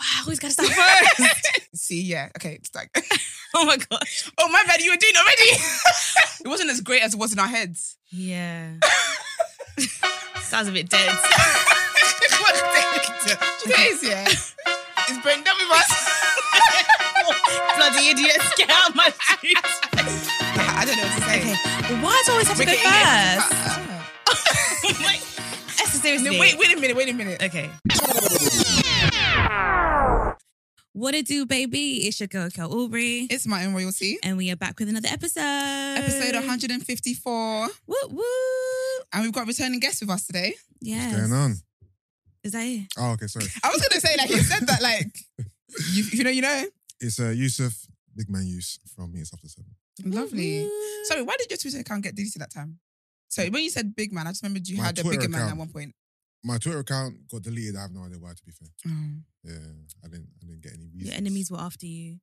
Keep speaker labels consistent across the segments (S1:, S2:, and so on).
S1: Wow, Ah, who's got to stop first?
S2: See, yeah. Okay, it's like,
S1: oh my gosh.
S2: oh, my bad, you were doing already. it wasn't as great as it was in our heads.
S1: Yeah. Sounds a bit dead.
S2: What the- Today is, yeah. Is Brenda with us?
S1: Bloody idiots, get out my face.
S2: I don't know what to say.
S1: Okay, well, why does always have to
S2: We're
S1: go
S2: getting it.
S1: first?
S2: Ah.
S1: like, Esther, seriously.
S2: No, wait, wait a minute, wait a minute.
S1: Okay. What it do, baby? It's your girl, Kel Aubrey.
S2: It's Martin Royalty.
S1: And we are back with another episode.
S2: Episode 154.
S1: Woo woo.
S2: And we've got returning guests with us today.
S1: Yes.
S3: What's going on?
S1: Is that it?
S3: Oh, okay, sorry.
S2: I was going to say, like, you said that, like, you, you know, you know.
S3: It's uh, Yusuf, big man Yus from Me. It's after seven.
S2: Lovely.
S1: Woo-woo.
S2: Sorry, why did your Twitter account get deleted that time? Sorry, when you said big man, I just remembered you
S3: My
S2: had a
S3: Twitter
S2: bigger man
S3: account.
S2: at one point. Oh,
S3: My Twitter account got deleted. I have no idea why. To be fair, yeah, I didn't. I didn't get any reason.
S1: Your enemies were after you.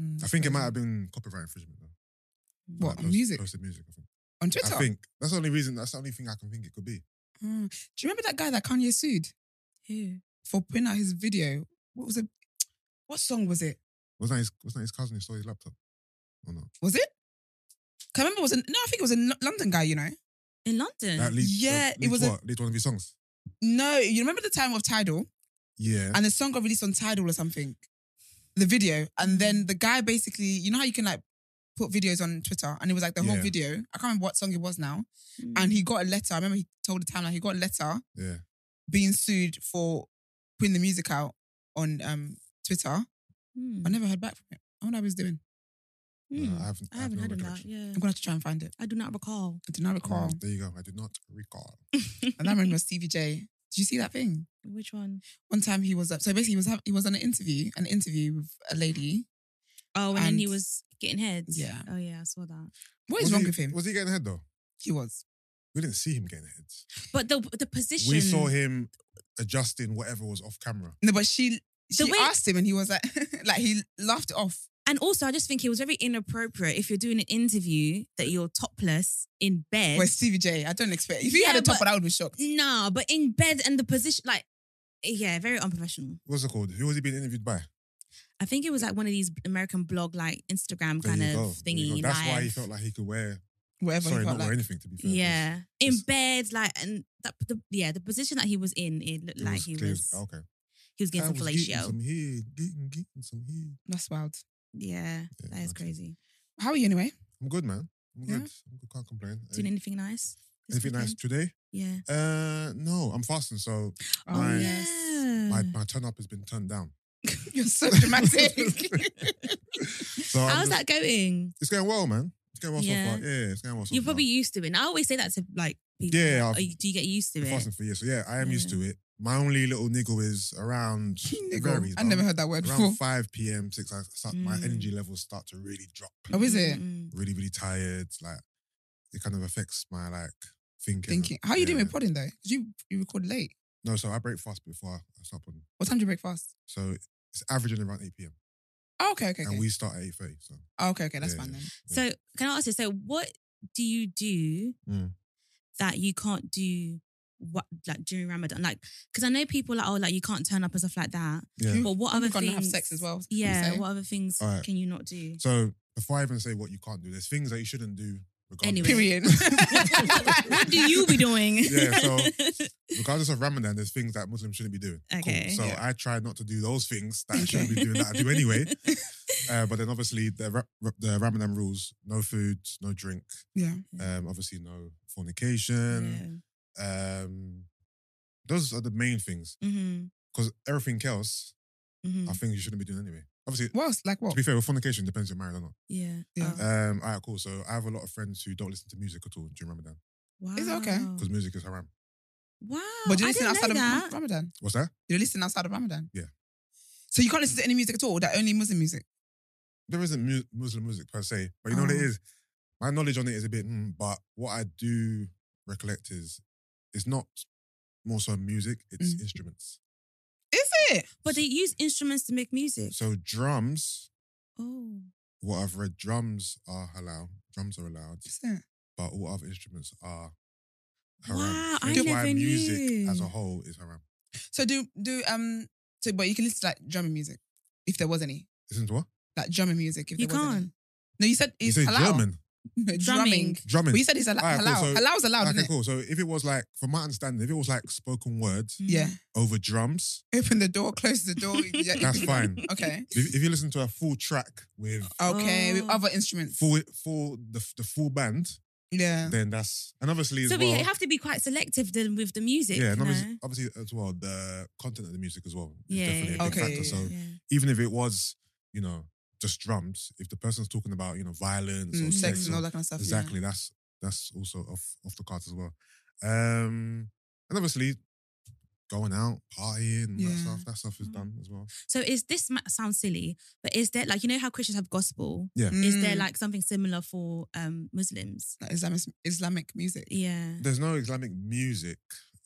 S2: Mm,
S3: I think it
S2: sorry.
S3: might have been copyright infringement. Though.
S2: What,
S3: Like, post-
S2: music?
S3: Posted music. I think.
S2: on Twitter.
S3: I think that's the only reason. That's the only thing I can think it could be.
S2: Mm. Do you remember that guy that Kanye sued
S1: Who?
S2: for putting out his video? What was it? What song was it?
S3: Was that his? Was that his cousin who stole his laptop? Or not?
S2: Was it? 'Cause I remember it was an, no, I think it was a Lo- London guy. You know,
S1: In London.
S3: That leaked,
S2: Uh, yeah,
S3: that
S2: it
S3: leaked
S2: was a-
S3: what? leaked one of his songs.
S2: no, you remember the time of Tidal
S3: Yeah.
S2: and the song got released on Tidal or something, the video, and then the guy basically, you know how you can like put videos on Twitter, and it was like the whole
S3: Yeah.
S2: video. I can't remember what song it was now,
S1: Mm.
S2: and he got a letter. I remember he told the timeline he got a letter
S3: yeah.
S2: being sued for putting the music out on um Twitter.
S1: Mm.
S2: I never heard back from it. I wonder how he was doing.
S1: Mm.
S2: Hmm,
S3: No, Uh, I haven't.
S1: I haven't
S3: no
S1: heard of that.
S3: recollection.
S1: Yeah.
S2: I'm gonna have to try and find it.
S1: I do not recall.
S2: I do not recall.
S1: Mm.
S3: there you go. I do not recall.
S2: And that reminded me of Stevie J. Did you see that thing?
S1: Which one?
S2: One time he was up. So basically, he was hav- he was on an interview, an interview with a lady.
S1: Oh, and, then he
S2: And-
S1: was getting heads.
S2: Yeah.
S1: Oh yeah, I saw that.
S2: What is
S3: was
S2: wrong
S3: he,
S2: with him?
S3: Was he getting head though?
S2: he was.
S3: We didn't see him getting heads.
S1: But the the position.
S3: We saw him adjusting whatever was off camera.
S2: No, but she she
S1: The way-
S2: asked him, and he was like, like he laughed it off.
S1: And also, I just think it was very inappropriate if you're doing an interview that you're topless in bed.
S2: Where Stevie J, I don't expect. If he had
S1: Yeah,
S2: a top
S1: but-
S2: on, I would be shocked.
S1: Nah, but in bed and the position, like, yeah, very unprofessional.
S3: what's it called? Who was he being interviewed by?
S1: I think it was like one of these American blog, like Instagram
S3: There
S1: kind
S3: you
S1: of
S3: go, there you
S1: thingy.
S3: go. That's why he
S1: live.
S3: felt like he could wear.
S2: Whatever.
S3: sorry,
S2: he
S3: not
S2: felt
S3: wear
S2: like.
S3: anything to be fair. but
S1: Yeah, in
S3: Just-
S1: bed, like, and that, the, yeah, the position that he was in, it looked
S3: it
S1: like he
S3: clear
S1: was
S3: as- okay.
S1: he was getting some
S3: I was getting
S1: fellatio.
S3: Some here, getting, getting some here.
S2: That's wild.
S1: Yeah,
S3: Yeah,
S1: that is
S3: okay.
S1: crazy.
S2: How are you anyway?
S3: I'm good, man. I'm
S2: Yeah?
S3: good. I'm good. Can't complain.
S1: Doing
S3: Uh,
S1: anything nice? this
S3: anything nice
S1: weekend?
S3: today?
S1: Yeah.
S3: Uh, no, I'm fasting, so
S2: Oh,
S3: My-
S2: yes.
S3: my,
S1: Uh.
S3: my turn up has been turned down.
S2: You're so dramatic.
S3: So I'm
S1: How's
S3: just-
S1: that going?
S3: It's going well, man. It's going well
S1: Yeah.
S3: so far. Yeah, it's going well so
S1: You're
S3: far.
S1: probably used to it. And I always say that to like people.
S3: Yeah,
S1: like,
S3: I've-
S1: "Oh, you- do you get used to
S3: Been
S1: it?
S3: fasting for years, so yeah, I am used
S1: Yeah.
S3: to it. My only little niggle is around.
S2: Nigga,
S3: it varies,
S2: I
S3: but
S2: never heard that word before.
S3: Around 5 p.m., 6, I start, my
S1: Mm.
S3: energy levels start to really drop.
S2: Oh, is it?
S1: Mm-mm.
S3: really, really tired. Like it kind of affects my like thinking.
S2: Thinking. How are you doing
S3: Yeah.
S2: with podding though? 'Cause You you record late.
S3: No, so I break fast before I start on.
S2: What time do you break fast?
S3: So it's averaging around eight pm,
S2: Oh, okay, okay, okay.
S3: and we start at eight thirty. So
S2: oh, okay, okay. That's
S3: Yeah,
S2: fine then.
S1: So can I ask you? So what do you do
S3: Mm.
S1: that you can't do? What like during Ramadan? Like because I know people are like oh like you can't turn up and stuff like that.
S3: yeah.
S1: But what other
S2: You're gonna
S1: things?
S2: have sex as well. you
S1: Yeah.
S2: say?
S1: What other things
S3: Alright.
S1: can you not do?
S3: So before I even say what you can't do, there's things that you shouldn't do Regardless.
S1: Anyway.
S2: Period.
S1: what do you be doing?
S3: Yeah, so- Regardless of Ramadan, there's things that Muslims shouldn't be doing.
S1: Okay.
S3: So
S2: Yeah.
S3: I try not to do those things that I shouldn't be doing that I do anyway. Uh, but then obviously the Ra- Ra- the Ramadan rules: no food, no drink.
S2: yeah.
S3: Um, obviously no fornication. Um, those are the main things
S1: Mm-hmm.
S3: because everything else
S1: Mm-hmm.
S3: are things you shouldn't be doing anyway. Obviously,
S2: What else? Like Mm.
S3: to
S1: Oh,
S2: what?
S3: be fair, with fornication depends if you're married or not.
S1: Yeah.
S2: Yeah.
S1: Oh,
S3: Um, all right, cool. So I have a lot of friends who don't listen to music at all during Ramadan
S2: Mm.
S1: Oh, wow.
S2: Is it okay?
S3: because music is haram.
S1: Wow.
S2: But you
S1: I
S2: listen
S1: didn't
S2: outside
S1: know
S2: of
S1: that.
S2: Ramadan.
S3: What's that?
S2: You're listening outside of Ramadan.
S3: Yeah.
S2: So you can't listen to any music at all. That only Muslim music.
S3: There isn't mu- Muslim music per se, but you know what it
S2: Oh.
S3: is. My knowledge on it is a bit, mm, but what I do recollect is it's not more so music; it's
S2: Mm.
S3: instruments.
S2: Is it?
S1: But they use instruments to make music.
S3: So drums,
S1: Oh.
S3: what I've read, drums are halal. Drums are allowed,
S2: Is it?
S3: but all other instruments are haram.
S1: Wow, I
S3: Hence why
S1: never
S3: music
S1: knew.
S3: as a whole is haram.
S2: So do do um. So but you can listen to like drumming music, if there was any.
S3: Listen to what
S2: Like drumming music, if
S1: You
S2: there was any.
S1: can't.
S2: No, you said
S3: you
S2: it's
S3: say.
S2: halal.
S3: German
S2: No, drumming.
S1: Drumming.
S3: drumming.
S2: But you said it's al-
S3: Alright, cool.
S2: halal.
S3: So-
S2: Halal's allowed,
S3: okay,
S2: isn't it?
S3: cool. So if it was like, from my understanding, if it was like spoken word
S2: Yeah.
S3: over drums,
S2: Open the door, close the door. yeah,
S3: that's fine.
S2: Okay.
S3: If, if you listen to a full track with
S2: Okay.
S1: Oh.
S2: With other instruments.
S3: full full the, the full band,
S2: Yeah.
S3: then that's and obviously as
S1: Mm. So
S3: well.
S1: we have to be quite selective then with the music.
S3: yeah, and
S1: no?
S3: obviously, obviously as well the content of the music as well. is
S1: Yeah,
S3: definitely
S1: yeah,
S3: a big
S2: yeah. Okay,
S3: factor. So
S2: yeah,
S1: yeah.
S3: even if it was, you know, just drums, if the person's talking about you know violence or
S2: Mm, sex
S3: sex,
S2: and
S3: or,
S2: all that kind of stuff. yeah.
S3: exactly that's that's also off off the cards as well. Um, and obviously going out partying and that
S2: Yeah. mm.
S3: stuff that stuff is done as well.
S1: So is this might sound silly, but is there like you know how Christians have gospel? Is there
S2: Mm,
S1: like something similar for um Muslims?
S2: like Islamic Islamic music?
S1: Yeah.
S3: There's no Islamic music.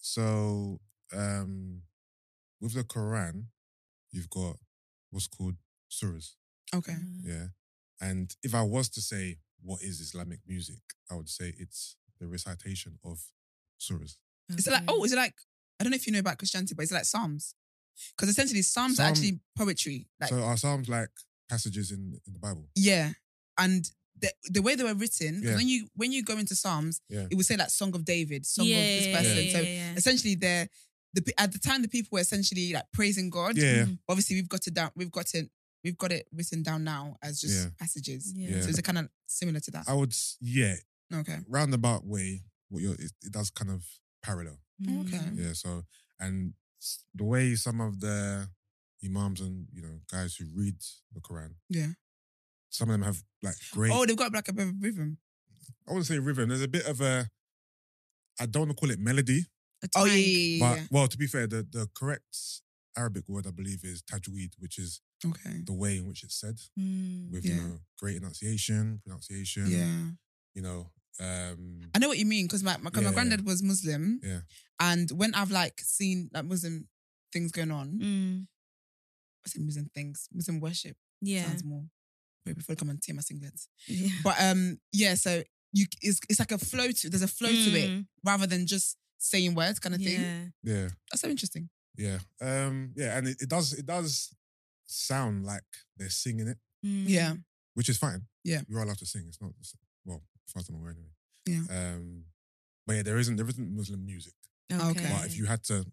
S3: So um with the Quran, you've got what's called surahs.
S2: Okay.
S1: Uh,
S3: Yeah. And if I was to say what is Islamic music, I would say it's the recitation of surahs.
S2: Is it like
S1: Okay.
S2: oh, is it like I don't know if you know about Christianity, but it's like Psalms. Because essentially Psalms are
S3: Psalm-
S2: actually poetry. Like
S3: so are psalms like passages in, in the Bible?
S2: yeah. And the, the way they were written, 'cause
S3: Yeah.
S2: when you when you go into Psalms,
S3: Yeah.
S2: it would say like Song of David, Song
S1: yeah,
S2: of this
S1: yeah,
S2: person.
S1: yeah,
S2: so
S1: yeah, yeah.
S2: essentially they're the pe- at the time the people were essentially like praising God.
S3: Yeah.
S1: Mhm.
S2: Obviously we've got to down we've got it we've got it written down now as just
S3: Yeah.
S2: passages.
S1: Yeah.
S3: Yeah.
S2: So it's kind of similar to that.
S3: I would s- yeah,
S2: Okay.
S3: roundabout way, what you're it, it does kind of parallel.
S1: Mm.
S2: Okay.
S3: Yeah. So and s- the way some of the imams and you know guys who read the Quran
S2: Yeah.
S3: some of them have like great.
S2: Oh, they've got like a bit of a rhythm.
S3: I wouldn't say rhythm. There's a bit of a. I don't want to call it melody,
S1: A
S2: Oh yeah,
S1: twang.
S2: yeah, yeah,
S3: but well, to be fair, the the correct Arabic word I believe is tajweed, which is
S2: yeah. Okay.
S3: the way in which it's said
S1: Mm.
S3: with you
S2: Yeah.
S3: know great enunciation, pronunciation.
S2: Yeah.
S3: You know. Um,
S2: I know what you mean because my my, 'cause
S3: Yeah,
S2: my
S3: yeah.
S2: granddad was Muslim,
S3: Yeah.
S2: and when I've like seen like Muslim things going on,
S1: Mm.
S2: I say Muslim things, Muslim worship
S1: Yeah.
S2: sounds more. Wait, before I come and tear my singlet,
S1: yeah.
S2: but um, yeah, so you it's it's like a flow to there's a flow to it
S1: Mm.
S2: rather than just saying words kind of thing.
S1: Yeah.
S3: yeah,
S2: That's so interesting.
S3: yeah, um, yeah, and it, it does it does sound like they're singing it,
S1: Mm.
S2: Yeah,
S3: which is fine.
S2: Yeah.
S3: you're allowed to sing. It's not it's- well, as far as I'm aware, anyway.
S2: Yeah.
S3: Um, but yeah, there isn't there isn't Muslim music.
S1: Okay.
S2: Okay.
S3: But if you had to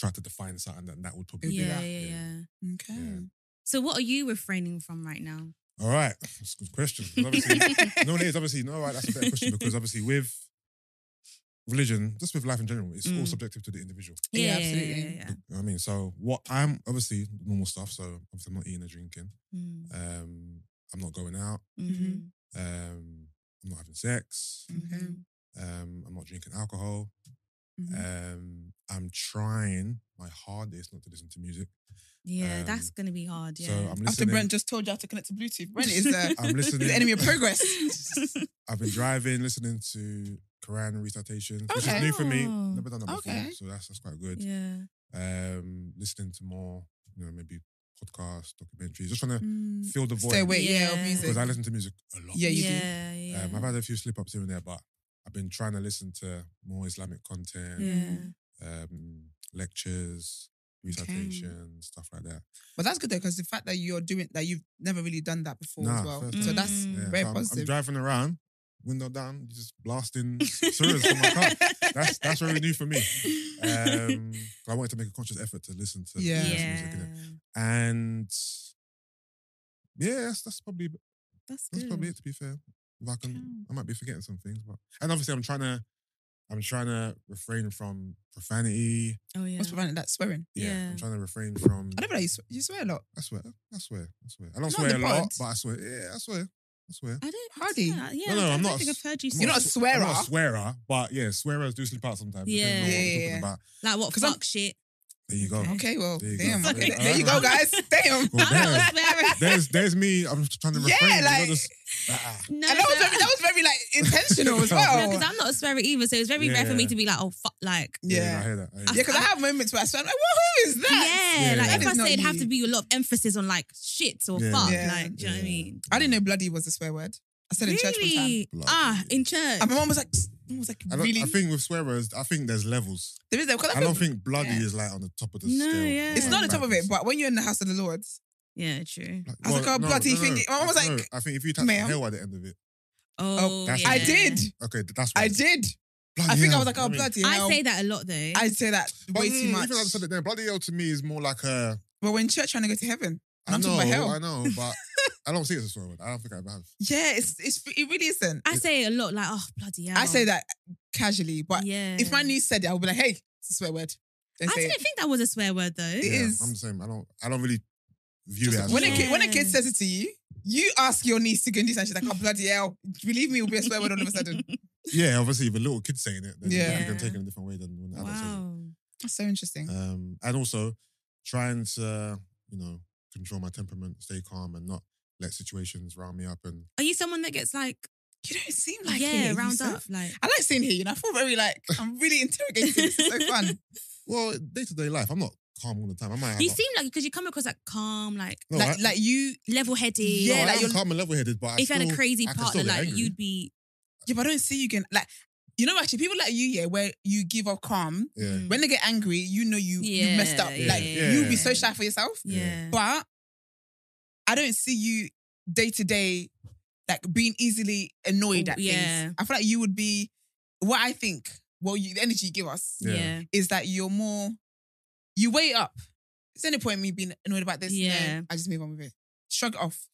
S3: try to define something, then that would probably
S2: It'd
S3: be
S2: be
S1: yeah,
S3: that.
S2: that.
S1: yeah, yeah. Um.
S2: okay.
S1: So what are you refraining from right now?
S3: All right. That's a good question. 'Cause Obviously, no, it is obviously no. Right, that's a better question because obviously with religion, just with life in general, it's all
S1: Mm.
S3: subjective to the individual.
S2: Yeah, absolutely.
S1: Yeah, yeah, yeah.
S3: You know what I mean, so what I'm obviously normal stuff. So obviously, I'm not eating or drinking.
S1: Mm.
S3: Um, I'm not going out.
S1: Mhm.
S3: Um, I'm not having sex.
S2: Okay.
S1: Mhm.
S3: Um, I'm not drinking alcohol.
S2: Mhm.
S3: Um, I'm trying my hardest not to listen to music.
S1: Yeah,
S3: Um,
S1: that's gonna be hard. Yeah.
S3: So I'm listening.
S2: After Brent just told you how to connect to Bluetooth, Brent is uh,
S3: I'm
S2: is
S3: listening.
S2: the enemy of progress.
S3: I've been driving, listening to Quran recitations, which is
S2: Okay.
S3: new for me.
S1: Oh,
S3: Never done that before,
S2: okay.
S3: so that's that's quite good.
S1: yeah.
S3: Um, listening to more, you know, maybe podcasts, documentaries, just trying to
S2: Mm.
S3: fill the void.
S2: Stay away, yeah, of
S1: Yeah.
S2: music.
S3: because I listen to music a lot.
S2: Yeah, you do.
S1: yeah, Yeah.
S3: Um, I've had a few slip ups here and there, but I've been trying to listen to more Islamic content,
S1: yeah.
S3: um, lectures, recitations, stuff like that.
S2: But that's good though, because the fact that you're doing that, you've never really done that before
S3: Nah,
S2: as well.
S3: first
S2: So
S1: time.
S2: that's
S1: Mm.
S3: Yeah,
S2: very
S3: so I'm, I'm
S2: positive.
S3: driving around window down, you just blasting surahs from my car. That's that's very new for me. Um, 'cause I wanted to make a conscious effort to listen to
S2: Yeah.
S3: to music, innit? and yeah, that's, that's probably
S1: That's
S3: that's
S1: good.
S3: probably it. To be fair, if I can,
S1: Okay.
S3: I might be forgetting some things, but and obviously I'm trying to, I'm trying to refrain from profanity.
S1: Oh yeah.
S2: What's preventing that swearing?
S3: Yeah,
S1: Yeah.
S3: I'm trying to refrain from.
S2: I don't know. You, sw- you swear a lot.
S3: I swear, I swear, I swear. I don't
S2: Not
S3: swear a
S2: the
S3: lot,
S2: pod.
S3: but I swear. Yeah, I swear, I swear.
S1: I don't.
S2: Hardy.
S1: Yeah, yeah,
S3: No,
S1: I
S3: no, I'm
S1: don't
S3: not a
S1: think
S3: s-
S1: I've heard you.
S3: I'm
S1: say
S2: You're not a
S3: sw-
S1: that.
S3: I'm not
S2: swearer.
S3: a swearer, but yeah, swearers do slip out sometimes. depending
S1: Yeah.
S3: on what we're
S2: Yeah,
S3: talking
S2: yeah.
S3: about.
S1: like what?
S2: Because I'm-
S1: Fuck shit.
S3: There you go.
S2: Okay, well,
S3: Oh, There you go.
S2: damn.
S3: Sorry.
S2: Okay, there you go, guys. Damn.
S3: Well,
S1: I'm not a
S3: Oh, damn.
S1: swearer.
S3: There's, there's me. I'm just trying to
S2: Yeah,
S3: refrain. you know,
S2: like-
S3: just- ah,
S1: No,
S2: And that was
S1: no.
S2: very, that was very like intentional as
S3: No,
S2: well.
S1: because I'm not a swearer either, so it's very rare for me
S3: Yeah.
S1: to be like, oh fuck, like.
S3: yeah, I
S2: yeah,
S3: hear that. I hear
S2: yeah,
S3: that.
S2: because I have moments where I swear, I'm like, well, who is that?
S1: Yeah,
S3: Yeah.
S1: like
S3: That
S1: if I
S2: is not
S1: say it'd have
S2: you.
S1: to be a lot of emphasis on like shit or
S3: Yeah.
S1: fuck,
S2: Yeah.
S1: like, do you know what I
S3: Yeah.
S1: mean?
S2: I didn't know bloody was a swear word. I said in church one time.
S1: Really?
S3: Bloody.
S1: Ah, in church.
S2: And my mom was like, "Psst." my mom was like,
S3: I, don't,
S2: really?
S3: I think with swearers, I think there's levels.
S2: there is that. Because I
S3: I
S2: feel-
S3: don't think bloody
S2: yeah.
S3: is like on the top of the
S1: No,
S3: scale.
S1: yeah.
S2: it's not the
S3: Like,
S2: top of it,
S3: backwards.
S2: but when you're in the house of the Lord,
S1: yeah, true.
S3: Like,
S2: I was like, oh, bloody thingy. My mum was
S3: no,
S2: like,
S3: I think if you type
S2: ma'am.
S3: hell at the end of it,
S1: Oh,
S3: that's-
S1: yeah.
S2: I did.
S3: okay, th- that's
S2: I
S3: right.
S2: did.
S3: Bloody
S2: I think I
S3: hell.
S2: was like, oh,
S3: mean,
S2: bloody
S1: I
S2: hell.
S1: say that a lot though.
S2: I say that
S3: but
S2: way
S3: mm,
S2: too much.
S3: Even I said it then, bloody hell to me is more like a.
S2: But we're in church trying to go to heaven.
S3: I
S2: I'm talking
S3: know,
S2: about hell.
S3: I know, but I don't see it as a swear word. I don't think I ever have.
S2: Yeah, it's, it's it really isn't.
S1: I say it a lot, like, oh bloody hell.
S2: I say that casually, but
S1: yeah.
S2: if my niece said it, I would be like, hey, it's a swear word. Don't
S1: I
S2: say
S1: didn't
S2: it.
S1: think that was a swear word though.
S2: It
S3: yeah,
S2: is.
S3: I'm the same. I don't. I don't really view it as.
S2: When a,
S3: swear
S2: kid, when a
S1: Yeah.
S2: kid says it to you, you ask your niece to go and do something. She's like, oh, bloody hell. Believe me, it'll be a swear word all of a sudden.
S3: word. yeah, obviously, if a little kid saying it, then
S2: Yeah.
S3: yeah, you can
S1: Yeah.
S3: take it in a different way than when an adult says
S1: Wow.
S2: That's so interesting.
S3: it. Um, and also trying to, you know, control my temperament, stay calm, and not let situations round me up. And
S1: Are you someone that gets like
S2: You don't seem like
S1: yeah,
S2: it,
S1: round
S2: Yusuf.
S1: up? Like
S2: I like sitting here, you know. I feel very like I'm really interrogated. It's so fun.
S3: well, day to day life, I'm not calm all the time. I might. Have
S1: you
S3: up-
S1: seem like because you come across like calm, like
S3: No,
S2: like,
S3: I-
S2: like you,
S1: level headed.
S3: no,
S2: yeah,
S3: I
S2: like
S3: am
S2: you're-
S3: calm and level headed, but I
S1: if you had a
S3: still-
S1: crazy
S3: I can
S1: partner,
S3: still get
S1: like
S3: angry.
S1: you'd be
S2: yeah, but I don't see you again. Like, you know, actually, people like you here, where you give up calm.
S3: Yeah.
S2: When they get angry, you know you you messed up.
S3: Yeah,
S2: like
S3: yeah.
S2: you'll be so shy for yourself.
S1: Yeah.
S2: But I don't see you day to day, like being easily annoyed at
S1: Oh, Yeah.
S2: things. I feel like you would be. What I think, well, you, the energy you give us
S3: Yeah.
S1: yeah.
S2: is that you're more. You weigh up. Is there any point in me being annoyed about this? No,
S1: Yeah.
S2: I just move on with it. Shrug it off.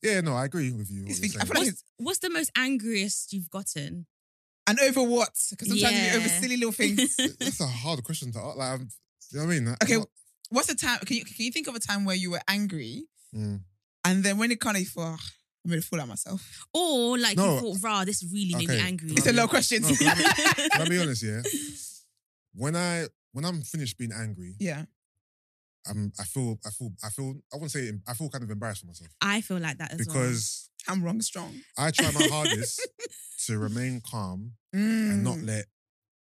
S3: Yeah, no, I agree with you. what
S2: It's
S3: you're
S2: been- I
S3: saying.
S2: feel like it's,
S1: What's the most angriest you've gotten?
S2: and over what? Because sometimes
S1: Yeah.
S2: you over silly little things.
S3: That's a hard question to ask. Like, I'm, you know what I mean? I'm
S2: Okay.
S3: not-
S2: What's the time? Can you can you think of a time where you were angry
S3: Mm.
S2: and then when it kind of for I made a fool out of myself?
S1: Or like
S3: No.
S1: you thought, rah, this really made me
S3: Okay.
S1: angry.
S2: It's a low question.
S3: No, can I be- can I be honest? Yeah. When I when I'm finished being angry,
S2: yeah.
S3: I'm I feel I feel I feel I wouldn't say em- I feel kind of embarrassed for myself
S1: I feel like that as
S3: because
S2: I'm wrong strong.
S3: I try my hardest to remain calm and not
S2: Mm.
S3: let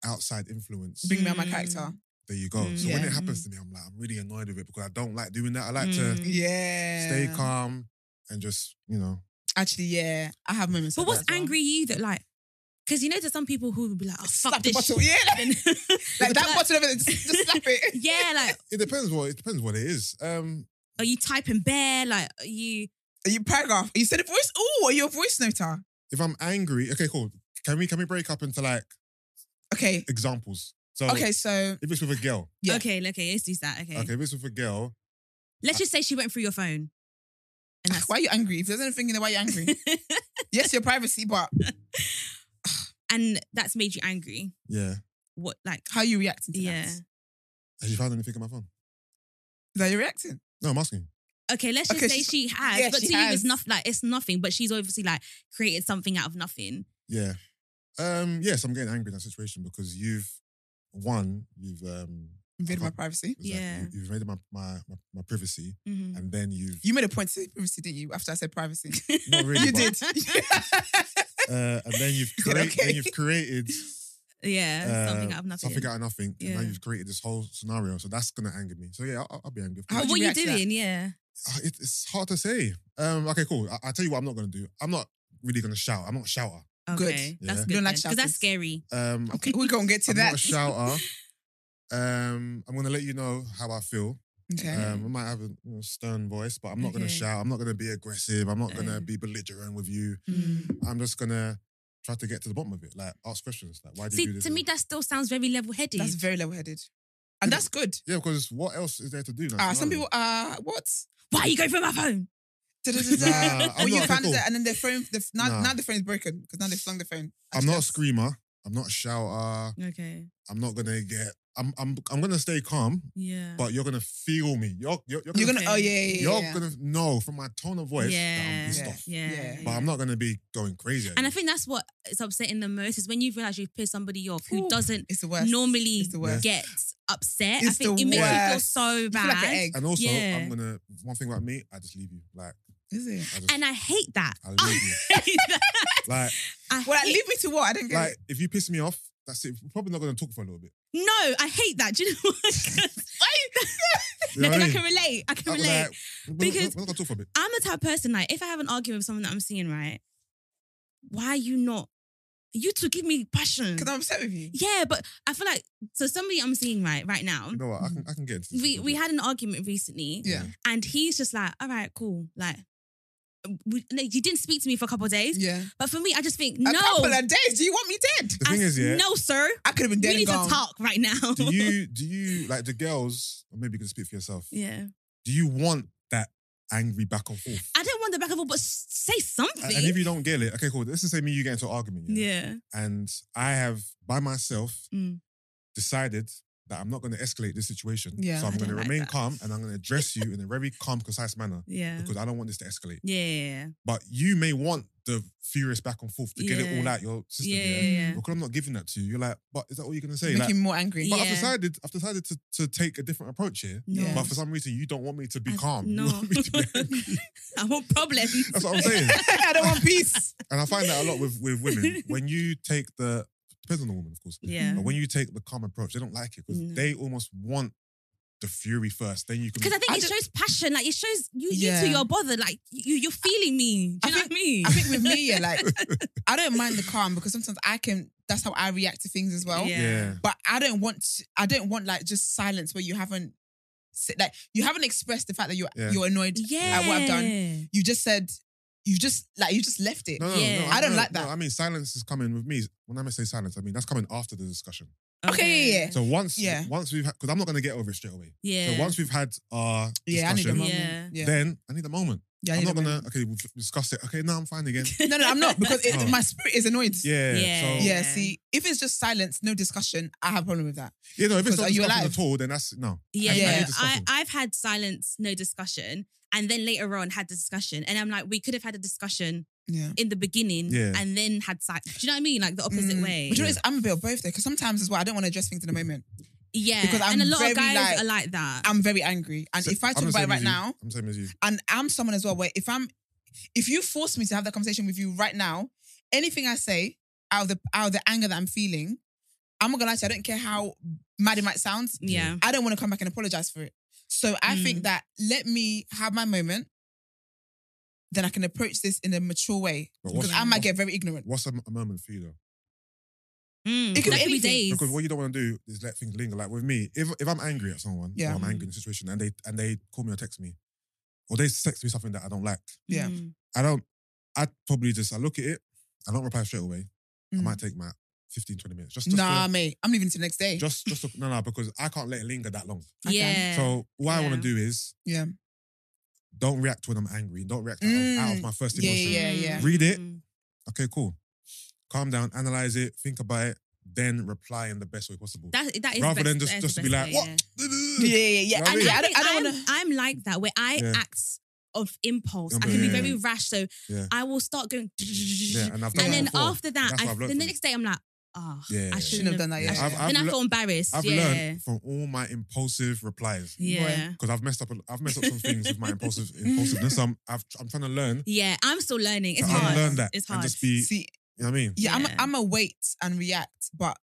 S3: outside influence.
S2: bring me out my
S1: Mm.
S2: character.
S3: there you go. So when
S2: mm, Yeah.
S3: it happens to me, I'm like I'm really annoyed with it because I don't like doing that. I
S1: well.
S3: like to
S1: Mm.
S2: Yeah.
S3: stay calm and just you know.
S2: Actually, yeah. I have moments.
S1: But
S2: like
S1: what's
S2: that as well.
S1: angry you that like? Because you know, there's some people who would be like, oh,
S2: Slap
S1: fuck
S2: the
S1: this.
S2: bottle.
S1: shit.
S2: Yeah. Like, like that
S1: But-
S2: bottle of it. Just, just slap it.
S1: Yeah, like,
S3: It depends what it depends what it is. Um,
S1: are you typing bear? Like, are you?
S2: Are you paragraph? Are you said a voice? Oh, are you a voice noter?
S3: if I'm angry, okay, cool. Can we can we break up into like
S2: Okay.
S3: examples? So
S2: Okay, so
S3: if it's with a girl,
S2: Yeah.
S1: Okay, okay, let's do that. Okay.
S3: okay, if it's with a girl,
S1: Let's just say she went through your phone. And that's
S2: why are you angry? If there's anything in there, why are you angry? yes, your privacy, but
S1: and that's made you angry.
S3: yeah.
S1: What, like,
S2: how are you reacting to
S1: yeah.
S2: that?
S3: Have you found anything on my phone?
S2: Is that you reacting?
S3: No, I'm asking.
S1: Okay, let's just
S2: Okay,
S1: say
S2: she's-
S1: she has,
S2: yeah,
S1: but
S2: she
S1: to you,
S2: has.
S1: it's nothing. Like, it's nothing. But she's obviously like created something out of nothing.
S3: Yeah. Um, yes, I'm getting angry in that situation because you've one, you've um
S2: Invaded my
S3: Okay.
S2: privacy.
S3: it's like
S1: Yeah.
S3: you, have invaded my, my my my privacy
S1: Mhm.
S2: Mm-hmm. Mm.
S3: and then you've
S2: You made a point to say privacy, didn't you? After I said privacy,
S3: not really
S2: you
S3: but,
S2: did.
S3: uh and then you've
S2: said,
S3: created
S2: "Okay."
S3: then you've created
S1: Yeah,
S3: uh,
S1: something out of nothing.
S3: Something out of nothing. And now
S1: Yeah.
S3: you've created this whole scenario. So that's gonna anger me. So yeah, I'll, I'll be angry.
S2: How
S1: But
S2: would
S1: what
S2: you
S1: you
S2: react to that?
S1: doing? Yeah.
S3: Uh, it, it's hard to say. Um, okay, cool. I, I'll tell you what I'm not gonna do. I'm not really gonna shout. I'm not a shouter.
S2: Good.
S1: Okay. That's
S3: Yeah.
S1: good.
S2: Don't like
S1: Because that's
S2: shouters.
S1: scary.
S3: Um,
S2: okay, we're gonna get to
S3: I'm
S2: that.
S3: not a shouter. um, I'm gonna let you know how I feel.
S2: okay.
S3: Um, I might have a you know, stern voice, but I'm not gonna
S1: Okay.
S3: shout. I'm not gonna be aggressive. I'm not gonna
S1: Okay.
S3: be belligerent with you.
S2: Mm.
S3: I'm just gonna try to get to the bottom of it. Like ask questions. Like why do you do
S1: See,
S3: this?
S1: to me, that still sounds very level headed.
S2: That's very level headed. And that's good.
S3: yeah, because what else is there to do? Like,
S2: Ah, some
S3: no.
S2: people uh what?
S1: Why are you going through my phone?
S3: Nah,
S2: Da-da-da-da.
S3: I'm
S2: Or you
S3: not
S2: found
S3: fickle.
S2: it and then their phone the, now,
S3: Nah.
S2: now the phone's broken because now they've flung the phone.
S3: I'm not a
S2: Actually,
S3: screamer. I'm not a shouter.
S1: Okay.
S3: I'm not gonna get. I'm. I'm. I'm gonna stay calm.
S1: Yeah.
S3: But you're gonna feel me. You're. You're, you're
S2: that's- You're
S3: gonna.
S2: gonna oh yeah, yeah, yeah.
S3: you're
S2: yeah.
S3: gonna know from my tone of voice that I'm
S1: yeah.
S3: pissed
S1: yeah.
S3: off.
S1: yeah.
S2: Yeah.
S3: But I'm not gonna be going crazy. at
S1: And I
S3: you.
S1: think that's what is upsetting the most is when you realize you've pissed somebody off who
S2: Ooh.
S1: doesn't
S2: It's the worst.
S1: normally
S2: It's the worst.
S1: gets upset. I
S2: It's
S1: think
S2: the
S1: it makes you feel
S2: worst.
S1: so
S2: You feel
S1: bad.
S2: like an egg.
S3: And also,
S1: Yeah.
S3: I'm gonna. One thing about me, I just leave you. Like
S2: Is it?
S3: I just.
S1: And I oh, hate that.
S3: I leave you.
S1: hate that.
S3: Like,
S1: I
S2: Well,
S1: hate-
S2: leave me to what? I don't get
S3: like
S2: it.
S3: if you piss me off, that's it. We're probably not gonna talk for a little bit.
S1: no, I hate that. Do you know what? 'Cause-
S3: You
S1: no,
S3: know
S1: 'cause
S3: what I
S1: I
S3: mean?
S1: can relate. I can
S3: Like,
S1: relate.
S3: we're, not-
S1: Because-
S3: we're not gonna talk for a bit.
S1: I'm a type of person like if I have an argument with someone that I'm seeing, right? Why are you not? You two give me passion.
S2: Because I'm upset with you.
S1: Yeah, but I feel like so somebody I'm seeing right right now.
S3: You know what? I can. I can get into. This
S1: We
S3: a
S1: we
S3: bit.
S1: had an argument recently,
S2: Yeah.
S1: and he's just like, "All right, cool." Like, we, no, you didn't speak to me for a couple of days,
S2: Yeah.
S1: but for me, I just think
S2: A
S1: no,
S2: couple of days. Do you want me dead?
S3: The thing
S1: I-
S3: is, yeah.
S1: no, sir.
S2: I could have been dead.
S1: we
S2: and
S1: need
S2: gone.
S1: to talk right now.
S3: Do you do you like the girls? Or maybe you can speak for yourself.
S1: yeah,
S3: Do you want that angry back and forth?
S1: I don't want the back of all, but s- say something.
S3: And and if you don't get it, okay, cool. Let's just say me, and you get into an argument, yeah?
S1: yeah,
S3: And I have by myself
S1: Mm.
S3: decided that I'm not going to escalate this situation.
S2: Yeah,
S3: so
S2: I
S3: I'm going to
S1: don't like
S3: remain
S1: that.
S3: calm and I'm going to address you in a very calm, concise manner
S1: yeah,
S3: because I don't want this to escalate.
S1: yeah, yeah,
S3: But you may want the furious back and forth to get it
S1: Yeah.
S3: all out your system.
S1: yeah,
S3: Yeah.
S1: yeah, yeah.
S3: Because I'm not giving that to you. You're like, but is that all you're going to say?
S2: Make
S3: Like,
S2: him more angry.
S3: but I've
S1: Yeah.
S3: decided, I've decided to, to take a different approach here.
S2: Yeah.
S3: But for some reason, you don't want me to be
S1: I-
S3: calm. You
S1: No,
S3: want me to be angry.
S1: I want problems.
S3: That's what I'm saying.
S2: I don't want peace.
S3: And I find that a lot with, with women. When you take the, depends on the woman, of course.
S1: Yeah,
S3: But when you take the calm approach, they don't like it because
S1: No.
S3: they almost want the fury first. Then you can.
S1: because I think
S2: I
S1: it
S2: don't-
S1: shows passion. Like it shows you,
S2: Yeah.
S1: you two, you're bothered. Like you, you're feeling me. Do you
S2: I
S1: know what I mean?
S2: I think with me, yeah, like I don't mind the calm because sometimes I can. That's how I react to things as well.
S1: Yeah.
S2: But I don't want. to- I don't want like just silence where you haven't, said- like you haven't expressed the fact that you're
S3: Yeah.
S2: you're annoyed.
S1: yeah,
S2: At what I've done. You just said, you just like you just left it.
S3: No, no,
S1: Yeah.
S3: no,
S2: I don't
S3: no,
S2: like
S3: no,
S2: that.
S3: I mean, silence is coming with me. When I say silence, I mean that's coming after the discussion.
S2: Okay, yeah, yeah.
S3: So once,
S2: Yeah.
S3: once we've, because I'm not going to get over it straight away.
S1: yeah.
S3: So once we've had our
S2: Yeah, I need a
S3: discussion,
S2: moment.
S1: Yeah.
S2: Yeah,
S3: then I need a moment.
S2: Yeah, I
S3: I'm
S2: need a
S3: not going
S2: moment.
S3: to. Okay, we've discussed it. Okay, now I'm fine again.
S2: No, no, I'm not because it,
S3: Oh.
S2: my spirit is annoyed.
S1: Yeah.
S3: Yeah. So
S2: Yeah,
S3: yeah.
S1: Yeah.
S2: see, if it's just silence, no discussion, I have a problem with that.
S3: no, if it's
S2: Because are
S3: not
S2: you
S3: discussion
S2: alive?
S3: at all, then that's no.
S1: yeah,
S3: I, I,
S2: Yeah.
S3: need
S1: yeah.
S3: discussion.
S1: I, I've had silence, no discussion, and then later on had the discussion, and I'm like, we could have had a discussion
S2: Yeah.
S1: in the beginning,
S3: Yeah.
S1: and then had silence. Do you know what I mean? Like the opposite
S2: Mm.
S1: way.
S2: But you know, it's, I'm a bit of both there because sometimes as well, I don't want to address things in the moment.
S1: yeah,
S2: because I'm
S1: and a lot
S2: very,
S1: of guys
S2: like-
S1: are like that.
S2: I'm very angry, and
S3: So
S2: if I
S3: I'm
S2: talk
S3: the
S2: about
S3: same
S2: it right
S3: as you.
S2: now,
S3: I'm the same as you.
S2: and I'm someone as well where if I'm, if you force me to have that conversation with you right now, anything I say out of the out of the anger that I'm feeling, I'm not gonna lie to you. I don't care how mad it might sound.
S1: yeah,
S2: I don't want to come back and apologize for it. So I
S1: Mm.
S2: think that let me have my moment. Then I can approach this in a mature way
S3: But what's-
S2: because I might
S3: what's-
S2: get very ignorant.
S3: What's a, a moment for you though?
S1: Mm.
S2: It could be
S1: That
S2: anything.
S1: days.
S3: Because what you don't want to do is let things linger. Like with me, if if I'm angry at someone,
S2: Yeah.
S3: or I'm angry in a situation, and they and they call me or text me, or they text me something that I don't like,
S2: Yeah.
S1: Mm.
S3: I don't. I probably just I look at it. I don't reply straight away. I
S2: Mm.
S3: might take my 15, 20 minutes. Just, just
S2: Nah,
S3: to,
S2: mate, I'm leaving till next day.
S3: just just to, no no because I can't let it linger that long.
S2: Okay.
S1: yeah.
S3: So what I want
S1: Yeah.
S3: to do is
S2: Yeah.
S3: don't react when I'm angry. Don't react out, of, out of
S2: Mm.
S3: my first
S2: Yeah,
S3: emotion.
S2: yeah, yeah.
S3: Read it.
S1: Mm.
S3: Okay, cool. Calm down, analyze it, think about it, then reply in the best way possible.
S1: That that is
S3: Rather
S1: best-
S3: than just
S1: that is
S3: just
S1: the
S3: to be
S1: best
S3: like
S1: way,
S3: what.
S1: yeah.
S2: yeah, yeah, yeah.
S3: You know what I
S2: And
S3: mean?
S2: yeah, I don't, I don't
S1: am
S2: want to.
S1: I'm like that where I
S3: Yeah.
S1: act of impulse. I
S3: Yeah,
S1: can be
S3: yeah.
S1: very rash, so
S3: Yeah.
S1: I will start going.
S3: Yeah, and I've done
S1: and
S3: that
S1: then
S3: before.
S1: after that,
S3: That's
S1: I,
S3: what I've learned
S1: the
S3: from it.
S1: next day I'm like, oh,
S3: Yeah.
S1: I
S3: Shouldn't
S2: Shouldn't have done that. Yeah.
S3: I've, I've,
S1: then I
S3: lear-
S1: feel embarrassed.
S3: I've
S1: yeah.
S3: learned from all my impulsive replies
S1: yeah.
S3: because I've messed up. a- I've messed up some things with my impulsive impulsiveness. I'm I've, I'm trying to learn
S1: Yeah, I'm still learning. It's
S3: to
S1: hard.
S3: unlearn that
S1: It's
S3: and
S1: hard.
S3: just be.
S2: See,
S3: you know what I mean?
S2: yeah, I'm a,
S1: Yeah.
S2: I'm a wait and react, but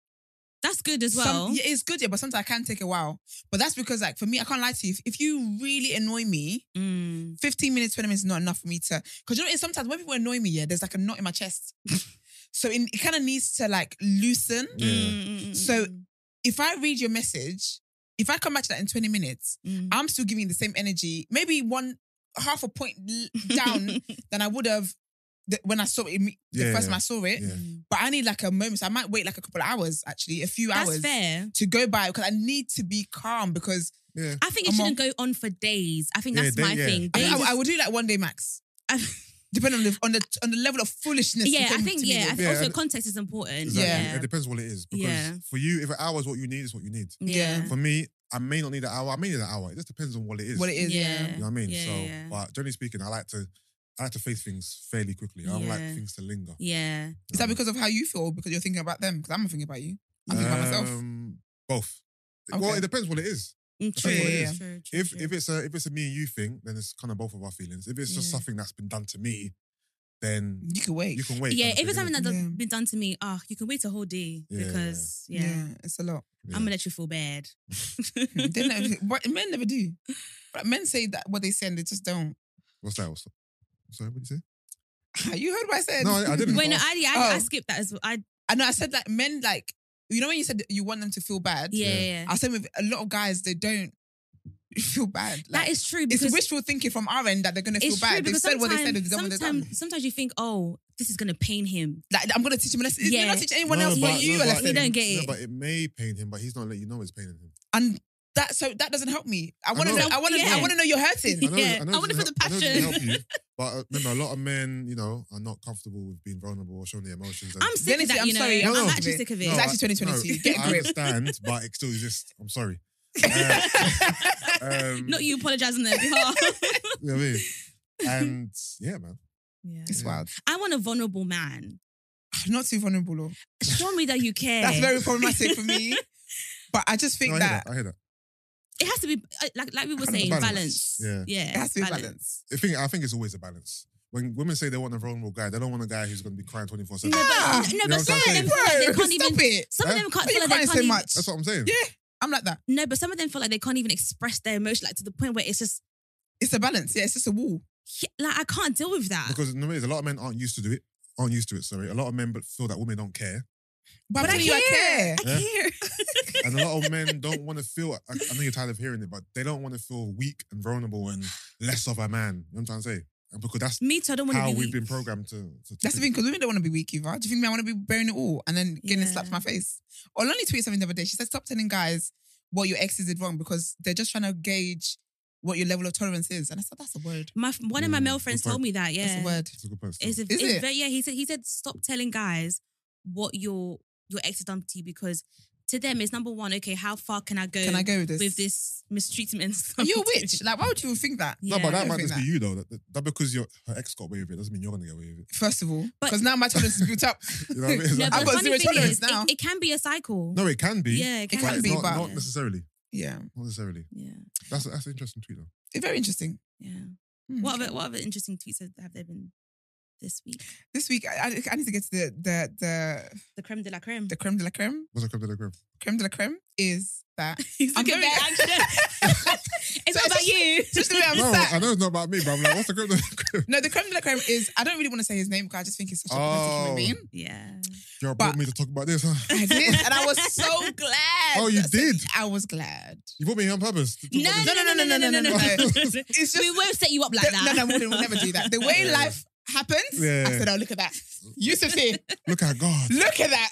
S1: That's good as
S2: some-
S1: well.
S2: yeah, it's good, yeah, but sometimes I can take a while. But that's because, like, for me, I can't lie to you. If, if you really annoy me,
S1: Mm.
S2: 15 minutes, 20 minutes is not enough for me to. Because you know, what it is? sometimes when people annoy me, yeah, there's like a knot in my chest. so in, it kind of needs to like loosen.
S3: Yeah.
S1: Mm, mm, mm,
S2: So-
S1: mm,
S2: If I read your message, if I come back to that in 20 minutes,
S1: mm.
S2: I'm still giving you the same energy, maybe one half a point l- down than I would have the, when I saw it, the
S3: Yeah,
S2: first
S3: yeah.
S2: time I saw it.
S3: Yeah.
S2: But I need like a moment. So I might wait like a couple of hours, actually, a few
S1: That's
S2: hours
S1: fair.
S2: to go by because I need to be calm because
S3: Yeah.
S1: I think it
S2: I'm
S1: shouldn't go on for days. I think
S3: Yeah,
S1: that's
S3: they-
S1: my
S3: yeah.
S1: thing.
S2: I,
S1: Days
S2: think I, I
S1: is-
S2: would do like one day max,
S1: I-
S2: depending on the on the on the level of foolishness. you
S1: yeah, I
S2: came
S1: think
S2: to me
S1: yeah. I
S2: with.
S1: think
S3: Yeah,
S1: also
S3: and-
S1: context is important.
S3: Exactly.
S1: Yeah.
S3: It depends what it is. Because
S1: Yeah.
S3: for you, if an hour is what you need, it's what you need.
S2: Yeah.
S3: For me, I may not need an hour. I may need an hour. It just depends on what it is.
S2: What it is, yeah.
S3: You know what I mean?
S1: Yeah,
S3: so,
S1: yeah.
S3: but generally speaking, I like to, I like to face things fairly quickly. I don't like
S1: Yeah.
S3: things to linger.
S1: Yeah.
S2: Is that because of how you feel? Or because you're thinking about them? Because I'm not thinking about you. I'm thinking about myself.
S3: Um, both. Well,
S2: Okay.
S3: it depends what it is.
S1: Mm,
S3: That's
S1: True.
S3: what it
S1: true,
S3: is.
S1: true,
S3: If
S1: true.
S3: if it's a if it's a me and you thing, then it's kind of both of our feelings. If it's just
S1: Yeah.
S3: something that's been done to me, then
S2: You can wait.
S3: you can wait.
S1: yeah,
S3: and
S1: if it's
S3: forgive.
S1: something that's
S2: Yeah.
S1: been done to me, ah, you can wait a whole day
S3: Yeah, yeah,
S1: because yeah,
S2: yeah. Hmm. it's a lot.
S3: Yeah.
S1: I'm gonna let you feel bad.
S2: they never, but men never do. But men say that what they say and they just don't.
S3: What's that? What's that? Sorry, what did you say?
S2: You heard what I said?
S3: No, I- I didn't.
S1: Wait, no, I I, I
S2: Oh.
S1: skipped that as well. I
S2: I know. I said like men like you know when you said that you want them to feel bad.
S1: yeah,
S3: Yeah.
S1: yeah. yeah.
S2: I said with a lot of guys they don't feel bad. Like,
S1: that is true
S2: it's
S1: because
S2: wishful thinking from our end that they're gonna feel
S1: it's true
S2: bad. They
S1: because
S2: said what they said. They
S1: sometimes
S2: done what they done.
S1: sometimes, sometimes you think, oh, this is gonna pain him.
S2: Like, I'm gonna teach him a lesson.
S1: Yeah.
S2: You're not teach anyone else
S1: but-
S2: but you
S1: no,
S2: a
S1: but-
S2: lesson.
S1: You don't get
S3: No,
S1: it.
S3: but it may pain him, but he's not letting you know it's paining him.
S2: and that so that doesn't help me. I want to.
S3: know.
S2: know. I want to.
S1: Yeah.
S2: I want to know you're hurting.
S3: I know,
S1: Yeah,
S3: I, know
S1: I
S3: it
S1: wanna
S3: doesn't
S1: feel the
S3: help- I know it doesn't
S1: passion.
S3: help you, but uh, remember, a lot of men, you know, are not comfortable with being vulnerable or showing their emotions. and-
S1: I'm sick
S2: Then
S1: of
S2: it's-
S1: that.
S2: I'm
S1: you know,
S2: sorry,
S3: No,
S1: I'm
S3: no.
S1: actually sick of it.
S2: No, It's actually 2022.
S3: I-
S2: Get a
S3: I
S2: grip.
S3: understand, but it still exists. I'm sorry. Uh, um,
S1: Not you apologizing on their behalf.
S3: you know what I mean? And yeah, man.
S1: yeah.
S2: It's wild.
S1: I want a vulnerable man.
S2: Not too vulnerable. though.
S1: Show me that you care.
S2: That's very problematic for me. But I just think
S3: No, I hear
S2: that,
S3: that. I hear that.
S1: It has to be uh, like like we were
S3: Kind of
S1: saying,
S3: balance.
S1: balance.
S3: Yeah.
S1: yeah,
S2: it has to be balanced.
S3: I think I think it's always a balance. When women say they want a vulnerable guy, they don't want a guy who's going to be crying 24
S1: No,
S3: 7.
S1: but,
S2: Ah,
S1: no,
S3: you know
S1: but
S3: what
S1: some
S3: I'm
S1: of
S3: saying?
S1: them
S2: Bro,
S1: feel like they can't
S2: stop
S1: even.
S2: it.
S1: Some of
S3: Huh?
S1: them can't
S2: Why
S1: feel
S2: you
S1: like they
S2: crying
S1: can't
S2: so
S1: even.
S2: much?
S3: That's what I'm saying.
S2: Yeah. I'm like that.
S1: No, but some of them feel like they can't even express their emotion, like to the point where it's just
S2: It's a balance. Yeah, it's just a wall.
S1: yeah, like I can't deal with that.
S3: Because no, a lot of men aren't used to do it. Aren't used to it, sorry. A lot of men but feel that women don't care.
S2: But,
S1: but
S2: I'm
S1: I
S2: telling you,
S1: care.
S2: I care.
S3: Yeah.
S1: I care.
S3: And a lot of men don't want to feel, I, I know you're tired of hearing it, but they don't want to feel weak and vulnerable and less of a man. You know what I'm trying to say? And because that's
S1: Me too. I don't want to
S3: how
S1: be.
S3: we've
S1: weak.
S3: been programmed to. to
S2: That's the thing, because women don't want to be weak either. Do you think me? I want to be bearing it all and then getting
S1: Yeah.
S2: slapped in my face? Olani tweeted something the other day. She said, "Stop telling guys what your exes did wrong because they're just trying to gauge what your level of tolerance is." And I said, "That's a word.
S1: My one of my
S3: Mm,
S1: male
S3: good
S1: friends
S3: point.
S1: told me that.
S2: That's
S1: Yeah,
S2: a word."
S3: It's a good point. still.
S1: It's a,
S2: Is
S1: it's
S2: it?
S1: very- yeah, he said he said stop telling guys what your your ex has done to you because to them it's number one. Okay, how far can I go?
S2: Can I go with this?
S1: with this mistreatment? and
S2: And
S1: stuff?
S2: you're a witch. Like, why would you even think that?
S3: No,
S1: Yeah.
S3: but that
S2: I
S3: might
S2: think
S3: just be
S2: that-
S3: you though. That, that, that because your her ex got away with it doesn't mean you're gonna get away with it.
S2: First of all,
S1: But-
S2: because now my tolerance is built up.
S3: You know what I mean?
S1: No,
S3: Exactly.
S1: but
S2: I've
S1: the
S2: got
S1: funny
S2: zero
S1: thing
S2: tolerance
S1: is,
S2: now.
S1: It, it can be a cycle.
S3: No, it can be.
S1: yeah, it can,
S2: can
S3: it's
S2: be,
S3: not,
S2: but-
S3: not necessarily.
S2: Yeah,
S3: Not necessarily.
S1: Yeah,
S3: That's that's an interesting tweet though.
S2: it's very interesting.
S1: yeah.
S2: Hmm.
S1: What other what other interesting tweets have have there been this week?
S2: This week, I, I- I need to get to the the the
S1: The creme de la creme.
S2: the creme de la creme.
S3: What's a creme de la creme?
S2: Creme de la creme is that.
S1: He's
S2: I'm
S1: looking
S2: very-
S1: back. it's
S2: So
S1: not about
S2: it's
S1: you.
S2: Just um, the way I'm
S3: No,
S2: sat.
S3: I know it's not about me, but I'm like, what's a creme de la creme?
S2: No, the creme de la creme is. I don't really want to say his name because I just think he's such a
S3: Oh.
S2: pathetic human being.
S1: Yeah.
S3: Y'all
S2: But-
S3: brought me to talk about this, huh?
S2: I did, and I was so glad.
S3: Oh, you
S2: So
S3: did?
S2: I was glad.
S3: You brought me here on purpose. to talk
S1: No,
S3: about
S1: no,
S3: this.
S1: no, no, no, no, no, no.
S3: no.
S2: It's just
S1: we won't set you up like that.
S2: no, no, we'll, we'll never do that. The way
S3: Yeah.
S2: life happens,
S3: Yeah.
S2: I said, "Oh, look at that, Yusuf here,
S3: Look at God.
S2: look at that."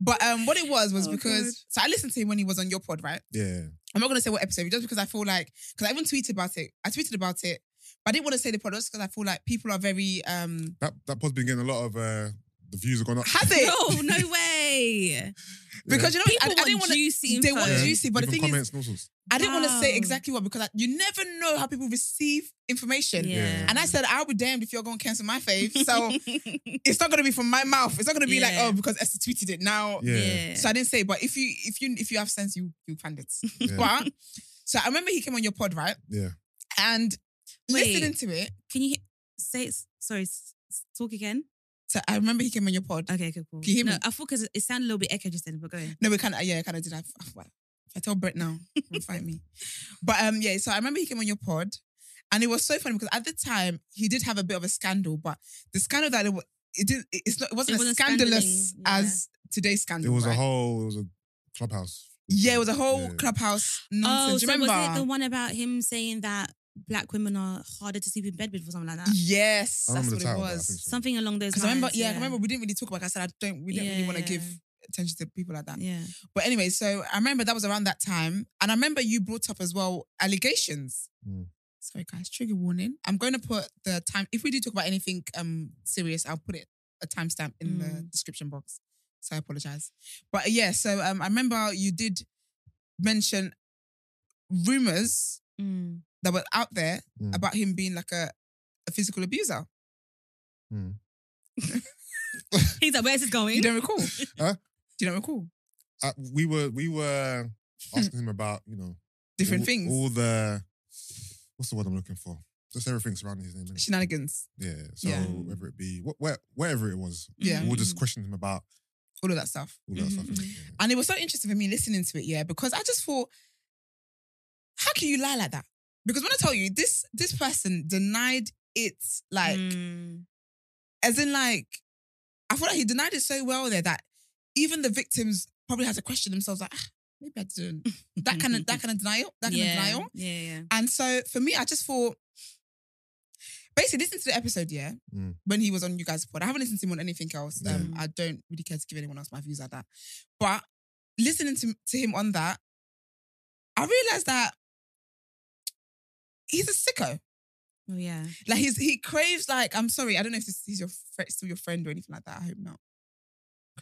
S2: But um, what it was was
S1: Oh,
S2: because so I listened to him when he was on your pod, right?
S3: Yeah.
S2: I'm not gonna say what episode, just because I feel like because I even tweeted about it. I tweeted about it, but I didn't want to say the pod just because I feel like people are very um.
S3: That that pod's been getting a lot of uh the views have gone up.
S2: Has it?
S1: No, Oh, no way.
S2: Because you know,
S1: People
S2: I, I
S1: want
S2: didn't want to.
S1: juicy info.
S2: they want
S3: Yeah.
S2: juicy, but the
S3: Even
S2: thing is-
S3: comments and all sorts.
S2: I didn't want to say
S1: Wow.
S2: exactly what because I, you never know how people receive information.
S3: Yeah.
S2: And I said, I'll be damned if you're going to cancel my fave. So it's not going to be from my mouth. It's not going to be like,
S1: Yeah.
S2: oh, because Esther tweeted it now.
S3: Yeah.
S2: So I didn't say, but if you if you if you have sense, you you find it.
S3: Yeah.
S2: But so I remember he came on your pod, right?
S3: yeah.
S2: And
S1: Wait.
S2: listening to it,
S1: Can you he- say it? Sorry, s- s- talk again.
S2: so I remember he came on your pod.
S1: Okay, okay, cool.
S2: Can you hear
S1: no,
S2: me?
S1: I thought because it sounded a little bit echo just then, but go ahead.
S2: No, we kind of yeah, kind of did. I, well, if I tell Brett now, he'll fight me. But um, yeah. So I remember he came on your pod, and it was so funny because at the time he did have a bit of a scandal, but the scandal that it was, it didn't. it- It's not. It wasn't,
S1: It wasn't
S2: as scandalous
S1: scandaling, yeah.
S2: as today's
S3: It
S2: scandal.
S3: was a
S2: right?
S3: whole it was a clubhouse.
S2: Yeah, it was a whole
S3: Yeah.
S2: clubhouse
S1: Oh,
S2: nonsense.
S1: so
S2: Do you remember?
S1: was it the one about him saying that black women are harder to sleep in bed with or something like that.
S2: Yes,
S3: I
S2: that's
S3: remember
S2: what
S3: the
S2: it
S3: title, but I
S2: was.
S3: think so.
S1: Something along those
S2: Because
S1: lines.
S2: I remember, yeah, I remember we didn't really talk about. It. I said I don't. We don't really
S1: Yeah,
S2: want to
S1: yeah.
S2: give attention to people like that.
S1: Yeah.
S2: But anyway, so I remember that was around that time, and I remember you brought up as well allegations.
S3: Mm.
S2: Sorry, guys, trigger warning. I'm going to put the time. If we do talk about anything um serious, I'll put it a timestamp in the
S1: Mm.
S2: description box. So I apologize. But yeah, so um, I remember you did mention rumors
S1: Mm.
S2: that were out there
S3: Mm.
S2: about him being like a, a physical abuser.
S1: He's like, where's this going?
S2: You don't recall?
S3: Huh?
S2: Do you not recall?
S3: Uh, we were we were asking him about you know
S2: Different
S3: all-
S2: things.
S3: all the what's the word I'm looking for? Just everything surrounding his name. innit?
S2: Shenanigans.
S3: Yeah. So
S2: Yeah. Mm.
S3: whether it be wh- where, wherever it was,
S2: Yeah.
S3: we'll just question him about
S2: All of that stuff.
S3: all that
S1: Mhm,
S2: Mm-hmm.
S3: stuff. innit?
S1: mhm.
S3: Yeah.
S2: And it was so interesting for me listening to it, yeah, because I just thought, how can you lie like that? Because when I tell you, this this person denied it, like,
S1: Mm.
S2: as in, like, I feel like he denied it so well there that even the victims probably had to question themselves, like, ah, maybe I didn't. That kind of that kind of denial, that kind
S1: yeah.
S2: of denial.
S1: Yeah, yeah.
S2: And so for me, I just thought, basically, listen to the episode, yeah,
S3: Mm.
S2: when he was on you guys' pod. I haven't listened to him on anything else. Um,
S1: Yeah.
S2: I don't really care to give anyone else my views like that. But listening to, to him on that, I realized that he's a sicko.
S1: Oh, yeah.
S2: Like he's he craves like I'm sorry, I don't know if this is your fr- still your friend or anything like that. I hope not.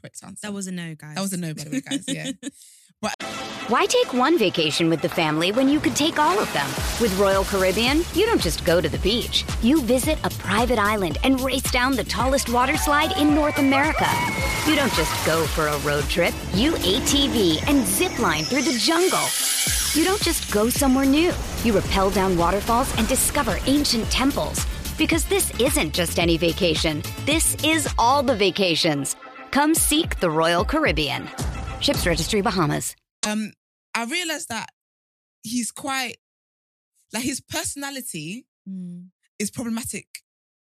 S2: Correct answer.
S1: That was a no, guys.
S2: that was a no, by the way, guys. Yeah.
S4: Why take one vacation with the family when you could take all of them? With Royal Caribbean, you don't just go to the beach. You visit a private island and race down the tallest water slide in North America. You don't just go for a road trip. You ATV and zip line through the jungle. You don't just go somewhere new. You rappel down waterfalls and discover ancient temples. Because this isn't just any vacation. This is all the vacations. Come seek the Royal Caribbean. Ships Registry Bahamas.
S2: um, I realized that he's quite like his personality
S1: Mm.
S2: is problematic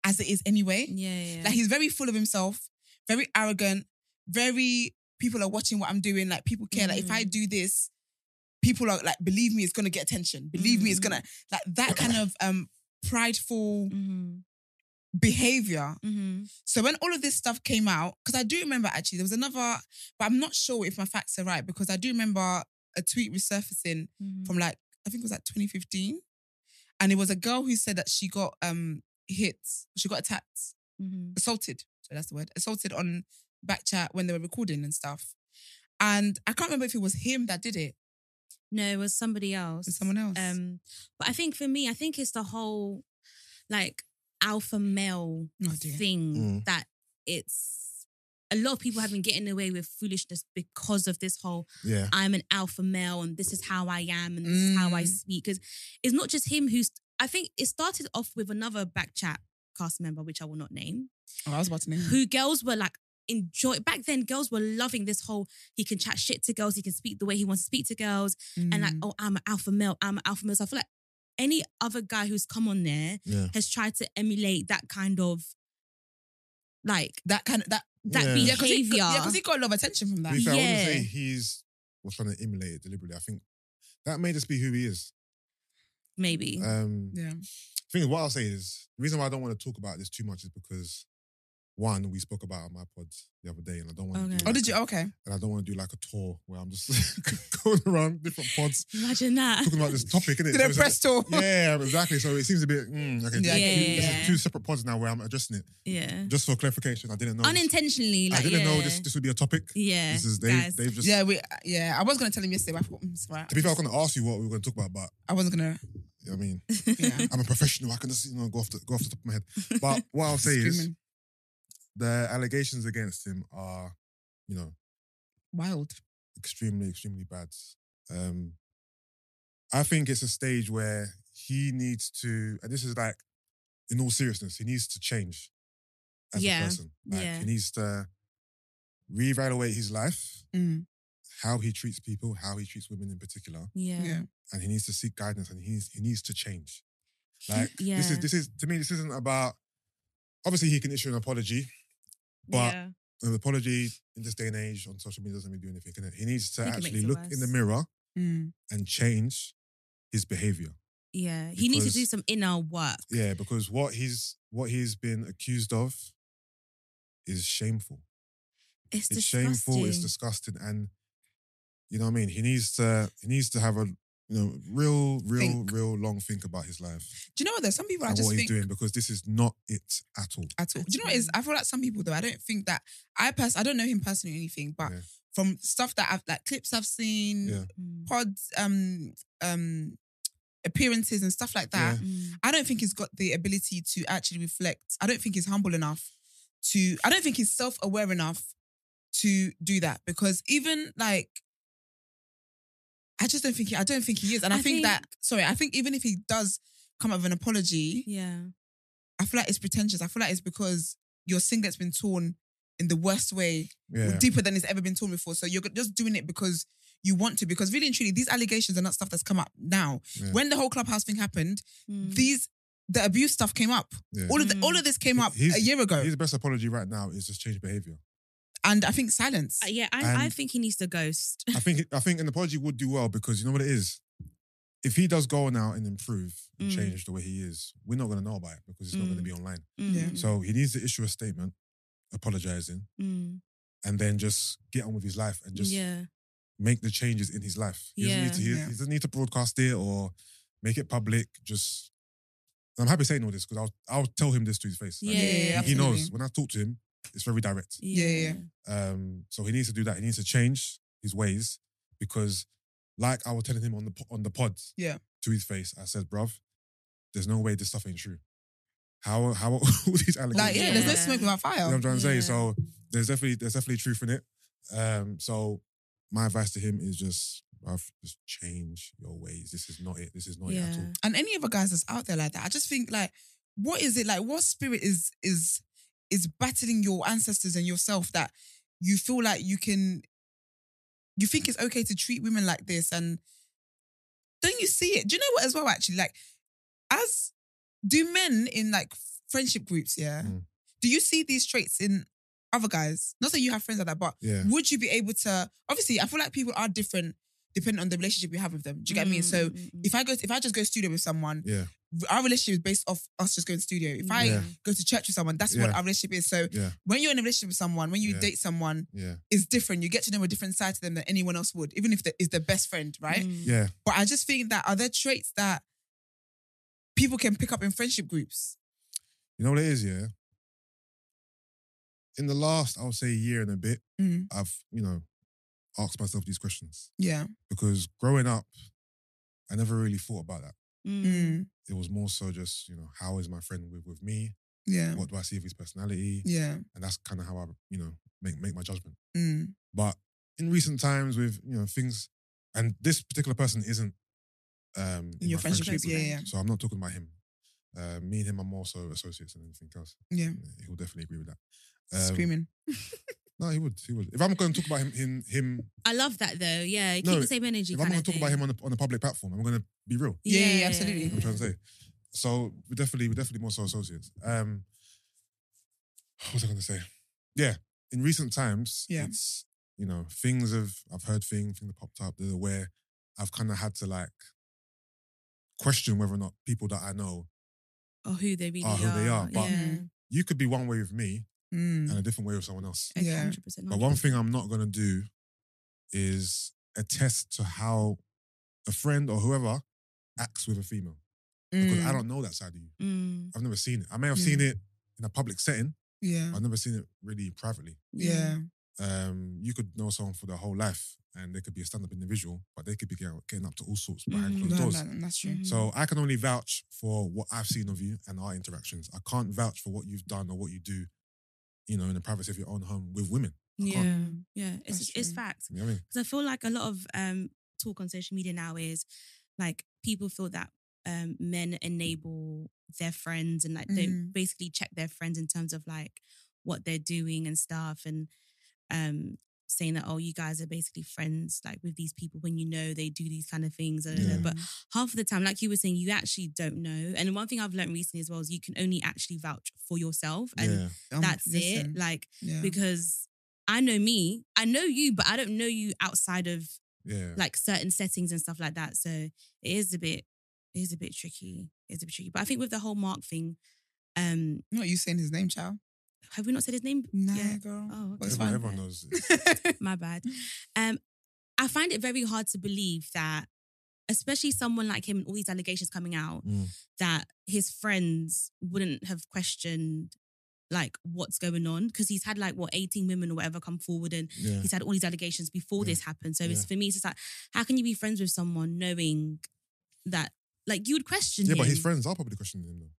S2: as it is anyway.
S1: Yeah, yeah.
S2: Like he's very full of himself, very arrogant, very people are watching what I'm doing. Like people care. Like if I do this, people are like, believe me, it's gonna get attention. Believe me, it's
S1: Mm.
S2: gonna like that kind of um prideful
S1: mm-hmm.
S2: behavior.
S1: Mm-hmm.
S2: So when all of this stuff came out, because I do remember actually there was another, but I'm not sure if my facts are right because I do remember a tweet resurfacing
S1: Mm-hmm.
S2: from like I think it was like 2015, and it was a girl who said that she got um hit, she got attacked,
S1: mm-hmm.
S2: assaulted. So that's the word, assaulted on back chat when they were recording and stuff. And I can't remember if it was him that did it
S1: No, it was somebody else.
S2: or someone else.
S1: Um, but I think for me, I think it's the whole like alpha male
S2: Oh, dear.
S1: thing
S3: Mm.
S1: that it's a lot of people have been getting away with foolishness because of this whole
S3: Yeah.
S1: I'm an alpha male and this is how I am and this is how I
S2: Mm.
S1: speak. Because it's not just him who's I think it started off with another back chat cast member, which I will not name,
S2: oh, I was about to name. him.
S1: who girls were like enjoy back then girls were loving this whole he can chat shit to girls, he can speak the way he wants to speak to girls and like,
S2: Mm.
S1: oh, I'm an alpha male, I'm an alpha male. So I feel like any other guy who's come on there
S3: Yeah.
S1: has tried to emulate that kind of like
S2: that kind of that
S1: that
S3: Yeah.
S2: yeah, because he,
S1: behavior.
S2: yeah, 'cause he got a lot of attention from
S3: To
S2: that.
S3: be fair, I wouldn't say
S1: Yeah.
S3: he's was trying to emulate it deliberately. I think that may just be who he
S2: Mm.
S3: is.
S1: maybe.
S3: Um,
S2: Yeah,
S3: thing is, what I'll say is the reason why I don't want to talk about this too much is because one, we spoke about it on my pod the other day, and I don't want.
S1: Okay.
S3: To do
S2: Oh,
S3: like
S2: did you?
S3: a-
S2: Okay.
S3: and I don't want to do like a tour where I'm just going around different pods
S1: Imagine that.
S3: talking about this topic, innit?
S2: Did
S3: So
S2: I
S3: it's
S2: press tour?
S3: like, yeah, exactly. So it seems a bit mm, okay.
S2: Yeah,
S3: this is
S2: yeah,
S3: two,
S2: yeah,
S3: this is
S1: yeah.
S3: two separate pods now where I'm addressing it.
S1: Yeah.
S3: Just for clarification, I didn't know. this-
S1: Mm. Unintentionally, like
S3: I didn't
S1: yeah.
S3: know this. This would be a topic.
S1: yeah.
S3: This is they.
S1: guys.
S3: They've just.
S2: Yeah, we. Yeah, I was gonna tell him yesterday. But I, thought, mm, it's all right.
S3: To be fair, I was going to ask you what we were going to talk about, but
S2: I wasn't gonna.
S3: you know what I mean,
S2: Yeah.
S3: I'm a professional. I can just you know go off the go off the top of my head. But what I'll say is
S2: Screaming.
S3: the allegations against him are, you know,
S2: wild.
S3: extremely, extremely bad. Um, I think it's a stage where he needs to, and this is like, in all seriousness, he needs to change as
S1: Yeah.
S3: a person. Like,
S1: Yeah.
S3: He needs to reevaluate his life,
S2: Mm.
S3: how he treats people, how he treats women in particular,
S1: yeah.
S2: yeah.
S3: and he needs to seek guidance and he needs, he needs to change. Like this
S1: Yeah.
S3: is this is to me this isn't about. Obviously, he can issue an apology. But
S1: yeah.
S3: An apology in this day and age on social media doesn't mean do anything. Can it? He needs to
S1: I think it
S3: actually
S1: makes it
S3: look in the
S1: worse.
S3: mirror
S2: Mm.
S3: and change his behavior.
S1: Yeah, he needs to do
S3: Because-
S1: some inner work.
S3: Yeah, because what he's what he's been accused of is shameful.
S1: It's,
S3: it's
S1: disgusting.
S3: shameful. It's disgusting, and you know what I mean. He needs to he needs to have a you know real, real,
S2: Think.
S3: real long think about his life
S2: Do you know what though? Some people I
S3: and
S2: just
S3: what he's
S2: think
S3: doing because this is not it at all.
S2: at all. Do you know what it is? I feel like some people though, I don't think that I pers- I don't know him personally or anything, but
S3: Yeah.
S2: from stuff that I've like clips I've seen,
S3: Yeah.
S1: Mm,
S2: pods, um, um, appearances and stuff like that.
S3: Yeah.
S1: mm.
S2: I don't think he's got the ability to actually reflect. I don't think he's humble enough to. I don't think he's self aware enough to do that because even like. I just don't think he, I don't think he is, and I,
S1: I
S2: think,
S1: think-
S2: that sorry, I think even if he does come up with an apology,
S1: Yeah.
S2: I feel like it's pretentious. I feel like it's because your singlet's been torn in the worst way, or
S3: Yeah,
S2: deeper than it's ever been torn before. So you're just doing it because you want to. Because really and truly, these allegations are not stuff that's come up now.
S3: Yeah.
S2: When the whole clubhouse thing happened,
S1: Mm.
S2: these the abuse stuff came up.
S3: yeah.
S2: All of the,
S1: Mm.
S2: all of this came up
S3: He's-
S2: a year ago,
S3: His best apology right now is just change behavior.
S2: and I think silence.
S1: Uh, yeah, I, I
S3: And-
S1: think he needs to ghost.
S3: I think I think an apology would do well because you know what it is. If he does go now and improve and
S1: Mm.
S3: change the way he is, we're not going to know about it because it's not going to
S1: Mm.
S3: be online.
S2: Yeah.
S1: Mm,
S3: So he needs to issue a statement, apologizing,
S1: mm,
S3: and then just get on with his life and just
S1: yeah.
S3: make the changes in his life. He, doesn't, need to, he,
S2: Yeah.
S3: he doesn't need to broadcast it or make it public. Just, and I'm happy saying all this because I'll, I'll tell him this to his face. Like,
S1: Yeah, yeah,
S3: he
S1: yeah,
S3: knows when I talk to him, it's very direct.
S2: Yeah, yeah,
S3: Um, so he needs to do that. He needs to change his ways because, like I was telling him on the po- on the pod,
S2: Yeah.
S3: to his face, I said, "Bruv, there's no way this stuff ain't true. How how are all these allegations?
S2: Like yeah, there's no
S1: Yeah.
S2: smoke without
S3: You know what
S2: fire.
S3: I'm trying to say?
S1: Yeah.
S3: So there's definitely there's definitely truth in it. Um, so my advice to him is just bruv, just change your ways. This is not it. This is not it at all.
S1: Yeah.
S2: And any other guys that's out there like that, I just think like, what is it like? What spirit is is is battling your ancestors and yourself that you feel like you can? You think it's okay to treat women like this, and don't you see it? Do you know what as well? Actually, like, as do men in like friendship groups, yeah.
S3: Mm.
S2: Do you see these traits in other guys? Not that you have friends like that, but
S3: Yeah.
S2: would you be able to obviously i feel like people are different depending on the relationship you have with them do you get me
S1: Mm.
S2: so if i go if i just go studio with someone
S3: Yeah.
S2: our relationship is based off us just going to studio if i
S3: Yeah.
S2: go to church with someone that's what
S3: Yeah.
S2: our relationship is so
S3: Yeah.
S2: when you're in a relationship with someone when you
S3: Yeah.
S2: date someone
S3: Yeah.
S2: it's different you get to know a different side to them than anyone else would even if it's their best friend right
S1: Mm.
S3: Yeah.
S2: but i just think that are there traits that people can pick up in friendship groups
S3: You know what it is, yeah? In the last, I would say year and a bit,
S2: Mm.
S3: I've, you know, asked myself these questions.
S2: yeah
S3: Because growing up, I never really thought about that.
S2: Mm.
S3: It was more so just, you know, how is my friend with, with me?
S2: yeah
S3: What do I see of his personality?
S2: yeah
S3: And that's kind of how I, you know, make make my judgment.
S2: Mm.
S3: But in recent times, with you know things, and this particular person isn't um,
S2: in your
S3: my
S2: friendship group
S1: friendship
S2: yeah
S1: group.
S2: yeah
S3: so I'm not talking about him. Uh, me and him are more so associates than anything else.
S2: yeah
S3: He'll definitely agree with that. Um,
S2: screaming
S3: No, he would. He would. If I'm going to talk about him, him, him
S1: I love that though. Yeah, keep
S3: No,
S1: the same energy.
S3: if I'm
S1: kind
S3: going
S1: of
S3: to talk about him
S1: thing.
S3: on a, on a public platform, I'm going to be real.
S2: Yeah, yeah, absolutely.
S3: I'm trying to say. So we're definitely, we're definitely more so associates. Um, what was I going to say? Yeah, in recent times,
S2: Yeah.
S3: it's you know things have I've heard things, things have popped up that are where I've kind of had to like question whether or not people that I
S1: Or
S3: know.
S1: Oh, who they really
S3: Are Oh, who they are, but-
S1: yeah,
S2: Mm-hmm.
S3: You could be one way with me
S2: Mm.
S3: and a different way with someone else.
S1: Okay,
S2: Yeah.
S1: 100%,
S3: But one thing I'm not going to do is attest to how a friend or whoever acts with a female because I
S2: Mm.
S3: don't know that side of you.
S1: Mm,
S3: I've never seen it. I may have
S2: Yeah.
S3: seen it in a public setting.
S2: yeah
S1: Mm.
S3: I've never seen it really privately.
S2: Yeah.
S3: Um, you could know someone for their whole life and they could be a stand-up individual, but they could be getting, getting up to all sorts behind
S1: Mhm.
S3: closed
S2: No,
S3: doors.
S2: no, no, that's true.
S1: Mhm.
S3: So I can only vouch for what I've seen of you and our interactions. I can't vouch for what you've done or what you do, you know, in the privacy of your own home with women.
S1: Yeah. Yeah. It's
S2: That's
S1: just- it's
S2: true.
S1: facts.
S3: You know what I mean?
S1: Because I feel like a lot of um talk on social media now is like people feel that um men enable their friends and like
S2: Mhm.
S3: Mm.
S1: don't basically check their friends in terms of like what they're doing and stuff and um saying that oh you guys are basically friends like with these people when you know they do these kind of things I don't know,
S3: Yeah.
S1: but half of the time, like you were saying, you actually don't know. And one thing I've learned recently as well is you can only actually vouch for yourself, and
S3: yeah.
S2: Um,
S1: that's
S2: listen,
S1: it. Like
S2: yeah.
S1: because I know me, I know you, but I don't know you outside of
S3: Yeah.
S1: like certain settings and stuff like that. So it is a bit, It is a bit tricky. It's a bit tricky. But I think with the whole Mark thing, um,
S2: Not you saying his name, child.
S1: have we not said his name?
S2: Nah,
S1: Yeah.
S2: girl.
S1: Oh, okay.
S2: But it's
S3: Everyone,
S2: fine.
S3: everyone knows.
S1: My bad. Um, I find it very hard to believe that, especially someone like him and all these allegations coming out,
S3: Mm.
S1: that his friends wouldn't have questioned like what's going on because he's had like what 18 women or whatever come forward and
S3: Yeah.
S1: he's had all these allegations before
S3: Yeah.
S1: this happened so it's for me it's just like how can you be friends with someone knowing that like you would question
S3: Yeah,
S1: him
S3: but his friends are probably questioning him though.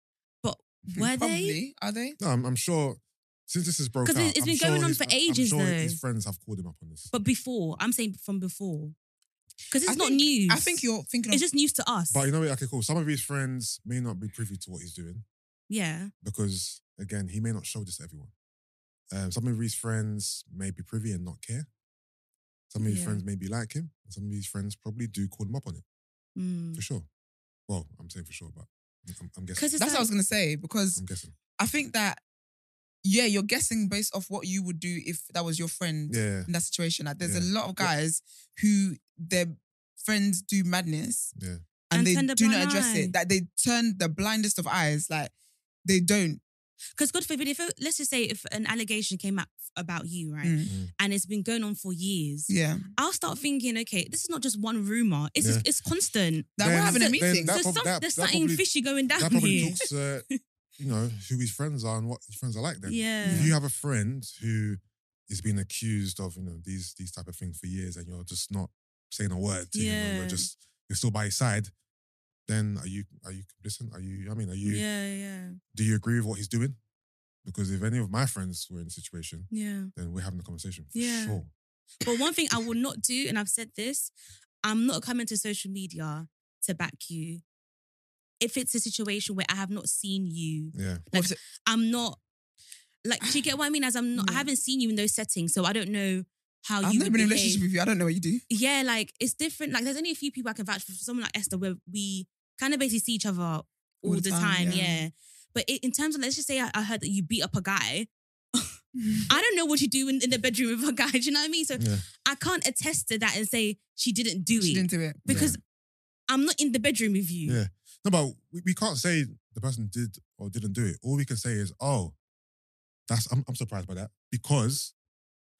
S1: but were they
S2: Probably. Are they?
S3: No, I'm, I'm sure since this is broke out,
S1: 'Cause it's
S3: I'm
S1: been
S3: sure
S1: going on
S3: his-
S1: for
S3: I'm
S1: ages,
S3: sure
S1: though.
S3: His friends have called him up on this.
S1: but before i'm saying from before because it's
S2: I
S1: not
S2: think-
S1: news
S2: I think you're thinking
S1: it's
S2: of
S1: just news to us
S3: But you know, what? okay, cool. Some of his friends may not be privy to what he's doing
S1: yeah
S3: because, again, he may not show this to everyone. Um, some of his friends may be privy and not care. Some of his
S1: Yeah.
S3: friends may be like him. and Some of his friends probably do call him up on it
S1: Mm.
S3: for sure. Well, I'm saying for sure, but I'm, I'm guessing.
S1: Because it's
S2: That's what I
S1: like-
S2: was gonna say because
S3: I'm guessing.
S2: I think that yeah, you're guessing based off what you would do if that was your friend
S3: Yeah,
S2: in that situation. Like, there's
S3: Yeah.
S2: a lot of guys who their friends do madness
S3: yeah.
S1: And
S2: and,
S1: turn
S2: they
S1: the
S2: do not
S1: blind
S2: address
S1: eye.
S2: it. That they turn the blindest of eyes. Like they don't.
S1: Because God forbid, if it, let's just say if an allegation came out about you, right,
S2: Mm.
S3: Mm.
S1: and it's been going on for years,
S2: Yeah.
S1: I'll start thinking, okay, this is not just one rumor; it's just, it's constant.
S2: Like
S3: Then-
S2: we're having a
S3: then
S2: meeting.
S3: that
S1: so
S3: prob-
S1: some,
S3: that-
S1: there's
S3: that
S1: something
S3: probably-
S1: fishy going down
S3: That probably
S1: here.
S3: talks, uh, you know, who his friends are and what his friends are like then.
S1: yeah,
S3: If you have a friend who is being accused of, you know, these these type of things for years and you're just not saying a word to him and
S1: Yeah.
S3: you're just you're still by his side, then are you are you complicit? Are you I mean, are you
S1: yeah, yeah,
S3: do you agree with what he's doing? Because if any of my friends were in the situation,
S1: yeah.
S3: then we're having a conversation for
S1: Yeah.
S3: sure.
S1: But one thing I will not do, and I've said this, I'm not coming to social media to back you. If it's a situation where I have not seen you,
S3: Yeah.
S1: Like,
S2: What was it?
S1: I'm not like. Do you get what I mean? As I'm not, I
S2: Yeah.
S1: haven't seen you in those settings, so I don't know how
S2: I've
S1: Oh, you.
S2: never
S1: would
S2: been in a
S1: behave.
S2: relationship with you. I don't know what you do.
S1: yeah, like it's different. Like there's only a few people I can vouch for. For someone like Esther, where we kind of basically see each other all, the, time. yeah. But i- in terms of, let's just say I, I heard that you beat up a guy. I don't know what you do in, in the bedroom with a guy. Do you know what I mean? So
S3: Yeah.
S1: I can't attest to that and say she didn't do
S2: She
S1: it
S2: didn't do it.
S1: because I'm not in the bedroom with you.
S3: Yeah. No, but we, we can't say the person did or didn't do it. All we can say is, oh, that's I'm, I'm surprised by that. Because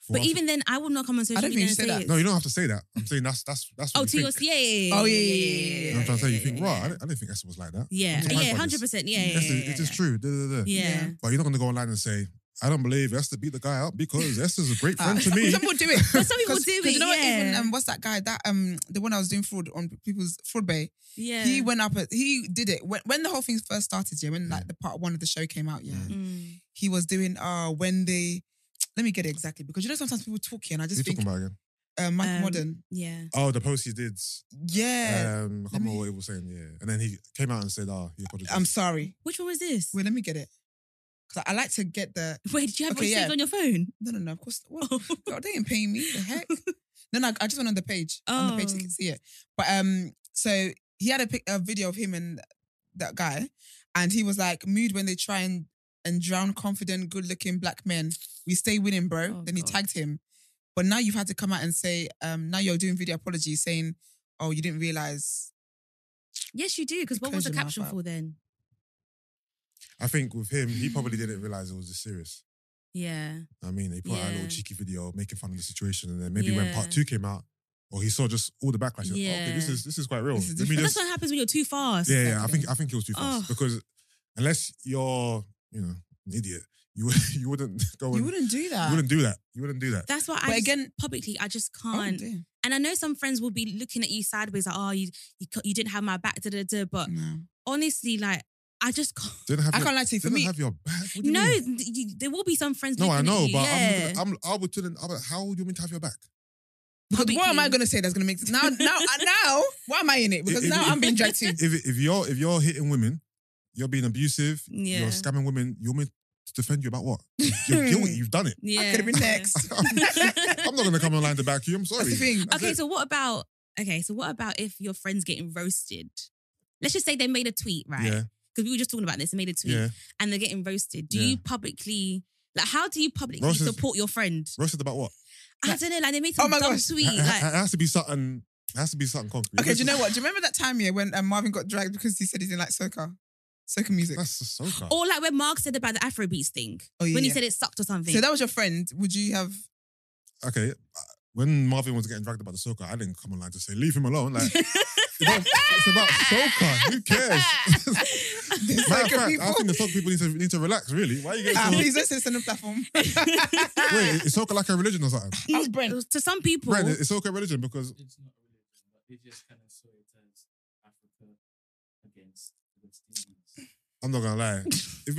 S3: for
S1: But
S3: us-
S1: even then, I will not come on social
S2: don't
S1: media
S2: think
S1: and
S2: you said
S1: say
S2: that.
S1: it.
S3: No, you don't have to say that. I'm saying that's that's that's what
S1: oh,
S3: we
S1: to your
S3: think.
S1: yeah, yeah,
S2: Oh, yeah, yeah,
S3: You know what I'm trying to say? You think,
S1: yeah,
S3: right, I, didn't, I didn't think Esther was like that.
S1: Yeah,
S3: I'm surprised
S1: yeah,
S3: by
S1: hundred
S3: this.
S1: percent. Yeah, yeah,
S3: Esther,
S1: yeah,
S3: it is true. Da, da, da.
S1: Yeah.
S2: Yeah.
S3: But you're not going to go online and say, I don't believe Esther beat the guy up because Esther's a great
S2: Ah,
S3: friend to
S2: some-
S3: me.
S2: Some people do it.
S1: But some people
S2: 'Cause-
S1: do
S2: 'cause
S1: it,
S2: You know what? Even
S1: yeah.
S2: um, what's that guy? That um, the one I was doing fraud on people's fraud bay.
S1: yeah.
S2: He went up. at- He did it when when the whole thing first started. Yeah, when like the part one of the show came out. Yeah,
S1: Mm.
S2: he was doing. Uh, when they. Let me get it exactly because you know sometimes people talk here and I
S3: What are you
S2: just
S3: talking
S2: think
S3: about again?
S2: uh, Mike
S1: Um,
S2: Modern.
S1: yeah.
S3: Oh, the post he did.
S2: Yeah,
S3: Um, I can't remember what he was saying. Yeah. And then he came out and said, oh, he apologized.
S2: I'm sorry.
S1: Which one was this?
S2: Wait, let me get it because I, I like to get the.
S1: Wait, did you have
S2: Okay,
S1: it saved
S2: yeah.
S1: on your phone?
S2: No, no, no. Of course, well, God, they ain't paying me. The heck? No, no. I just went on the page. On the page, so
S1: Oh.
S2: you can see it. But um, so he had a, pic- a video of him and that guy, and he was like, "Mood when they try and and drown confident, good-looking black men. We stay winning, bro."
S1: Oh,
S2: then he
S1: God.
S2: tagged him. But now you've had to come out and say, um, now you're doing video apologies, saying, "Oh, you didn't realize."
S1: yes, you do. Because what was the
S2: Close your mouth
S1: caption
S2: up.
S1: for then?
S3: I think with him, he probably didn't realize it was this serious.
S1: Yeah.
S3: I mean, he put out a
S1: Yeah.
S3: little cheeky video making fun of the situation. And then maybe when
S1: Yeah.
S3: part two came out, or he saw just all the backlash. he was, Oh, okay, this
S1: Yeah.
S3: is this is quite real.
S2: This is
S3: Let me
S1: But
S3: just
S1: that's what happens when you're too fast.
S3: Yeah, yeah. I
S2: Exactly.
S3: think I think it was too fast
S1: Ugh.
S3: because unless you're, you know, an idiot, you would you wouldn't go. And,
S2: You wouldn't do that.
S3: you wouldn't do that. You wouldn't do that.
S1: That's why I
S2: But
S1: just-
S2: again-
S1: publicly I just
S2: Oh,
S1: can't.
S2: dear.
S1: and I know some friends will be looking at you sideways, like, oh, you you, c- you didn't have my back, da da da.
S3: Mm.
S1: But
S2: No.
S1: honestly, like, I just can't.
S3: Didn't have.
S2: I
S3: your,
S2: can't lie to you. For
S3: Didn't
S2: me,
S3: have your back. What do you
S1: No,
S3: mean?
S1: th- you, there will be some friends.
S3: No,
S1: looking
S3: I
S1: at
S3: know,
S1: you,
S3: but
S1: yeah.
S3: I'm, I'm, I would tell him, I would- how would you mean to have your back?
S2: Because what am
S1: Publicly.
S2: I going to say that's going to make now? Now, now, why am I in it? Because
S3: If-
S2: now
S3: if-
S2: I'm being dragged too.
S3: If if you're if you're hitting women, you're being abusive.
S1: Yeah.
S3: You're scamming women. You want me to defend you about what? You're guilty. You've done it.
S1: Yeah.
S2: could've been next.
S3: I'm not gonna come online to back you. I'm sorry.
S2: That's the thing.
S3: That's
S1: okay,
S3: it.
S1: so what about okay, so what about if your friend's getting roasted? Let's just say they made a tweet, right?
S3: yeah,
S1: Because we were just talking about this, they made a tweet
S3: yeah.
S1: and they're getting roasted. Do
S3: Yeah.
S1: you publicly like how do you publicly
S3: Roast is-
S1: support your friend?
S3: Roasted about what?
S1: I don't know, like they made
S2: Oh
S1: some
S2: my
S1: dumb
S2: gosh.
S1: tweet.
S3: it
S1: Like
S3: has to be something It has to be something concrete.
S2: Okay, do you know what? Do you remember that time yeah when um, Marvin got dragged because he said he didn't like soca, soca music?
S3: That's just so good.
S1: Or like when Mark said about the Afrobeats thing.
S2: Oh, yeah,
S1: when he
S2: yeah.
S1: said it sucked or something.
S2: So that was your friend. Would you have?
S3: okay, uh, when Marvin was getting dragged about the soccer, I didn't come online to say leave him alone. Like it's about, it's about soccer. Who cares?
S2: There's
S3: Matter
S2: soca
S3: of fact, I
S2: people.
S3: think the soccer people need to need to relax. Really, why are you
S2: Ah,
S3: getting
S2: please don't say this on the platform.
S3: so? Wait, is soccer like a religion or something?
S2: that was Brent.
S1: to some people,
S3: Brent, is soccer a religion? Because
S5: It's not a religion, but they just kind of saw it as Africa against the West Indies.
S3: I'm not gonna lie, if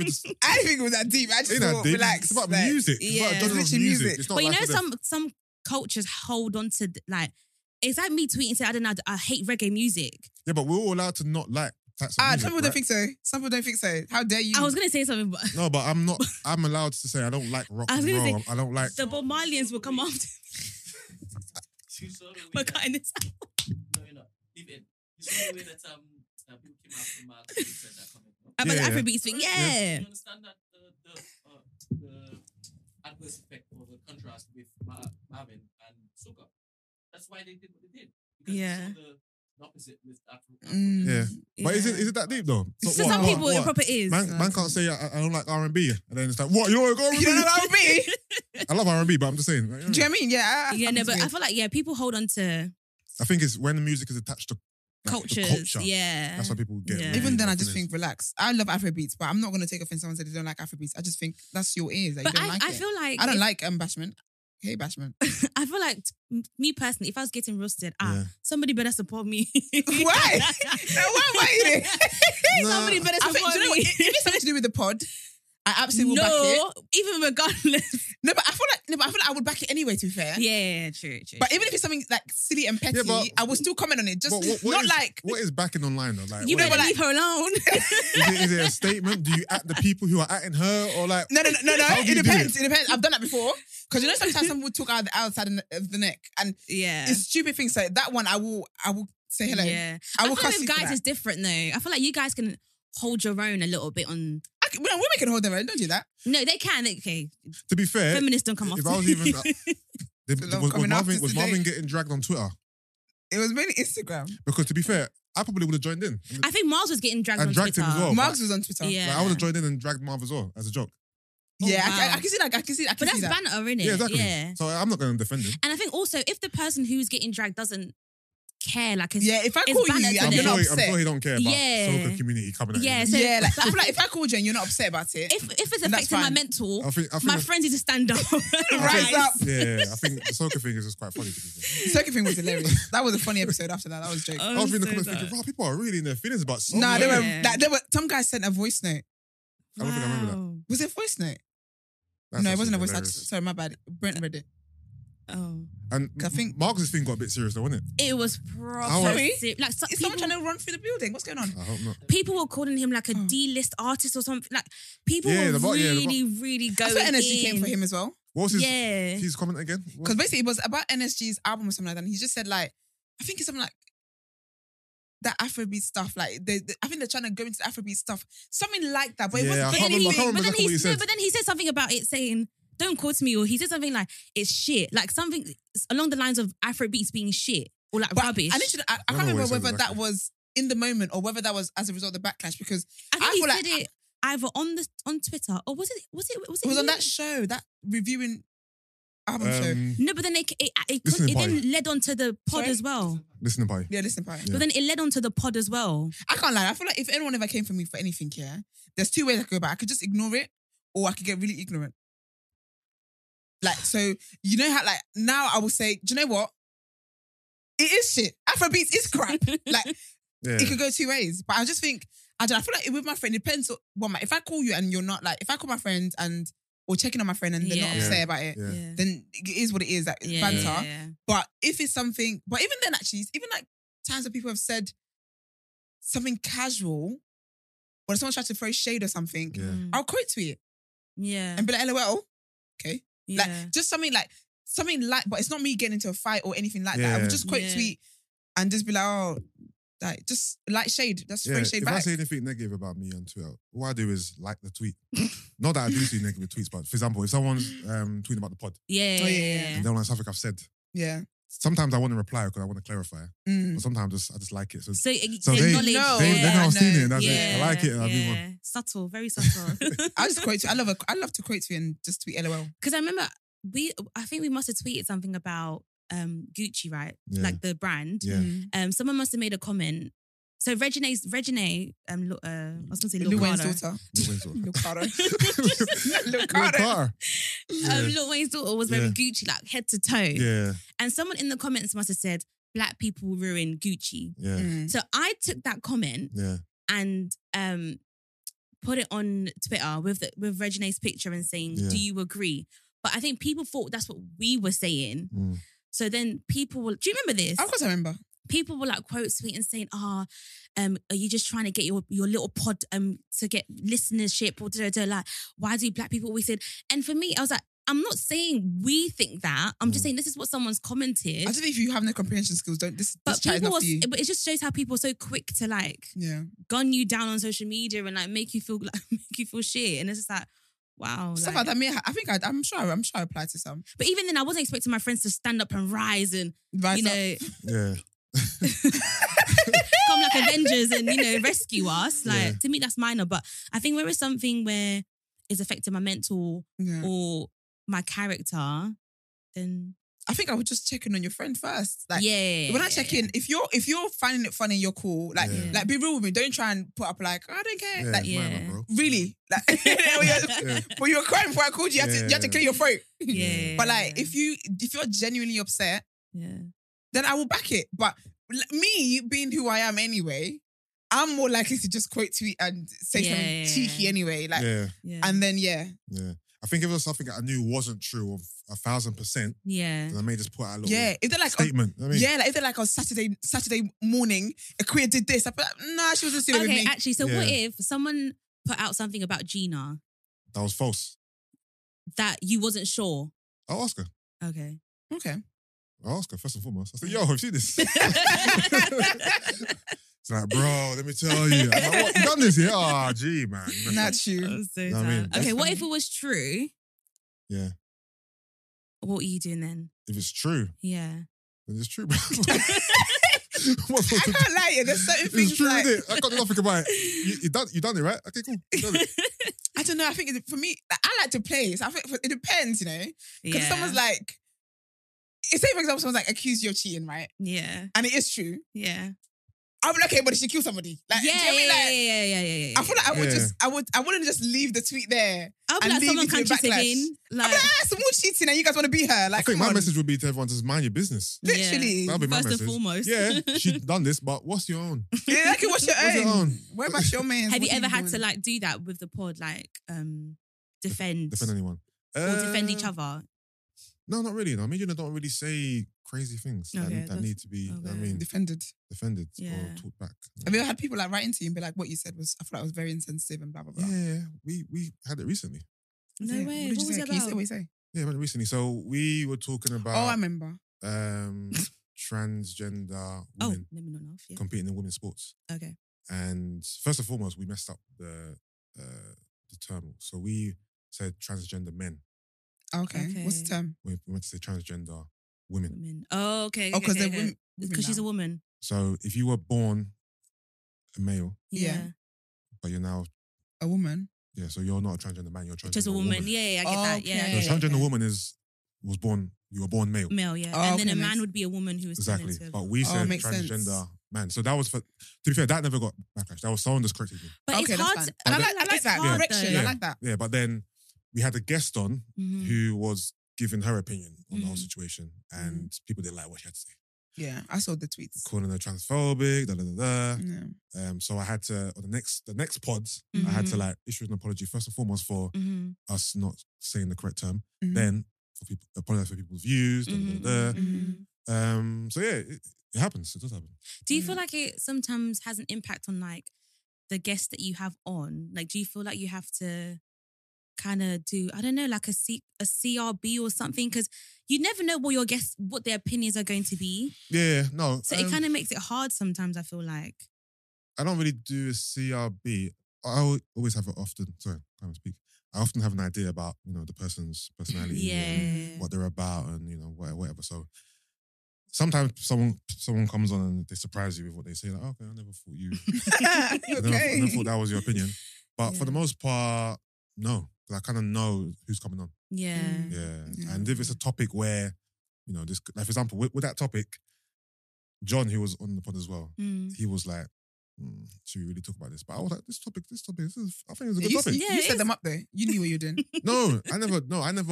S3: it's
S2: I didn't think it was that deep. I just
S3: ain't that
S2: thought,
S3: deep.
S2: relax.
S3: It's about
S2: like,
S3: music. It's about a
S2: yeah.
S3: genre of
S2: Literally
S3: music.
S2: music.
S3: It's not
S1: but you
S3: like
S1: know,
S3: for the-
S1: some some cultures hold on to th- like. It's like me tweeting saying I don't know I hate reggae music.
S3: yeah, but we're all allowed to not like types of
S2: Ah,
S3: music,
S2: some people
S3: right?
S2: don't think so. Some people don't think so. How dare you?
S1: I was gonna say something, but
S3: No, but I'm not. I'm allowed to say I don't like rock
S1: I was
S3: and
S1: gonna
S3: roll. I don't like.
S1: the Bob Marley's will come after.
S5: You saw the way
S1: We're
S5: that-
S1: cutting this out.
S5: No, you're not. Leave it. You saw the way that um, uh, people came out from Mark and said that comment. no?
S1: about the
S3: Yeah.
S1: Afrobeats thing. Yeah.
S5: You understand that the, the, uh, the adverse effect or the contrast with Ma- Marvin and Suka. That's why they did what they did. Because they
S1: Yeah.
S5: saw the- the opposite with Afro.
S2: Mm.
S3: Yeah. But is
S1: Yeah.
S3: it is it that deep though?
S2: So
S1: to
S3: what,
S1: some
S3: what,
S1: people, it
S3: what?
S1: proper is.
S3: Man, man can't say I, I don't like R and B, and then it's like, what? You don't like R and
S2: You don't know
S3: B?
S2: about me?
S3: I love R and B, but I'm just saying. like,
S2: Do you know what I mean? Yeah. I-
S1: yeah,
S2: I'm
S1: no,
S2: just
S1: but I
S2: weird.
S1: feel like yeah, people hold on to
S3: I think it's when the music is attached to like, the
S1: cultures.
S3: culture.
S1: Yeah.
S3: That's why people get.
S1: Yeah.
S3: really
S2: even then, I just
S3: offended.
S2: think relax. I love Afrobeats, but I'm not gonna take offense. Someone said they don't like Afrobeats. I just think that's your ears. That you
S1: but
S2: don't
S1: I,
S2: like
S1: I
S2: it.
S1: feel like
S2: I don't
S1: if-
S2: like um, Bashment. Hey, Bashment.
S1: I feel like t- me personally, if I was getting roasted, ah,
S3: Yeah.
S1: somebody better support me.
S2: Why? Why- why you there?
S3: Nah,
S1: somebody better
S2: I think,
S1: support
S2: do you know what?
S1: me.
S2: If it's something to do with the pod, I absolutely will back it.
S1: no, even regardless.
S2: No, but I feel like no, but I feel like I would back it anyway. To be fair,
S1: yeah, true, true.
S2: Eh? But even if it's something like silly and petty,
S3: Yeah, but-
S2: I will still comment on it. Just
S3: But what- what
S2: not
S3: is-
S2: like
S3: What is backing online though? Like,
S1: you
S3: what
S1: better
S3: is,
S2: like-
S1: leave her alone.
S3: is it, is it a statement? Do you at the people who are atting her, or like?
S2: no, no, no, no, no.
S3: How do
S2: It
S3: you do
S2: depends. It? depends. I've done that before because you know sometimes someone will talk out the outside of the- of the neck, and
S1: yeah.
S2: it's stupid things. Like that one, I will, I will say hello.
S1: Yeah.
S2: I
S1: I
S2: will
S1: feel
S2: cuss
S1: like
S2: you. for
S1: guys
S2: that.
S1: is different though. I feel like you guys can hold your own a little bit on.
S2: I can, women can hold their own. Don't do that.
S1: No, they can. Okay,
S3: To be
S2: Eh,
S3: fair,
S1: feminists don't come
S3: if
S1: off.
S3: I was even-
S2: a
S3: they-
S2: lot
S3: was, was
S2: coming after
S3: Marvin was
S2: today.
S3: Marvin getting dragged on Twitter?
S2: It was mainly Instagram.
S3: Because to be fair, I probably would have joined in.
S1: I think Mars was getting dragged
S3: And
S1: on
S3: dragged him
S1: Twitter.
S3: as well. Oh,
S2: Marks
S3: but-
S2: was on Twitter.
S1: Yeah.
S3: Like, I would have joined in and dragged Marv as well as a joke.
S2: yeah.
S1: Oh,
S2: I- I,
S1: wow.
S2: I can see that. I can see. I can
S1: But
S2: see
S1: that's
S2: that.
S1: banter, isn't it?
S3: Yeah, exactly.
S1: Yeah.
S3: So I'm not going to defend him.
S1: And I think also if the person who's getting dragged doesn't care, like it's,
S2: Yeah, if I
S1: It's
S2: call
S1: banter
S2: you
S1: to
S3: I'm
S2: and you're
S3: sure,
S2: not
S3: he, I'm
S2: upset,
S3: sure he don't care about
S1: Yeah.
S3: soccer community coming at
S1: Yeah,
S3: him.
S1: so-
S2: yeah, like, I feel like if I called you and you're not upset about it,
S1: if if it's
S2: And that's
S1: affecting my
S2: fine.
S1: mental,
S3: I think, I think
S1: my
S3: that's-
S1: friends need to stand up,
S2: rise
S1: right?
S2: up.
S3: Yeah, I think the soccer thing is just quite funny. To be fair.
S2: The second thing was hilarious. That was a funny episode. After that, that was a joke.
S1: Oh,
S3: I was reading the
S1: so
S3: comments
S1: dark.
S3: thinking, wow, people are really in their feelings about soccer.
S2: Nah, they
S1: yeah.
S2: were like, they were. Some guy sent a voice note.
S3: I don't think I remember that.
S1: Wow.
S2: Was it a voice note?
S3: That's
S2: no, it wasn't a
S3: actually
S2: voice. I
S3: hilarious.
S2: just, sorry, my bad. Brent read it.
S1: Oh,
S3: And
S2: I
S3: I
S2: think-
S3: think Marcus' thing got a bit serious though, wasn't
S1: it was
S3: Sorry?
S1: proper. se- Like so,
S2: Is
S1: people,
S2: someone trying to run through the building? What's going on?
S3: it? I hope not.
S1: people were calling him like a
S2: Oh.
S1: D-list artist or something. Like people
S3: Yeah,
S1: were
S3: the vo- yeah, the vo-
S1: really, really going
S2: That's where NSG
S1: in.
S2: came for him as well.
S3: What was his,
S1: Yeah.
S3: his comment again? What-
S2: Because basically it was about NSG's album or something like that. And he just said like, I think it's something like that Afrobeat stuff. Like they, they- I think they're trying to go into the Afrobeat stuff. Something like that. But it
S3: Yeah,
S2: wasn't
S3: I
S1: But
S3: can't
S1: then,
S3: remember- I
S1: he,
S3: can't remember
S1: but, then
S3: exactly
S1: he,
S3: what he
S1: no,
S3: said.
S1: but then he said something about it saying, don't quote me, or he said something like, it's shit. Like something along the lines of Afrobeats being shit or like
S2: but
S1: rubbish.
S2: I, literally, I, I
S3: I
S2: can't
S3: remember what
S2: remember
S3: he said
S2: whether that
S3: exactly.
S2: was in the moment or whether that was as a result of the backlash because
S1: I think
S2: I
S1: he
S2: feel
S1: said
S2: like-
S1: it either on the on Twitter or was it was it was it,
S2: it was on
S1: you?
S2: that show, that reviewing album show.
S3: um,
S1: No, but then it it, it,
S3: Listen
S1: could, it
S3: to Barry.
S1: then led on to the pod
S2: Sorry?
S1: as well.
S3: Listen, bye.
S2: Yeah, listen, Pyro.
S3: Yeah.
S1: But then it led on to the pod as well.
S2: I can't lie. I feel like if anyone ever came for me for anything, yeah, there's two ways I could go about. it. I could just ignore it, or I could get really ignorant. Like, so you know how like now I will say, do you know what? It is shit. Afrobeats is crap. like
S3: Yeah.
S2: it could go two ways. But I just think I don't. I feel like with my friend, it depends. on Well, my, if I call you and you're not like, if I call my friend and or checking on my friend and they're not
S1: Yeah.
S2: upset about it,
S3: yeah.
S2: then it is what it is. Like it's
S1: Yeah,
S2: banter.
S1: yeah, yeah.
S2: But if it's something, but even then, actually, it's even like times where people have said something casual, or someone tried to throw shade or something,
S3: Yeah.
S1: Mm.
S2: I'll quote to it
S1: Yeah.
S2: Oh. and be like, "LOL." Okay,
S1: yeah.
S2: like just something like something like, but it's not me getting into a fight or anything like that. I
S3: Yeah.
S2: would just quote
S1: Yeah.
S2: tweet and just be like, "Oh, like just light shade, just
S3: Yeah,
S2: throw
S3: if
S2: shade
S3: I
S2: back."
S3: say anything negative about me on Twitter, all I do is like the tweet. Not that I do see negative tweets, but for example, if someone's um, tweeting about the pod,
S1: yeah,
S2: Oh, yeah,
S1: yeah,
S2: yeah.
S1: yeah.
S3: they don't like something I've said,
S2: yeah,
S3: sometimes I want to reply because I want to clarify,
S2: Mm.
S3: but sometimes just, I just like it. So,
S1: So, it-
S3: So
S1: to
S3: they-
S1: uh, acknowledge.
S2: No.
S3: they,
S2: yeah,
S3: then I've
S2: no.
S3: seen it and I,
S1: yeah,
S3: yeah, I like it and I move on.
S1: yeah. Subtle, very subtle.
S2: I just quote you. I love a, I love to quote you and just tweet LOL.
S1: Because I remember we, I think we must have tweeted something about um, Gucci, right?
S3: Yeah.
S1: Like the brand.
S3: Yeah.
S2: Mm.
S1: Um, someone must have made a comment. So Regine's Regine, um, Lu- uh, I was going to say Lil
S2: Lil Wayne's
S1: Carter.
S2: daughter.
S3: Lil
S2: Lil Carter.
S3: Wayne's daughter. Lil
S2: Lil Carter.
S3: Carter. Yeah.
S1: Um, Lil Wayne's daughter was wearing Gucci, like head to toe.
S3: yeah,
S1: And someone in the comments must have said, "Black people ruin Gucci."
S3: yeah,
S2: Mm.
S1: So I took that comment
S3: yeah.
S1: and um, put it on Twitter with the, with Regine's picture and saying,
S3: Yeah.
S1: "Do you agree?" But I think people thought that's what we were saying.
S3: Mm.
S1: So then people will. Do you remember this?
S2: Of course, I remember.
S1: people were like quote tweeting and saying, "Ah, um, are you just trying to get your your little pod um to get listenership or da, da, da, like why do black people always said?" And for me, I was like, I'm not saying we think that. I'm just saying this is what someone's commented.
S2: Mm. I just think if you have no comprehension skills, don't this.
S1: But
S2: this chat is
S1: people,
S2: not
S1: was,
S2: for you.
S1: but it just shows how people are so quick to like
S2: Yeah.
S1: gun you down on social media and like make you feel like make you feel shit, and it's just like. Wow.
S2: Stuff
S1: Oh, like-
S2: like that. I mean, I think I, I'm sure. I'm sure I applied to some.
S1: But even then, I wasn't expecting my friends to stand up and rise and,
S2: Right.
S1: you know,
S3: yeah.
S1: come like Avengers and you know rescue us. Like
S3: Yeah.
S1: to me, that's minor. But I think where it's something where it's affecting my mental
S2: yeah.
S1: or my character, then
S2: I think I was just checking on your friend first. Like,
S1: yeah.
S2: when I check in, if you're if you're finding it funny, you're cool. Like,
S3: Yeah.
S2: like be real with me. Don't try and put up like "Oh, I don't care.
S3: Yeah,
S2: Like,
S3: yeah.
S1: yeah.
S3: bro.
S2: really? Like, when you're-
S3: Yeah.
S2: when you were crying before I called you, you had to you had to
S3: Yeah.
S2: clear your throat.
S1: yeah.
S2: But like, if you if you're genuinely upset,
S1: yeah.
S2: then I will back it. But l- me being who I am anyway, I'm more likely to just quote tweet and say
S1: Yeah,
S2: something
S1: yeah,
S2: cheeky
S1: yeah.
S2: anyway. Like,
S3: yeah,
S1: Yeah.
S2: and then yeah,
S3: yeah. I think if it was something that I knew wasn't true of a thousand percent,
S1: yeah.
S3: then I may just put out a little
S2: Mm. yeah. If they're like, on,
S3: statement. I mean,
S2: yeah, like if they're like on Saturday Saturday morning, a queer did this. I put, nah, she wasn't serious
S1: Okay,
S2: with me.
S1: actually, so what
S3: Yeah.
S1: if someone put out something about Gina
S3: that was false. Oh,
S1: that you wasn't sure?
S3: I'll ask her.
S1: Okay.
S2: okay.
S3: I'll ask her Oh, first and foremost.
S2: Mm.
S3: I said, yo, have you seen this? It's like, bro, let me tell you. I'm like, what? You done this? Yeah. Oh, gee, man.
S2: Not you.
S1: so
S3: Know what I mean?
S1: sad. Okay, what
S2: That's
S1: if it was true?
S3: Yeah.
S1: What are you doing then?
S3: If it's true,
S1: Yeah.
S3: then it's true, bro. What
S2: I
S3: else to do?
S2: can't lie. There's certain
S3: It's
S2: things
S3: true,
S2: like
S3: innit? I got nothing about it. You, you done, you done it, right? Okay, cool. You done it.
S2: I don't know. I think it- for me, like, I like to play. So I think it depends, you know. Because
S1: yeah.
S2: someone's like, say for example, someone's like accused you of cheating, right?
S1: yeah.
S2: And it is true.
S1: Yeah.
S2: I'm like, okay, but did she kill somebody? Like, do you know
S1: yeah,
S2: what I mean?
S1: yeah,
S2: Like,
S1: yeah, yeah, yeah, yeah,
S2: I feel like I would
S3: Yeah.
S2: just, I would, I wouldn't just leave the tweet there.
S1: I'll be
S2: and
S1: like,
S2: leave
S1: someone
S2: it to
S1: can
S2: the
S1: cheat again.
S2: I'm
S1: Like,
S2: like, ah, someone cheating, and you guys want to beat her?
S3: I
S2: Like,
S3: think
S2: come
S3: my
S2: on.
S3: message would be to everyone, just mind your business.
S2: literally.
S3: That'll be my
S1: First and
S3: message.
S1: foremost.
S3: Yeah, she done this, but what's your own?
S2: Yeah, like, what's your
S3: What's your
S2: own?
S3: own?
S2: Where about your man?
S1: Have you ever had to like do that with the pod, like um, defend,
S3: Defend anyone.
S1: or defend each
S3: Uh,
S1: other?
S3: No, not really. No. I mean, you know, don't really say crazy things that-
S1: Okay,
S3: that,
S1: that's-
S3: need to be, I
S1: okay.
S3: mean,
S2: defended?
S3: defended
S1: Yeah.
S3: or talked back.
S2: Have you ever had people like writing to you and be like, what you said was, I thought that was very insensitive and blah blah blah.
S3: Yeah, we we had it recently.
S2: Is
S1: No way.
S2: it? What did
S1: What was
S2: you say?
S1: it
S2: Can you say
S1: about?
S2: what you say?
S3: Yeah, but recently. So we were talking about
S2: Oh, I remember.
S3: um, transgender
S1: Oh,
S3: women
S1: let me know enough. Yeah.
S3: competing in women's sports.
S1: Okay.
S3: And first and foremost, we messed up the uh, the term. So we said transgender men.
S2: Okay. What's
S1: Okay.
S2: the term?
S3: We we meant to say transgender women.
S1: Women. Oh, okay.
S2: Oh, because
S1: okay,
S2: they're
S1: okay.
S2: women.
S1: Because she's a woman.
S3: So if you were born a male,
S1: Yeah.
S2: Yeah.
S3: but you're now
S2: A woman.
S3: yeah, so you're not a transgender man. You're a transgender
S1: Just a woman. Yeah, yeah, I get that.
S2: Okay,
S1: Yeah.
S2: okay,
S3: So
S1: yeah,
S3: a
S1: yeah,
S3: transgender
S1: yeah.
S3: woman is was born. You were born male.
S1: Male, yeah.
S2: Oh,
S1: and then
S2: okay,
S1: a man
S2: nice.
S1: would be a woman who is turned
S3: Exactly,
S1: into a-
S3: but we
S2: Oh,
S3: said
S2: makes sense.
S3: transgender man. So that was for. To be fair, that never got backlash. That was someone just corrected me.
S1: But
S2: okay,
S1: it's
S2: that's
S1: hard.
S2: fine.
S1: to-
S2: And I
S1: feel
S2: like, I like
S1: it's
S2: that
S1: hard,
S2: correction.
S1: though.
S2: I like that.
S3: Yeah, but then we had a guest on
S1: Mhm.
S3: who was giving her opinion on the whole
S1: Mhm.
S3: situation, and people didn't like what she had to say,
S2: Yeah, I saw the tweets.
S3: calling her transphobic, da da da
S1: Mm.
S3: da.
S2: Yeah.
S3: Um, so I had to on the next the next pods, I
S1: Mm-hmm.
S3: had Mm-hmm. to
S1: Mm.
S3: like issue an apology first and foremost for
S1: Mhm.
S3: us not saying the correct term,
S1: Mm-hmm.
S2: Mhm.
S3: then for people apologize for people's views, da da
S2: Mm-hmm.
S1: Mhm.
S3: da da.
S1: Mhm.
S3: Um, so yeah, it, it happens. It does happen.
S1: Do you
S2: Mm.
S1: feel like it sometimes has an impact on like the guests that you have on? Like, do you feel like you have to kind of do I don't know, like a C a CRB or something? Because you never know what your guests what their opinions are going to be.
S3: Yeah, no.
S1: So
S3: um,
S1: it kind of makes it hard sometimes. I feel like.
S3: I don't really do a CRB. I al- always have it often. Sorry, can't even speak. I often have an idea about you know the person's personality, and
S1: Yeah.
S3: what they're about, and you know wha- whatever. So sometimes someone someone comes on and they surprise you with what they say. Like, "Oh, okay, I never thought you. I, never, I
S2: okay.
S3: never thought that was your opinion. But
S1: Yeah.
S3: for the most part, no. 'Cause I kind of know who's coming on.
S1: Mm-hmm. Yeah.
S2: Mm.
S3: Yeah.
S2: Yeah.
S3: And if it's a topic where, you know, this, like for example, with, with that topic, John, who was on the pod as well,
S1: Mm.
S3: he was like, "Hmm, should we really talk about this? But I was like, this topic, this topic, this is, I think it's a good
S2: You,
S3: topic.
S1: Yeah,
S2: you
S1: it
S2: set
S1: is.
S2: them up there. You knew what you were doing.
S3: No, I never, no, I never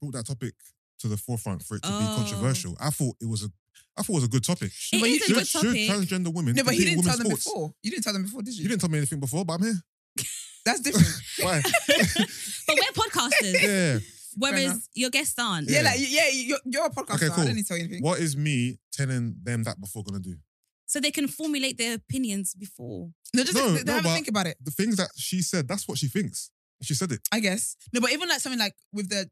S3: brought that topic to the forefront for it to
S1: Oh.
S3: be controversial. I thought it was a, I thought it was a good topic.
S1: It
S2: But you-
S1: is a
S3: should,
S1: good topic.
S3: should transgender women?
S2: No, but he
S3: compete in
S2: didn't tell
S3: women's
S2: them
S3: sports?
S2: before. You didn't tell them before, did you?
S3: You didn't tell me anything before, but I'm here.
S2: That's different.
S3: Why?
S1: but we're podcasters,
S3: yeah.
S1: whereas
S2: enough.
S1: your guests aren't.
S2: yeah.
S3: Yeah.
S2: like yeah, you're, you're a podcaster.
S3: Okay,
S2: I
S3: cool.
S2: didn't tell you anything.
S3: What is me telling them that before gonna do?
S1: So they can formulate their opinions before.
S2: No, just
S3: No,
S2: they,
S3: no,
S2: have a
S3: but-
S2: think about it.
S3: The things that she said, that's what she thinks. She said it.
S2: I guess. No, but even like something like with the,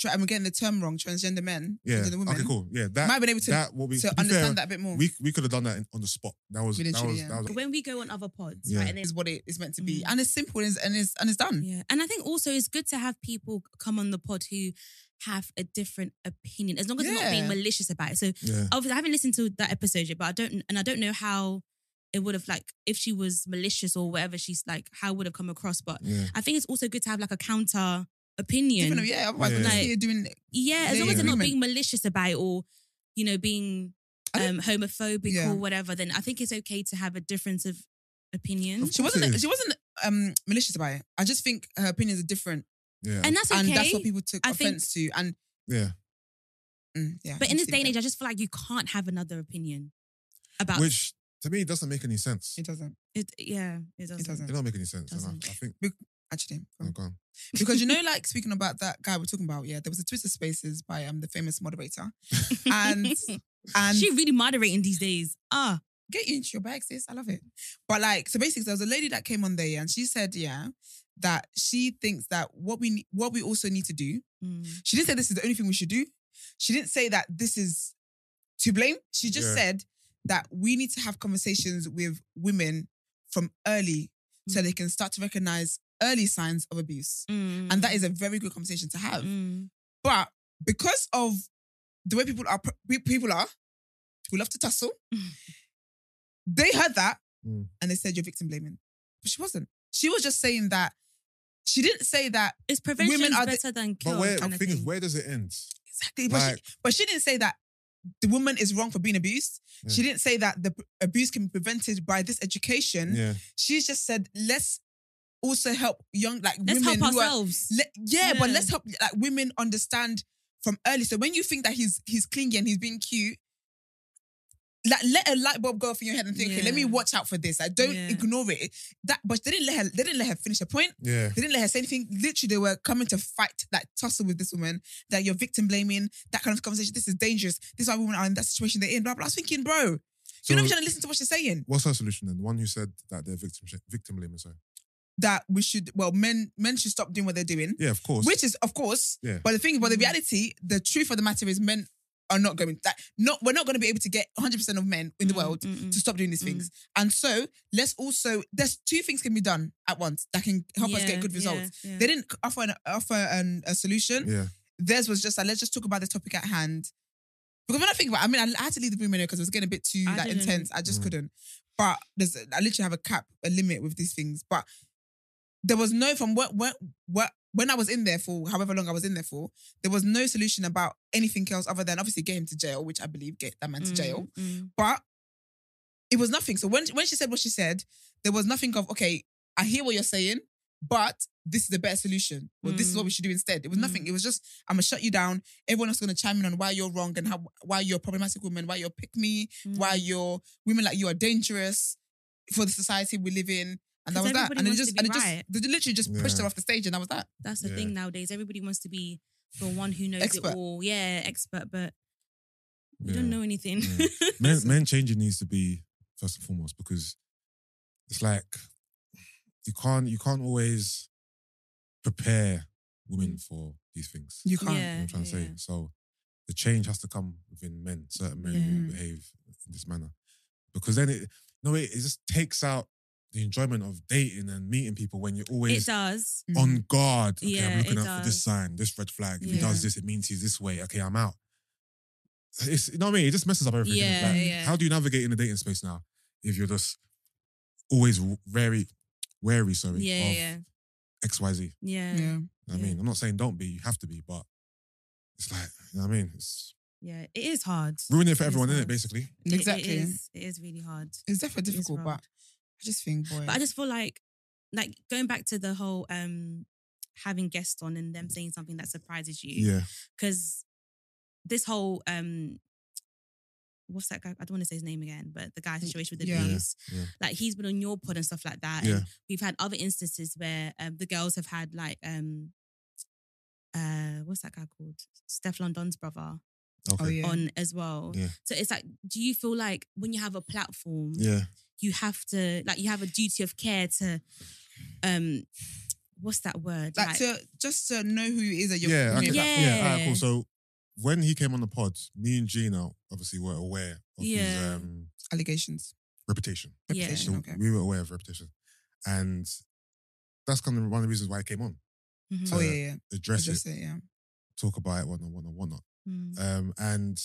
S2: tra- I'm getting the term wrong, transgender men,
S3: Yeah.
S2: transgender women.
S3: Okay, cool. Yeah. That,
S2: might have been able to,
S3: that what we
S2: to
S3: to be
S2: understand
S3: fair,
S2: that a bit more.
S3: We we could have done that in, on the spot. That was
S2: We
S3: that
S2: literally,
S3: was,
S2: yeah.
S3: that was
S1: When we go on other pods,
S3: Yeah.
S1: right? And
S2: is what it is meant to be,
S1: Mm.
S2: and it's simple and it's, and it's and it's done.
S1: Yeah. And I think also it's good to have people come on the pod who have a different opinion, as long as they're not being
S2: Yeah.
S1: malicious about it. So
S3: yeah.
S1: obviously I haven't listened to that episode yet, but I don't and I don't know how it would have like if she was malicious or whatever she's like, how it would have come across. But
S3: Yeah.
S1: I think it's also good to have like a counter opinion.
S2: Different, yeah. Otherwise, we're
S3: Yeah.
S2: just here doing.
S1: Yeah, as
S2: Yeah,
S1: long as they're not
S2: agreement.
S1: being malicious about it or, you know, being
S2: I
S1: um, homophobic
S2: Yeah.
S1: or whatever, then I think it's okay to have a difference of opinion.
S3: Of
S2: She
S3: course it
S2: wasn't.
S3: is.
S2: She wasn't um malicious about it. I just think her opinions are different,
S3: Yeah.
S1: And that's okay.
S2: and that's what people took
S1: I think-
S2: offense to. And
S3: yeah.
S2: mm, yeah,
S1: but in this day and age, I just feel like you can't have another opinion about
S3: Which to me doesn't make any sense.
S2: it doesn't
S1: it. Yeah, it doesn't.
S3: It
S2: doesn't.
S3: don't make any sense. And I,
S1: Doesn't.
S3: I think
S2: actually.
S3: oh, go on.
S2: because you know, like speaking about that guy we're talking about, yeah, there was a Twitter Spaces by um the famous moderator, and and
S1: she really moderating these days. Ah,
S2: get you into your bag, sis. I love it. But like, so basically, there was a lady that came on there, yeah, and she said, yeah, that she thinks that what we what we also need to do.
S1: Mm.
S2: She didn't say this is the only thing we should do. She didn't say that this is to blame. She just
S3: Yeah.
S2: said that we need to have conversations with women from early so
S1: Mm.
S2: they can start to recognize early signs of abuse.
S1: Mm.
S2: And that is a very good conversation to have.
S1: Mm.
S2: But because of the way people are, pe- people are, we love to tussle.
S1: Mm.
S2: they heard that
S3: Mm.
S2: and they said you're victim blaming, but she wasn't. She was just saying that. She didn't say that
S1: It's prevention
S2: Women
S1: is
S2: are the-
S1: better than cure.
S3: But where the
S1: kind of
S3: thing is,
S1: thing.
S3: where does it end?
S2: exactly, but,
S3: Like-
S2: she, but she didn't say that the woman is wrong for being abused. She
S3: Yeah.
S2: didn't say that the p- abuse can be prevented by this education.
S3: Yeah.
S2: She just said let's also help young like
S1: Let's
S2: women
S1: help
S2: who are
S1: ourselves.
S2: Let, yeah, but
S1: Yeah.
S2: let's help like women understand from early. So when you think that he's he's clingy and he's being cute, like let a light bulb go off in your head and think, okay, let me
S1: Yeah.
S2: watch out for this. I like, don't
S1: Yeah.
S2: ignore it. That, but they didn't let her. They didn't let her finish her point.
S3: Yeah.
S2: They didn't let her say anything. Literally, they were coming to fight, like tussle with this woman. That you're victim blaming. That kind of conversation. This is dangerous. This is why women are in that situation they're in. Blah blah. I was thinking, bro,
S3: So
S2: you're not even trying to listen to what she's saying.
S3: what's her solution then? The one who said that they're victim sh- victim blaming, sorry.
S2: That we should. Well, men men should stop doing what they're doing.
S3: Yeah, of course.
S2: Which is, of course,
S3: Yeah.
S2: but the thing, but the reality, the truth of the matter is, men are not going that. Not we're not going to be able to get 100 percent of men in the
S1: Mm,
S2: world
S1: mm, mm.
S2: to stop doing these things. And so, let's also there's two things can be done at once that can help us
S1: Yeah,
S2: get good results.
S1: yeah, yeah.
S2: They didn't offer an, offer an, a solution.
S3: yeah.
S2: Theirs was just like let's just talk about the topic at hand. Because when I think about, I mean, I had to leave the room because it was getting a bit too
S1: I
S2: like
S1: didn't-
S2: intense. I just
S3: Mm.
S2: couldn't. But there's, I literally have a cap, a limit with these things. But there was no from what what what when I was in there for however long I was in there for, there was no solution about anything else other than obviously get him to jail, which I believe get that man to
S1: Mm,
S2: jail.
S1: mm.
S2: But it was nothing. So when when she said what she said, there was nothing of okay, I hear what you're saying, but this is the better solution. Well, this is
S1: Mm.
S2: what we should do instead. It was nothing. It was just I'm gonna shut you down. Everyone else is gonna chime in on why you're wrong and how why you're a problematic woman, why you're pick me,
S1: mm.
S2: why you're women like you are dangerous for the society we live in. And that
S1: 'Cause
S2: was that.
S1: everybody
S2: And it
S1: wants
S2: just
S1: to be
S2: and it just
S1: right.
S2: they literally just pushed
S3: Yeah.
S2: her off the stage and that was that.
S1: That's the
S3: Yeah.
S1: thing nowadays. Everybody wants to be the one who knows
S2: Expert.
S1: it all. Yeah, expert, but you
S3: yeah. Mm.
S1: don't know anything.
S3: Yeah. men, men changing needs to be first and foremost because it's like you can't you can't always prepare women for these things.
S2: You can't.
S3: You know what I'm trying to say.
S1: Mm. yeah.
S3: So the change has to come within men. Certain men
S2: Yeah.
S3: will behave in this manner because then it no it, it just takes out the enjoyment of dating and meeting people when you're
S1: It
S3: always
S1: does.
S2: Mm.
S3: on guard. Okay,
S1: Mm-hmm. Yeah,
S3: I'm looking
S1: it
S3: out for this
S1: does.
S3: sign, this red flag. If he
S1: Yeah.
S3: does this, it means he's this way. Okay, I'm out. it's you know what I mean. It just messes up everything. innit?
S1: Yeah,
S3: Like,
S1: yeah.
S3: How do you navigate in the dating space now if you're just always very wary? Sorry,
S1: yeah,
S3: of
S1: yeah,
S3: X Y Z.
S1: yeah, yeah,
S2: Yeah.
S3: I
S1: Yeah.
S3: mean, I'm not saying don't be. You have to be, but it's like you know what I mean. It's
S1: yeah. It is hard.
S3: ruining it for
S1: It is
S3: everyone, isn't
S1: hard.
S3: it? Basically,
S1: It-
S2: Exactly.
S1: It is, it is really hard.
S2: It's
S1: It
S2: definitely
S1: is
S2: difficult, but
S1: hard.
S2: I just think, boy.
S1: But
S3: Mm.
S1: I just feel like, like going back to the whole um having guests on and them saying something that surprises you,
S3: yeah.
S1: because this whole um. What's that guy? I don't want to say his name again, but the guy situation with the
S2: Yeah. Yeah,
S1: abuse,
S3: Mm, yeah.
S1: like he's been on your pod and stuff like that.
S3: Yeah.
S1: And we've had other instances where um, the girls have had like um, uh, what's that guy called? Steph London's brother
S3: Okay.
S2: oh yeah.
S1: on as well.
S3: Yeah.
S1: So it's like, do you feel like when you have a platform,
S3: Yeah.
S1: you have to like you have a duty of care to um what's that word
S2: like, to just to know who it is that you're
S3: yeah, I
S2: you
S3: get
S2: know,
S3: that. Yeah, all right,
S1: Yeah.
S3: cool. So when he came on the pod, me and Gina obviously were aware of his
S1: Yeah.
S3: um,
S2: allegations.
S3: reputation.
S1: Yeah.
S2: Reputation,
S3: So
S2: okay.
S3: we were aware of reputation, and that's kind of one of the reasons why I came on.
S1: Mhm.
S3: So-
S2: Oh yeah, yeah.
S3: Address
S2: Address
S3: it,
S2: it, yeah.
S3: talk about it, whatnot, whatnot, whatnot.
S1: Mm.
S3: Um, and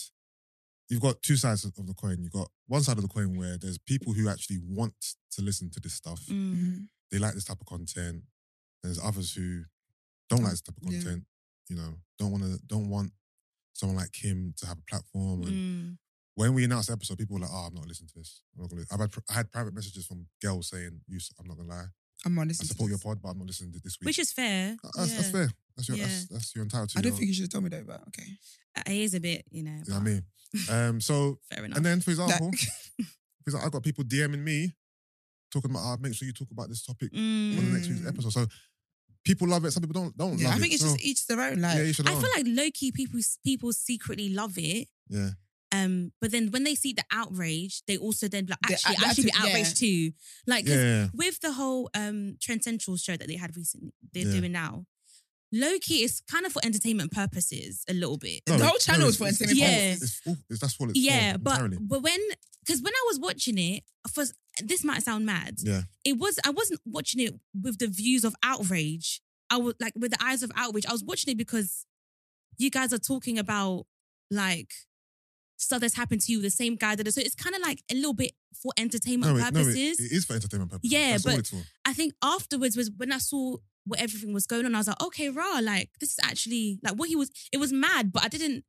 S3: you've got two sides of the coin. You've got one side of the coin where there's people who actually want to listen to this stuff.
S1: Mm.
S2: Mhm.
S3: They like this type of content. There's others who don't like this type of
S2: Yeah.
S3: content. You know, don't want to, don't want someone like him to have a platform and
S1: Mm.
S3: when we announced the episode, people were like, "Oh, I'm not listening to this. I'm not gonna." Listen. I've had I had private messages from girls saying, "You, s- I'm not gonna lie.
S2: I'm on
S3: I support your pod, but I'm not listening to this week."
S1: Which is fair.
S3: that's, that's
S1: yeah.
S3: fair. That's your
S1: Yeah.
S3: that's, that's your entitled to.
S2: I don't
S3: your-
S2: think you should tell me that, but okay.
S1: Uh, It is a bit, you know.
S3: you know what I
S1: but
S3: mean. Um, so
S1: Fair enough.
S3: and then for example,
S2: That-
S3: for example, I got people DMing me talking about, "Ah, make sure you talk about this topic on the next week's
S2: Mm.
S3: episode." So people love it. Some people don't don't
S2: yeah,
S3: love
S2: I think
S3: it.
S2: it's
S3: so,
S2: just each their own. Like
S3: yeah, each
S1: I
S3: their own.
S1: feel like low key people people secretly love it.
S3: yeah,
S1: Um, but then when they see the outrage, they also then be like,
S2: They-
S1: actually,
S2: they
S1: I should be
S2: have to- yeah.
S1: outraged too. Like, 'cause
S3: yeah, yeah.
S1: with the whole um Transcendental show that they had recently, they're
S3: Yeah.
S1: doing now. Low key is kind of for entertainment purposes a little bit.
S2: The
S3: No,
S2: whole
S3: it's-
S2: channel
S3: no,
S2: is for
S3: it's-
S2: entertainment
S3: it's-
S1: purposes.
S3: it's- it's- it's- that's what it's
S1: yeah,
S3: for,
S1: but
S3: entirely.
S1: but when because when I was watching it, for this might sound mad,
S3: yeah,
S1: it was I wasn't watching it with the views of outrage. I was like with the eyes of outrage. I was watching it because you guys are talking about like stuff that's happened to you, the same guy that. So it's kind of like a little bit for entertainment
S3: no, it, no it,
S1: purposes.
S3: it is for entertainment purposes.
S1: Yeah,
S3: that's all
S1: but-
S3: it's for.
S1: I think afterwards was when I saw what everything was going on, I was like, okay, rah, like this is actually like what he was it was mad, but I didn't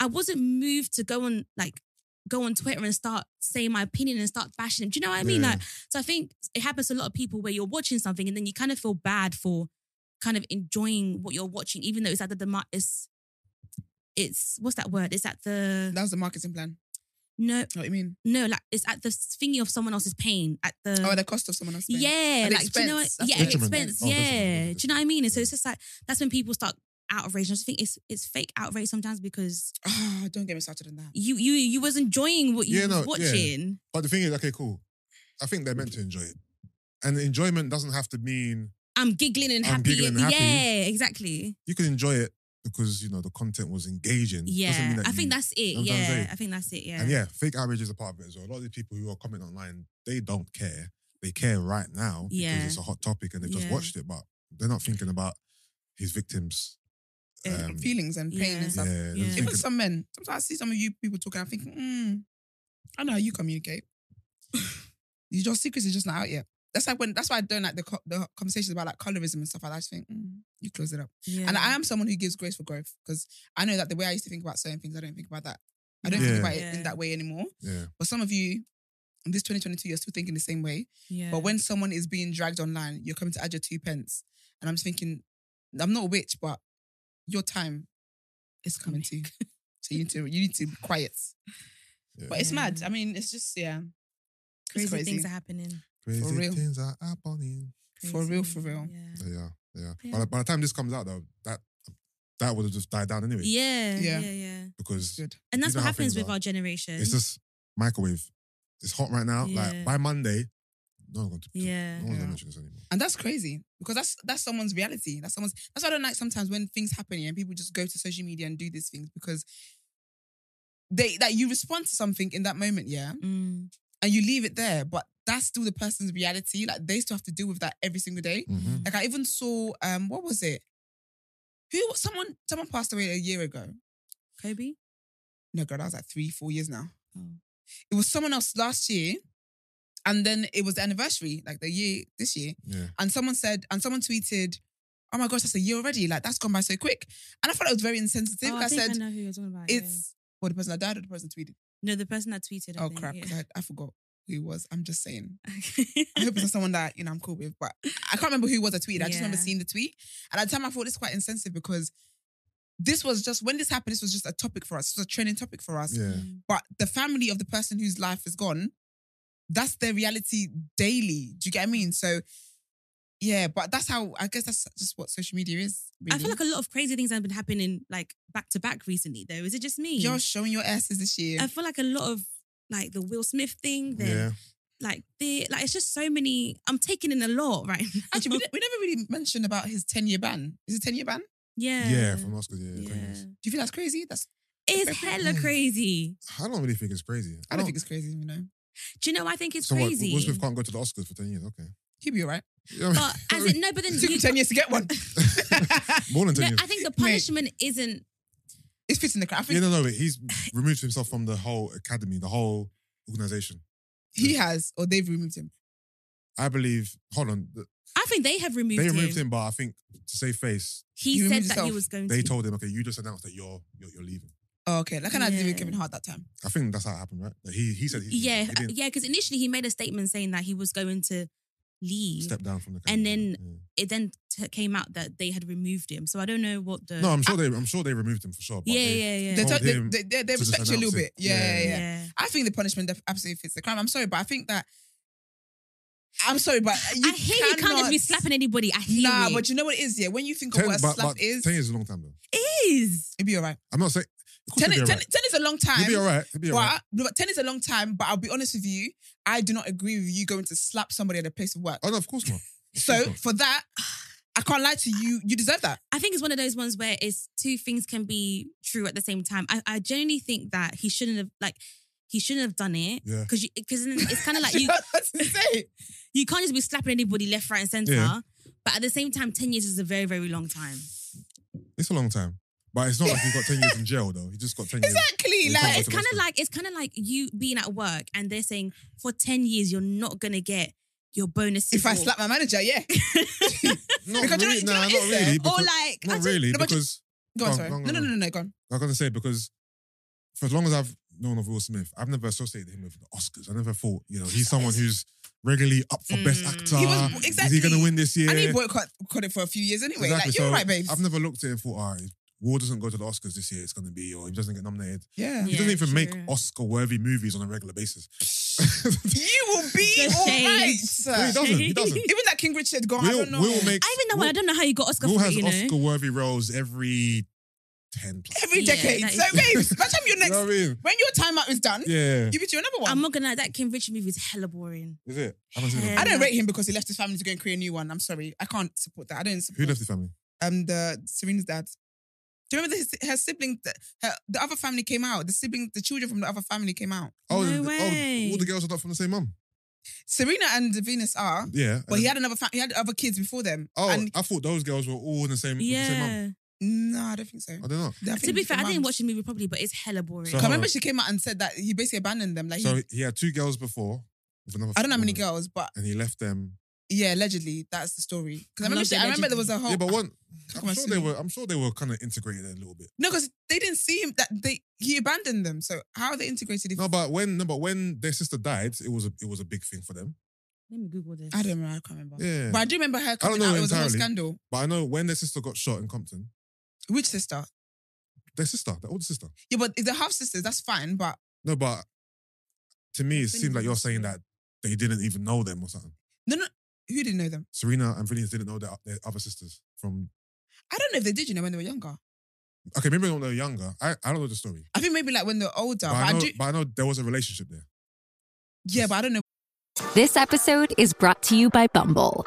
S1: I wasn't moved to go on like go on Twitter and start saying my opinion and start bashing him. Do you know what I mean?
S3: Yeah.
S1: Like so I think it happens to a lot of people where you're watching something and then you kind of feel bad for kind of enjoying what you're watching, even though it's at the demi- it's it's what's that word? It's at the
S2: that was the marketing plan.
S1: no
S2: You know what I mean?
S1: no like it's at the thingy of someone else's pain at the
S2: Oh, the cost of someone else. paying.
S1: Mm. yeah,
S2: At the
S1: like do you know what?
S2: expense. That's
S1: Yeah,
S2: the
S1: at
S3: detriment.
S1: expense.
S3: Oh,
S1: yeah,
S3: detriment,
S1: do you know what I mean? And so
S3: yeah.
S1: it's just like that's when people start outraged. I just think it's it's fake outrage sometimes because
S2: Oh, don't get me started on that.
S1: you you you was enjoying what you
S3: Yeah, no,
S1: was
S3: yeah.
S1: watching.
S3: But the thing is, okay, cool. I think they're meant to enjoy it. And enjoyment doesn't have to mean
S1: I'm giggling and
S3: I'm
S1: happy.
S3: giggling and happy.
S1: Yeah, exactly.
S3: you can enjoy it because you know the content was engaging. Doesn't mean
S1: Yeah,
S3: that
S1: I
S3: you-
S1: think that's it.
S3: I'm trying to
S1: Yeah,
S3: say.
S1: I think that's it. Yeah,
S3: and yeah, fake outrage is a part of it as well. A lot of the people who are commenting online, they don't care. They care right now
S1: Yeah.
S3: because it's a hot topic and they've just
S1: Yeah.
S3: watched it, but they're not thinking about his victims.
S1: Uh,
S3: Um,
S2: Feelings and pain
S1: yeah.
S2: and
S3: yeah,
S2: stuff.
S3: they're
S1: Yeah.
S3: just
S2: Even
S3: thinking,
S2: some men. Sometimes I see some of you people talking. I'm thinking, mm, I know how you communicate. you, your secrets are just not out yet. That's like when. That's why I don't like the co- the conversations about like colorism and stuff. like that. I just think mm, you close it up.
S1: yeah.
S2: And I am someone who gives grace for growth because I know that the way I used to think about certain things, I don't think about that. I don't
S3: Yeah.
S2: think about it
S1: Yeah.
S2: in that way anymore.
S3: yeah,
S2: But some of you. In this 2022, you're still thinking the same way.
S1: Yeah.
S2: But when someone is being dragged online, you're coming to add your two pence. And I'm just thinking, I'm not a witch, but your time is coming to you. So you need to you need to be quiet.
S3: yeah.
S2: But it's
S1: Yeah.
S2: mad. I mean, it's just yeah. It's
S1: crazy, things are happening,
S3: Crazy
S2: for real.
S3: things are happening.
S2: For real,
S1: Crazy,
S2: for real.
S1: Yeah.
S3: Yeah, yeah.
S1: Yeah.
S3: By, the, by the time this comes out, though, that that would have just died down anyway.
S1: Yeah, yeah,
S2: Yeah.
S1: yeah,
S3: Because
S2: Good.
S1: And that's
S3: know
S1: what
S3: how
S1: happens
S3: things
S1: with
S3: are.
S1: our generation.
S3: It's just microwave. It's hot right now.
S1: Yeah.
S3: Like by Monday, no one's going to.
S1: Yeah.
S3: No one's
S2: Yeah.
S3: going to mention this anymore.
S2: And that's crazy because that's that's someone's reality. That's someone's that's why I don't like sometimes when things happen here and people just go to social media and do these things because they that you respond to something in that moment, yeah,
S1: Mm.
S2: and you leave it there. But that's still the person's reality. Like they still have to deal with that every single day.
S3: Mm-hmm.
S2: Like I even saw um what was it? Who someone someone passed away a year ago.
S1: Kobe.
S2: No, girl, that was like three, four years now.
S1: Oh.
S2: It was someone else last year, and then it was the anniversary, like the year this year.
S3: Yeah.
S2: And someone said, and someone tweeted, "Oh my gosh, that's a year already! Like that's gone by so quick." And I thought it was very insensitive.
S1: Oh,
S2: I,
S1: think
S2: said,
S1: I know who you're talking about. yeah.
S2: "It's well, the person that died or the person tweeted."
S1: no, the person that tweeted. I
S2: oh
S1: think,
S2: crap, 'cause
S1: yeah.
S2: I, I forgot who it was. I'm just saying.
S1: Okay.
S2: I hope it's not someone that you know I'm cool with, but I can't remember who it was I tweeted. I just remember
S1: Yeah.
S2: seeing the tweet, and at the time I thought this is quite insensitive because this was just when this happened. This was just a topic for us. It was a trending topic for us.
S3: Yeah.
S2: But the family of the person whose life is gone, that's their reality daily. Do you get what I mean? So, yeah, but that's how I guess that's just what social media is. Really.
S1: I feel like a lot of crazy things have been happening like back to back recently. Though, is it just me?
S2: you're showing your asses this year.
S1: I feel like a lot of like the Will Smith thing. Then
S3: Yeah.
S1: like the like it's just so many. I'm taking in a lot right now.
S2: Actually, we, ne- we never really mentioned about his ten year ban. Is it ten year ban?
S1: yeah,
S3: Yeah, from Oscars, yeah.
S1: yeah.
S3: yeah.
S2: Do you think that's crazy? That's
S1: It's hella crazy.
S3: I don't really think it's crazy.
S2: I don't think it's crazy. You know,
S1: Do you know? I think it's
S3: so
S1: crazy.
S3: What, Will Smith can't go to the Oscars for 10 years, okay.
S2: he'll be all right.
S3: Yeah, I mean,
S1: but as in, no, but then
S2: It took
S1: you-
S2: him ten years to get one.
S3: more than 10
S1: no,
S3: years.
S1: I think the punishment isn't.
S2: It fits in the crowd. I think
S3: yeah, no, no, but he's removed himself from the whole academy, the whole organization.
S2: he has, or they've removed him.
S3: I believe, hold on, th-
S1: I think they have removed
S3: they
S1: him.
S3: removed him, but I think to save face,
S1: He,
S2: He
S1: said
S2: removed
S1: that he
S2: himself.
S1: was going
S3: they
S1: to.
S3: told him, okay, you just announced that you're you're, you're leaving.
S2: Oh, okay, like I did
S1: Yeah.
S2: with Kevin Hart that time.
S3: I think that's how it happened, right? That he he said he,
S1: yeah,
S3: he didn't
S1: yeah, because initially he made a statement saying that he was going to leave.
S3: step down from the
S1: And
S3: academy.
S1: It then t- came out that they had removed him. So I don't know what the.
S3: yeah. no, I'm sure they I'm sure they removed him for sure. But
S1: yeah,
S3: they-
S1: yeah, yeah,
S2: They,
S3: Told
S2: told- they,
S3: him
S2: they, they, they
S3: to just
S2: respect you a little
S3: announce
S2: bit.
S3: it.
S2: yeah.
S3: Yeah.
S2: yeah. yeah. I think the punishment def- absolutely fits the crime. I'm sorry, but I think that I'm sorry, but you
S1: I hear you can't just be
S2: cannot-
S1: slapping anybody. I hear
S2: Nah,
S1: it.
S2: but you know what it is, yeah. When you think of
S3: 10,
S2: what a
S3: but,
S2: slap
S3: but
S2: is,
S3: 10 years is a long time though.
S1: it is.
S2: it'll be all right.
S3: I'm not saying. Of course
S2: 10,
S3: he'll be
S2: 10
S3: alright.
S2: 10 is a long time.
S3: He'll be all right. He'll be all
S2: But,
S3: right.
S2: no, but 10 is a long time, but I'll be honest with you, I do not agree with you going to slap somebody at a place of work.
S3: Oh no, of course not.
S2: So for that, I can't lie to you, you deserve that.
S1: I think it's one of those ones where it's two things can be true at the same time. I, I genuinely think that he shouldn't have like he shouldn't have done it
S3: Yeah.
S1: because because it's kind of like you
S2: That's insane.
S1: you can't just be slapping anybody left, right, and center.
S3: Yeah.
S1: But at the same time, ten years is a very very long time.
S3: It's a long time, but it's not like he got 10 years in jail though. He just got 10 years.
S2: Exactly.
S3: You
S2: Like
S3: can't-
S1: it's
S3: Automatically.
S1: kind of like it's kind of like you being at work and they're saying for ten years you're not gonna get your bonus.
S2: if I slap my manager, yeah.
S3: Not
S2: Because you know-
S3: really,
S2: you know
S3: nah,
S2: what it
S3: not
S2: is,
S3: really.
S2: though?
S3: because-
S1: or like I
S3: not
S1: just-
S3: really
S2: no, but
S3: because
S2: Go on,
S3: Go on,
S2: sorry.
S3: go on,
S2: no,
S3: go
S2: no,
S3: on.
S2: no, no, no, go on.
S3: I gotta say because for as long as I've known of Will Smith, I've never associated him with the Oscars. I never thought you know he's someone who's regularly up for best
S1: Mm.
S3: actor.
S2: He was- exactly.
S3: Is he gonna win this year?
S2: And he boycott caught it for a few years anyway.
S3: Exactly.
S2: Like, you're
S3: so
S2: right, babes.
S3: I've never looked at it and thought, all right, if Will doesn't go to the Oscars this year. It's gonna be or he doesn't get nominated.
S2: yeah.
S3: he doesn't
S1: Yeah,
S3: even make
S1: true.
S3: Oscar-worthy movies on a regular basis.
S2: You will be
S1: The
S2: all
S1: shade.
S2: right.
S3: No, he doesn't. He doesn't.
S2: Even that King Richard gone, I
S3: Will,
S2: don't know.
S3: Will makes.
S1: I even know one. I don't know how you got Oscar
S3: Will
S1: for
S3: has
S1: it, you know.
S3: Oscar-worthy roles every ten plus.
S2: Every
S1: Yeah,
S2: decade.
S1: that
S2: So,
S1: is-
S2: babes, by the time your
S3: You
S2: next,
S3: know what I mean?
S2: when your time out is done,
S3: Yeah.
S2: you be to another one.
S1: I'm not gonna lie, that Kim Richard movie is hella boring.
S3: Is it? I haven't seen it.
S1: Yeah.
S2: I don't rate him because he left his family to go and create a new one. I'm sorry. I can't support that. I don't
S3: Who
S2: support
S3: left the family?
S2: um the Serena's dad. Do you remember his, her sibling, the, her, the other family came out? The sibling, the children from the other family came out.
S3: Oh,
S1: No
S3: the-
S1: way.
S3: oh, all the girls are not from the same mum.
S2: Serena and Venus are,
S3: Yeah.
S2: but he had another, fa- he had other kids before them.
S3: oh,
S2: and
S3: I thought those girls were all in the same. Yeah. Mm, The same mum.
S1: Yeah.
S2: no, I don't think so.
S3: I don't know.
S2: I
S1: To
S2: think
S1: be
S2: the
S1: fair, I didn't
S2: mums-
S1: watch the movie properly, but it's hella boring.
S3: So-
S2: I remember she came out and said that he basically abandoned them. Like,
S3: So
S2: he,
S3: he had two girls before. With another
S2: I don't know how many
S3: woman,
S2: girls, but
S3: And he left them.
S2: yeah, allegedly that's the story. Because I remember,
S1: Love
S2: she,
S1: the
S2: I remember there was a whole
S3: yeah, but one.
S2: Oh, Come
S3: I'm
S2: on,
S3: sure
S2: Sydney.
S3: they were. I'm sure they were kind of integrated a little bit.
S2: no, because they didn't see him. That they he abandoned them. So how are they integrated? If,
S3: No, but when no, but when their sister died, it was a it was a big thing for them.
S1: Let me Google this.
S2: I don't remember. I can't remember.
S3: Yeah.
S2: But I do remember her coming
S3: know
S2: out. It was a whole
S3: entirely.
S2: scandal.
S3: But I know when their sister got shot in Compton,
S2: Which sister?
S3: their sister, their older sister.
S2: Yeah, but if they're half sisters, that's fine. But
S3: No, but to me, it
S1: Been
S3: seemed like you're
S1: in-
S3: saying that they didn't even know them or something.
S2: no, no, who didn't know them?
S3: Serena and Venus didn't know their, their other sisters from.
S2: I don't know if they did. You know, when they were younger.
S3: Okay, maybe when they were younger. I, I don't know the story.
S2: I think maybe like when they're older. But,
S3: but, I
S2: I
S3: know,
S2: do.
S3: but I know there was a relationship there.
S2: yeah, but I don't know.
S6: This episode is brought to you by Bumble.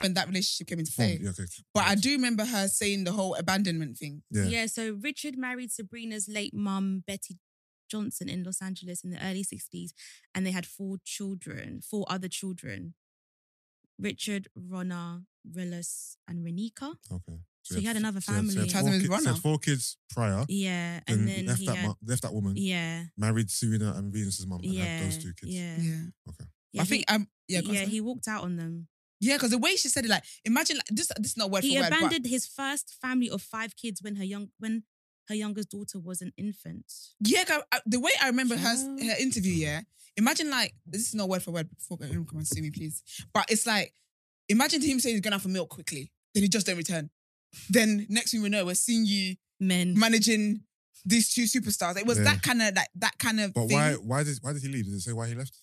S2: when that relationship came into
S3: Form.
S2: play.
S3: Yeah, okay.
S2: But I do remember her saying the whole abandonment thing.
S3: Yeah.
S1: Yeah, so Richard married Sabrina's late mum, Betty Johnson, in Los Angeles in the early 60s, and they had four children, four other children Richard, Ronna, Rillis, and Renika.
S3: Okay.
S1: So he had another
S3: so he had-
S1: family.
S3: So he had four,
S2: Tasman's
S3: kids, so he
S2: runner.
S3: had four kids prior.
S1: Yeah,
S3: And
S1: and
S3: then
S1: then
S3: left
S1: he
S3: that
S1: had,
S3: mu- left that woman,
S1: yeah,
S3: married Serena and Venus's mum, and
S1: yeah,
S3: had those two kids.
S1: yeah,
S2: Yeah.
S3: Okay.
S1: yeah.
S2: I think
S1: he,
S2: um yeah,
S1: yeah,
S2: yeah,
S1: he walked out on them.
S2: because the way she said it, like imagine like, this this is not word
S1: he
S2: for word. but-
S1: abandoned his first family of five kids when her young when her youngest daughter was an infant.
S2: Yeah, 'cause I- the way I remember her
S1: Child.
S2: her interview, yeah. Imagine like this is not word for word. Before everyone come and see me, please. But it's like imagine him saying he's going out for milk quickly, then he just don't return. Then next thing we know, we're seeing you
S1: Men.
S2: managing these two superstars. It was
S3: Yeah.
S2: that kind of like that kind of.
S3: But
S2: thing.
S3: why? Why did? Why did he leave? Did it say why he left?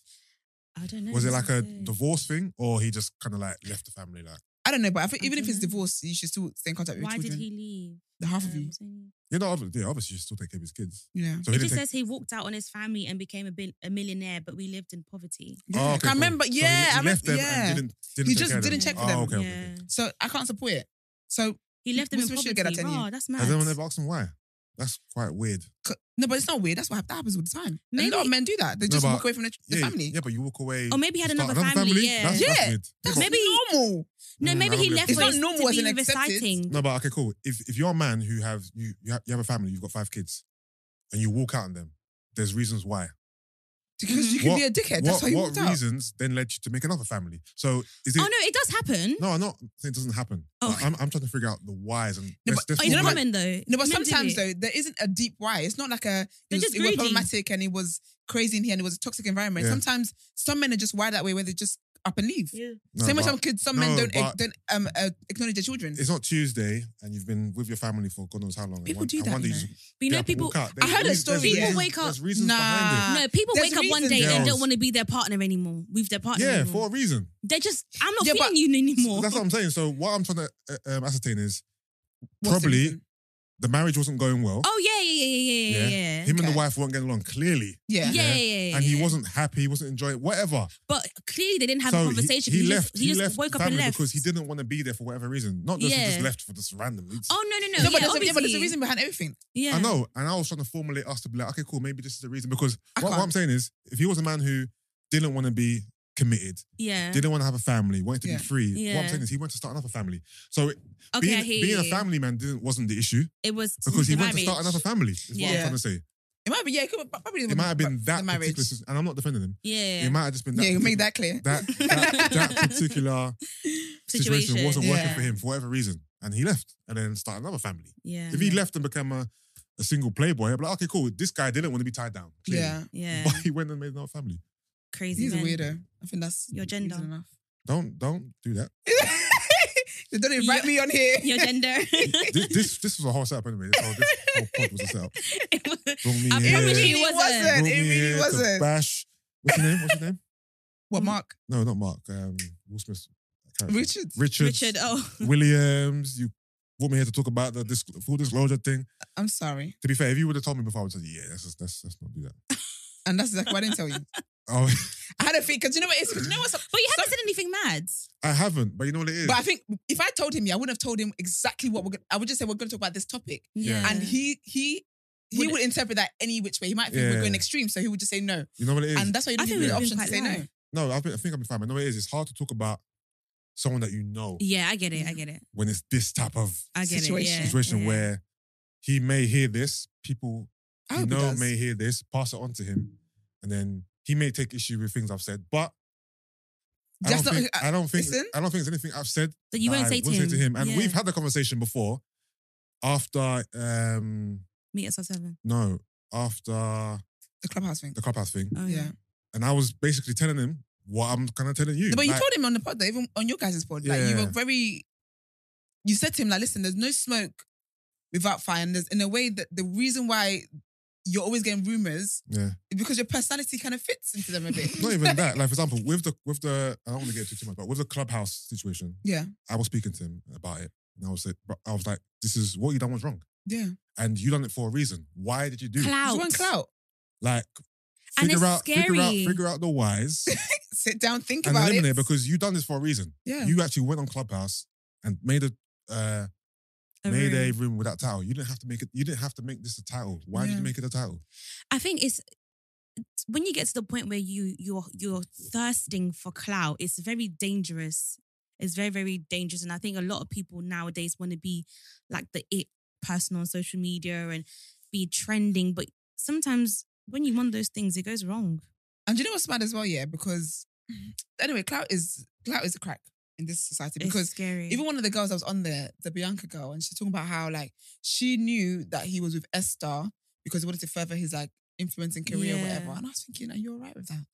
S1: I don't know.
S3: Was it like a
S1: Say.
S3: divorce thing, or he just kind of like left the family? Like,
S2: I don't know. But I think
S1: I
S2: even if
S1: don't
S2: it's
S1: know.
S2: divorced, you should still stay in contact with
S1: Why
S2: your
S1: did he
S2: children.
S1: leave?
S2: The half of
S1: Um,
S2: you.
S1: so-
S3: you know, obviously, yeah, obviously, he still take care of his kids.
S2: Yeah.
S3: So he
S1: It
S3: didn't
S1: just
S3: take.
S1: says he walked out on his family and became a, bil- a millionaire, but we lived in poverty.
S2: Yeah.
S3: Oh,
S2: I
S3: okay, cool.
S2: remember.
S3: So he-
S2: yeah,
S3: he,
S2: I remember.
S3: left them
S2: yeah.
S3: and didn't. didn't
S2: He
S3: take
S2: just
S3: care of
S2: didn't
S3: them.
S2: check for
S3: oh,
S2: them.
S3: Okay, okay,
S1: yeah.
S3: okay.
S2: So I can't support it. So
S1: He left them in
S2: We're supposed to get that
S1: poverty.
S2: 10 years.
S1: Oh, that's mad.
S3: Has anyone ever asked him why? That's quite weird.
S2: c- no, but it's not weird. That's what hap- that happens all the time.
S1: Maybe-
S2: A lot of men do that. They
S3: No,
S2: just
S3: but-
S2: walk away from the, the
S3: yeah,
S2: family.
S3: Yeah, but you walk away.
S1: Or maybe he had
S3: you start
S1: another family, yeah.
S3: That's, that's
S2: Yeah.
S3: weird.
S2: That's
S1: Maybe-
S2: normal.
S1: no,
S3: Mm,
S1: maybe
S3: I
S1: he
S3: don't
S1: left
S3: get
S1: for
S3: it.
S2: It's
S1: his-
S2: not normal
S1: to
S2: as
S1: be
S2: an accepted-
S1: reciting.
S3: No, but okay, cool. If if you're a man who have you you have, you have a family, you've got five kids, and you walk out on them, there's reasons why.
S2: Because you can
S3: What-
S2: be a dickhead.
S3: What,
S2: That's how you
S3: what
S2: walked out.
S3: reasons then led you to make another family? So is it?
S1: Oh no, it does happen.
S3: no, I'm not saying it doesn't happen.
S1: Oh.
S3: I'm, I'm trying to figure out the whys and
S2: No,
S3: there's-
S2: but-
S3: there's
S1: oh, it's
S3: no right-
S1: common though.
S2: No, but
S1: Men do
S2: sometimes
S1: it.
S2: though, there isn't a deep why. It's not like a it
S1: They're
S2: was,
S1: just
S2: it was
S1: greedy.
S2: problematic and it was crazy in here and it was a toxic environment.
S3: Yeah.
S2: Sometimes some men are just wired that way where they just up and leave.
S3: no,
S2: Same way
S3: but
S2: some kids, some
S3: no,
S2: men don't
S3: but-
S2: don't um uh, acknowledge their children.
S3: It's not Tuesday, and you've been with your family for God knows how long. and
S2: People
S3: one-
S2: do
S3: and
S2: that,
S3: one day
S2: you
S3: just
S2: know.
S1: But you
S3: get
S1: know,
S3: up and
S1: people.
S3: walk out.
S2: I heard a
S3: There's
S2: story.
S3: reasons-
S1: People wake up-
S3: There's reasons
S2: Nah.
S3: behind
S2: Uh,
S1: No, people
S2: there's
S1: wake up one
S2: reasons,
S1: day and
S3: girls.
S1: don't want to be their partner anymore. With their
S3: it.
S1: partner.
S3: Yeah,
S1: anymore.
S3: for a reason.
S1: They're just. I'm not
S2: Yeah, but-
S1: feeling you anymore.
S3: That's what I'm saying. So what I'm trying to uh, um, ascertain is
S2: What's the
S3: probably
S2: reason?
S3: the marriage wasn't going well.
S1: Oh yeah, yeah, yeah, yeah, yeah, yeah.
S3: Him and
S2: Okay.
S3: the wife weren't getting along clearly,
S2: yeah.
S1: yeah, yeah, yeah,
S3: and he
S1: yeah.
S3: wasn't happy. He wasn't enjoying whatever.
S1: But clearly, they didn't have
S3: so
S1: a
S3: he-
S1: conversation.
S3: He,
S1: just-
S3: left.
S1: he just woke up and
S3: family
S1: left
S3: because he didn't want to be there for whatever reason. Not just he just
S1: Yeah.
S3: left for this random. it's-
S1: Oh no, no,
S2: No,
S1: no. yeah,
S2: but there's a, yeah, but there's a
S1: obviously.
S2: reason behind everything.
S1: Yeah.
S3: I know, and I was trying to formulate us to be like, okay, cool, maybe this is the reason. Because
S2: I
S3: what, what
S2: can't.
S3: I'm saying is, if he was a man who didn't want to be committed,
S1: Yeah.
S3: didn't want to have a family, wanted to
S2: Yeah.
S3: be free, what I'm
S1: Yeah.
S3: saying is, he went to start another family. So it-
S1: Okay, I
S3: being,
S1: hear
S3: being a
S1: you.
S3: family man didn't wasn't the issue
S1: It was
S3: because he
S1: the
S3: went to start
S1: marriage.
S3: another family. Is what I'm
S2: Yeah.
S3: trying to say.
S2: It might be yeah. It, could, probably
S3: It might have been that
S2: the
S3: particular,
S2: marriage.
S3: sis- and I'm not defending him.
S1: Yeah.
S3: It might have just been that.
S2: Yeah, you make
S3: particular-
S2: that clear.
S3: that that, that particular situation,
S1: Situation.
S3: wasn't working
S2: Yeah.
S3: for him for whatever reason, and he left and then started another family.
S1: yeah.
S3: If he left and became a, a single playboy, I'd be like, okay, cool. This guy didn't want to be tied down. clearly.
S2: Yeah,
S1: Yeah.
S3: but he went and made another family.
S1: Crazy.
S2: he's a
S1: man.
S2: weirdo. I think that's
S1: Your
S2: reason
S1: gender.
S2: enough.
S3: Don't don't do that.
S2: they don't invite
S1: Your-
S2: me on here.
S1: Your gender.
S3: This this, this was a whole setup anyway. This whole, this whole pod was a setup.
S1: It was-
S3: Brought me
S1: I
S3: here.
S1: promise you it
S2: It
S1: wasn't.
S2: wasn't.
S3: brought me
S2: It
S3: here
S2: really
S3: to
S2: wasn't.
S3: Bash. What's your name? What's your name?
S2: What, Mark?
S3: No, not Mark. Um, Will Smith.
S2: Richard.
S3: Richard.
S1: Richard. Oh.
S3: Williams. You brought me here to talk about the disc- full disclosure thing.
S2: I'm sorry.
S3: To be fair, if you would have told me before, I would have said, yeah, let's, just- let's, let's not do that.
S2: And that's exactly why I didn't tell you.
S3: Oh,
S2: I had a thing because you know what it is? 'Cause you know what's
S1: But you haven't said anything mad.
S3: I haven't, but you know what it is?
S2: But I think if I told him, yeah, I would have told him exactly what we're going to, I would just say we're going to talk about this topic.
S3: Yeah.
S2: And he, he, he
S1: Would-
S2: would interpret that any which way. He might think
S3: Yeah.
S2: we're going extreme, so he would just say no.
S3: you know what it is?
S2: And that's why you
S1: I
S2: don't give
S1: think
S2: me
S1: we'd
S2: the
S1: have been
S2: option to
S1: quite
S2: say no.
S1: loud.
S3: no, I've been, I think I've been fine. I know what it is. It's hard to talk about someone that you know
S1: Yeah, I get it. I get it.
S3: when it's this type of
S1: I get
S2: Situation.
S1: it. Yeah.
S3: situation
S1: yeah.
S3: where he may hear this, people
S2: I
S3: you
S2: hope he
S3: know
S2: does.
S3: may hear this, pass it on to him, and then he may take issue with things I've said. But I
S2: That's not-
S3: don't,
S2: uh,
S3: think, I don't think
S2: listen.
S3: I don't think there's anything I've said
S1: That you
S3: that
S1: won't
S3: I
S1: say to
S3: wouldn't
S1: him.
S3: And
S1: yeah.
S3: we've had the conversation before. After um
S1: meet us at seven.
S3: no, after
S2: The clubhouse thing.
S3: the clubhouse thing,
S1: Oh
S2: yeah.
S1: yeah.
S3: and I was basically telling him what I'm kind of telling you.
S2: No, but you
S3: Like,
S2: told him on the pod, though, even on your guys' pod, like you
S3: Yeah.
S2: were very. You said to him, like, listen, there's no smoke without fire, and there's in a way that the reason why you're always getting rumors
S3: yeah,
S2: is because your personality kind of fits into them a bit.
S3: not even that. Like for example, with the with the I don't want to get too too much, but with the clubhouse situation,
S2: Yeah,
S3: I was speaking to him about it, and I was like, I was like, this is what you done was wrong,
S2: yeah.
S3: and you done it for a reason. Why did you do it?
S1: Clout.
S2: Just one clout.
S3: Like
S1: And
S3: figure
S1: it's
S3: out figure out
S1: scary.
S3: figure out the whys
S2: sit down, think
S3: and
S2: about
S3: eliminate
S2: it.
S3: because you done this for a reason.
S2: Yeah.
S3: You actually went on Clubhouse and made a uh, made a
S1: room.
S3: room with that title. You didn't have to make it. You didn't have to make this a title. Why did
S2: Yeah.
S3: you make it a title?
S1: I think it's it's when you get to the point where you you're you're thirsting for clout. It's very dangerous. It's very very dangerous, and I think a lot of people nowadays want to be like the it person on social media and be trending. But sometimes when you want those things, it goes wrong.
S2: and do you know what's mad as well? Yeah, because anyway, clout is clout is a crack in this society
S1: It's
S2: because
S1: scary.
S2: Even one of the girls I was on there, the Bianca girl, and she's talking about how like she knew that he was with Esther because he wanted to further his like influencing career or whatever.
S1: Yeah.
S2: And I was thinking, are you all right with that?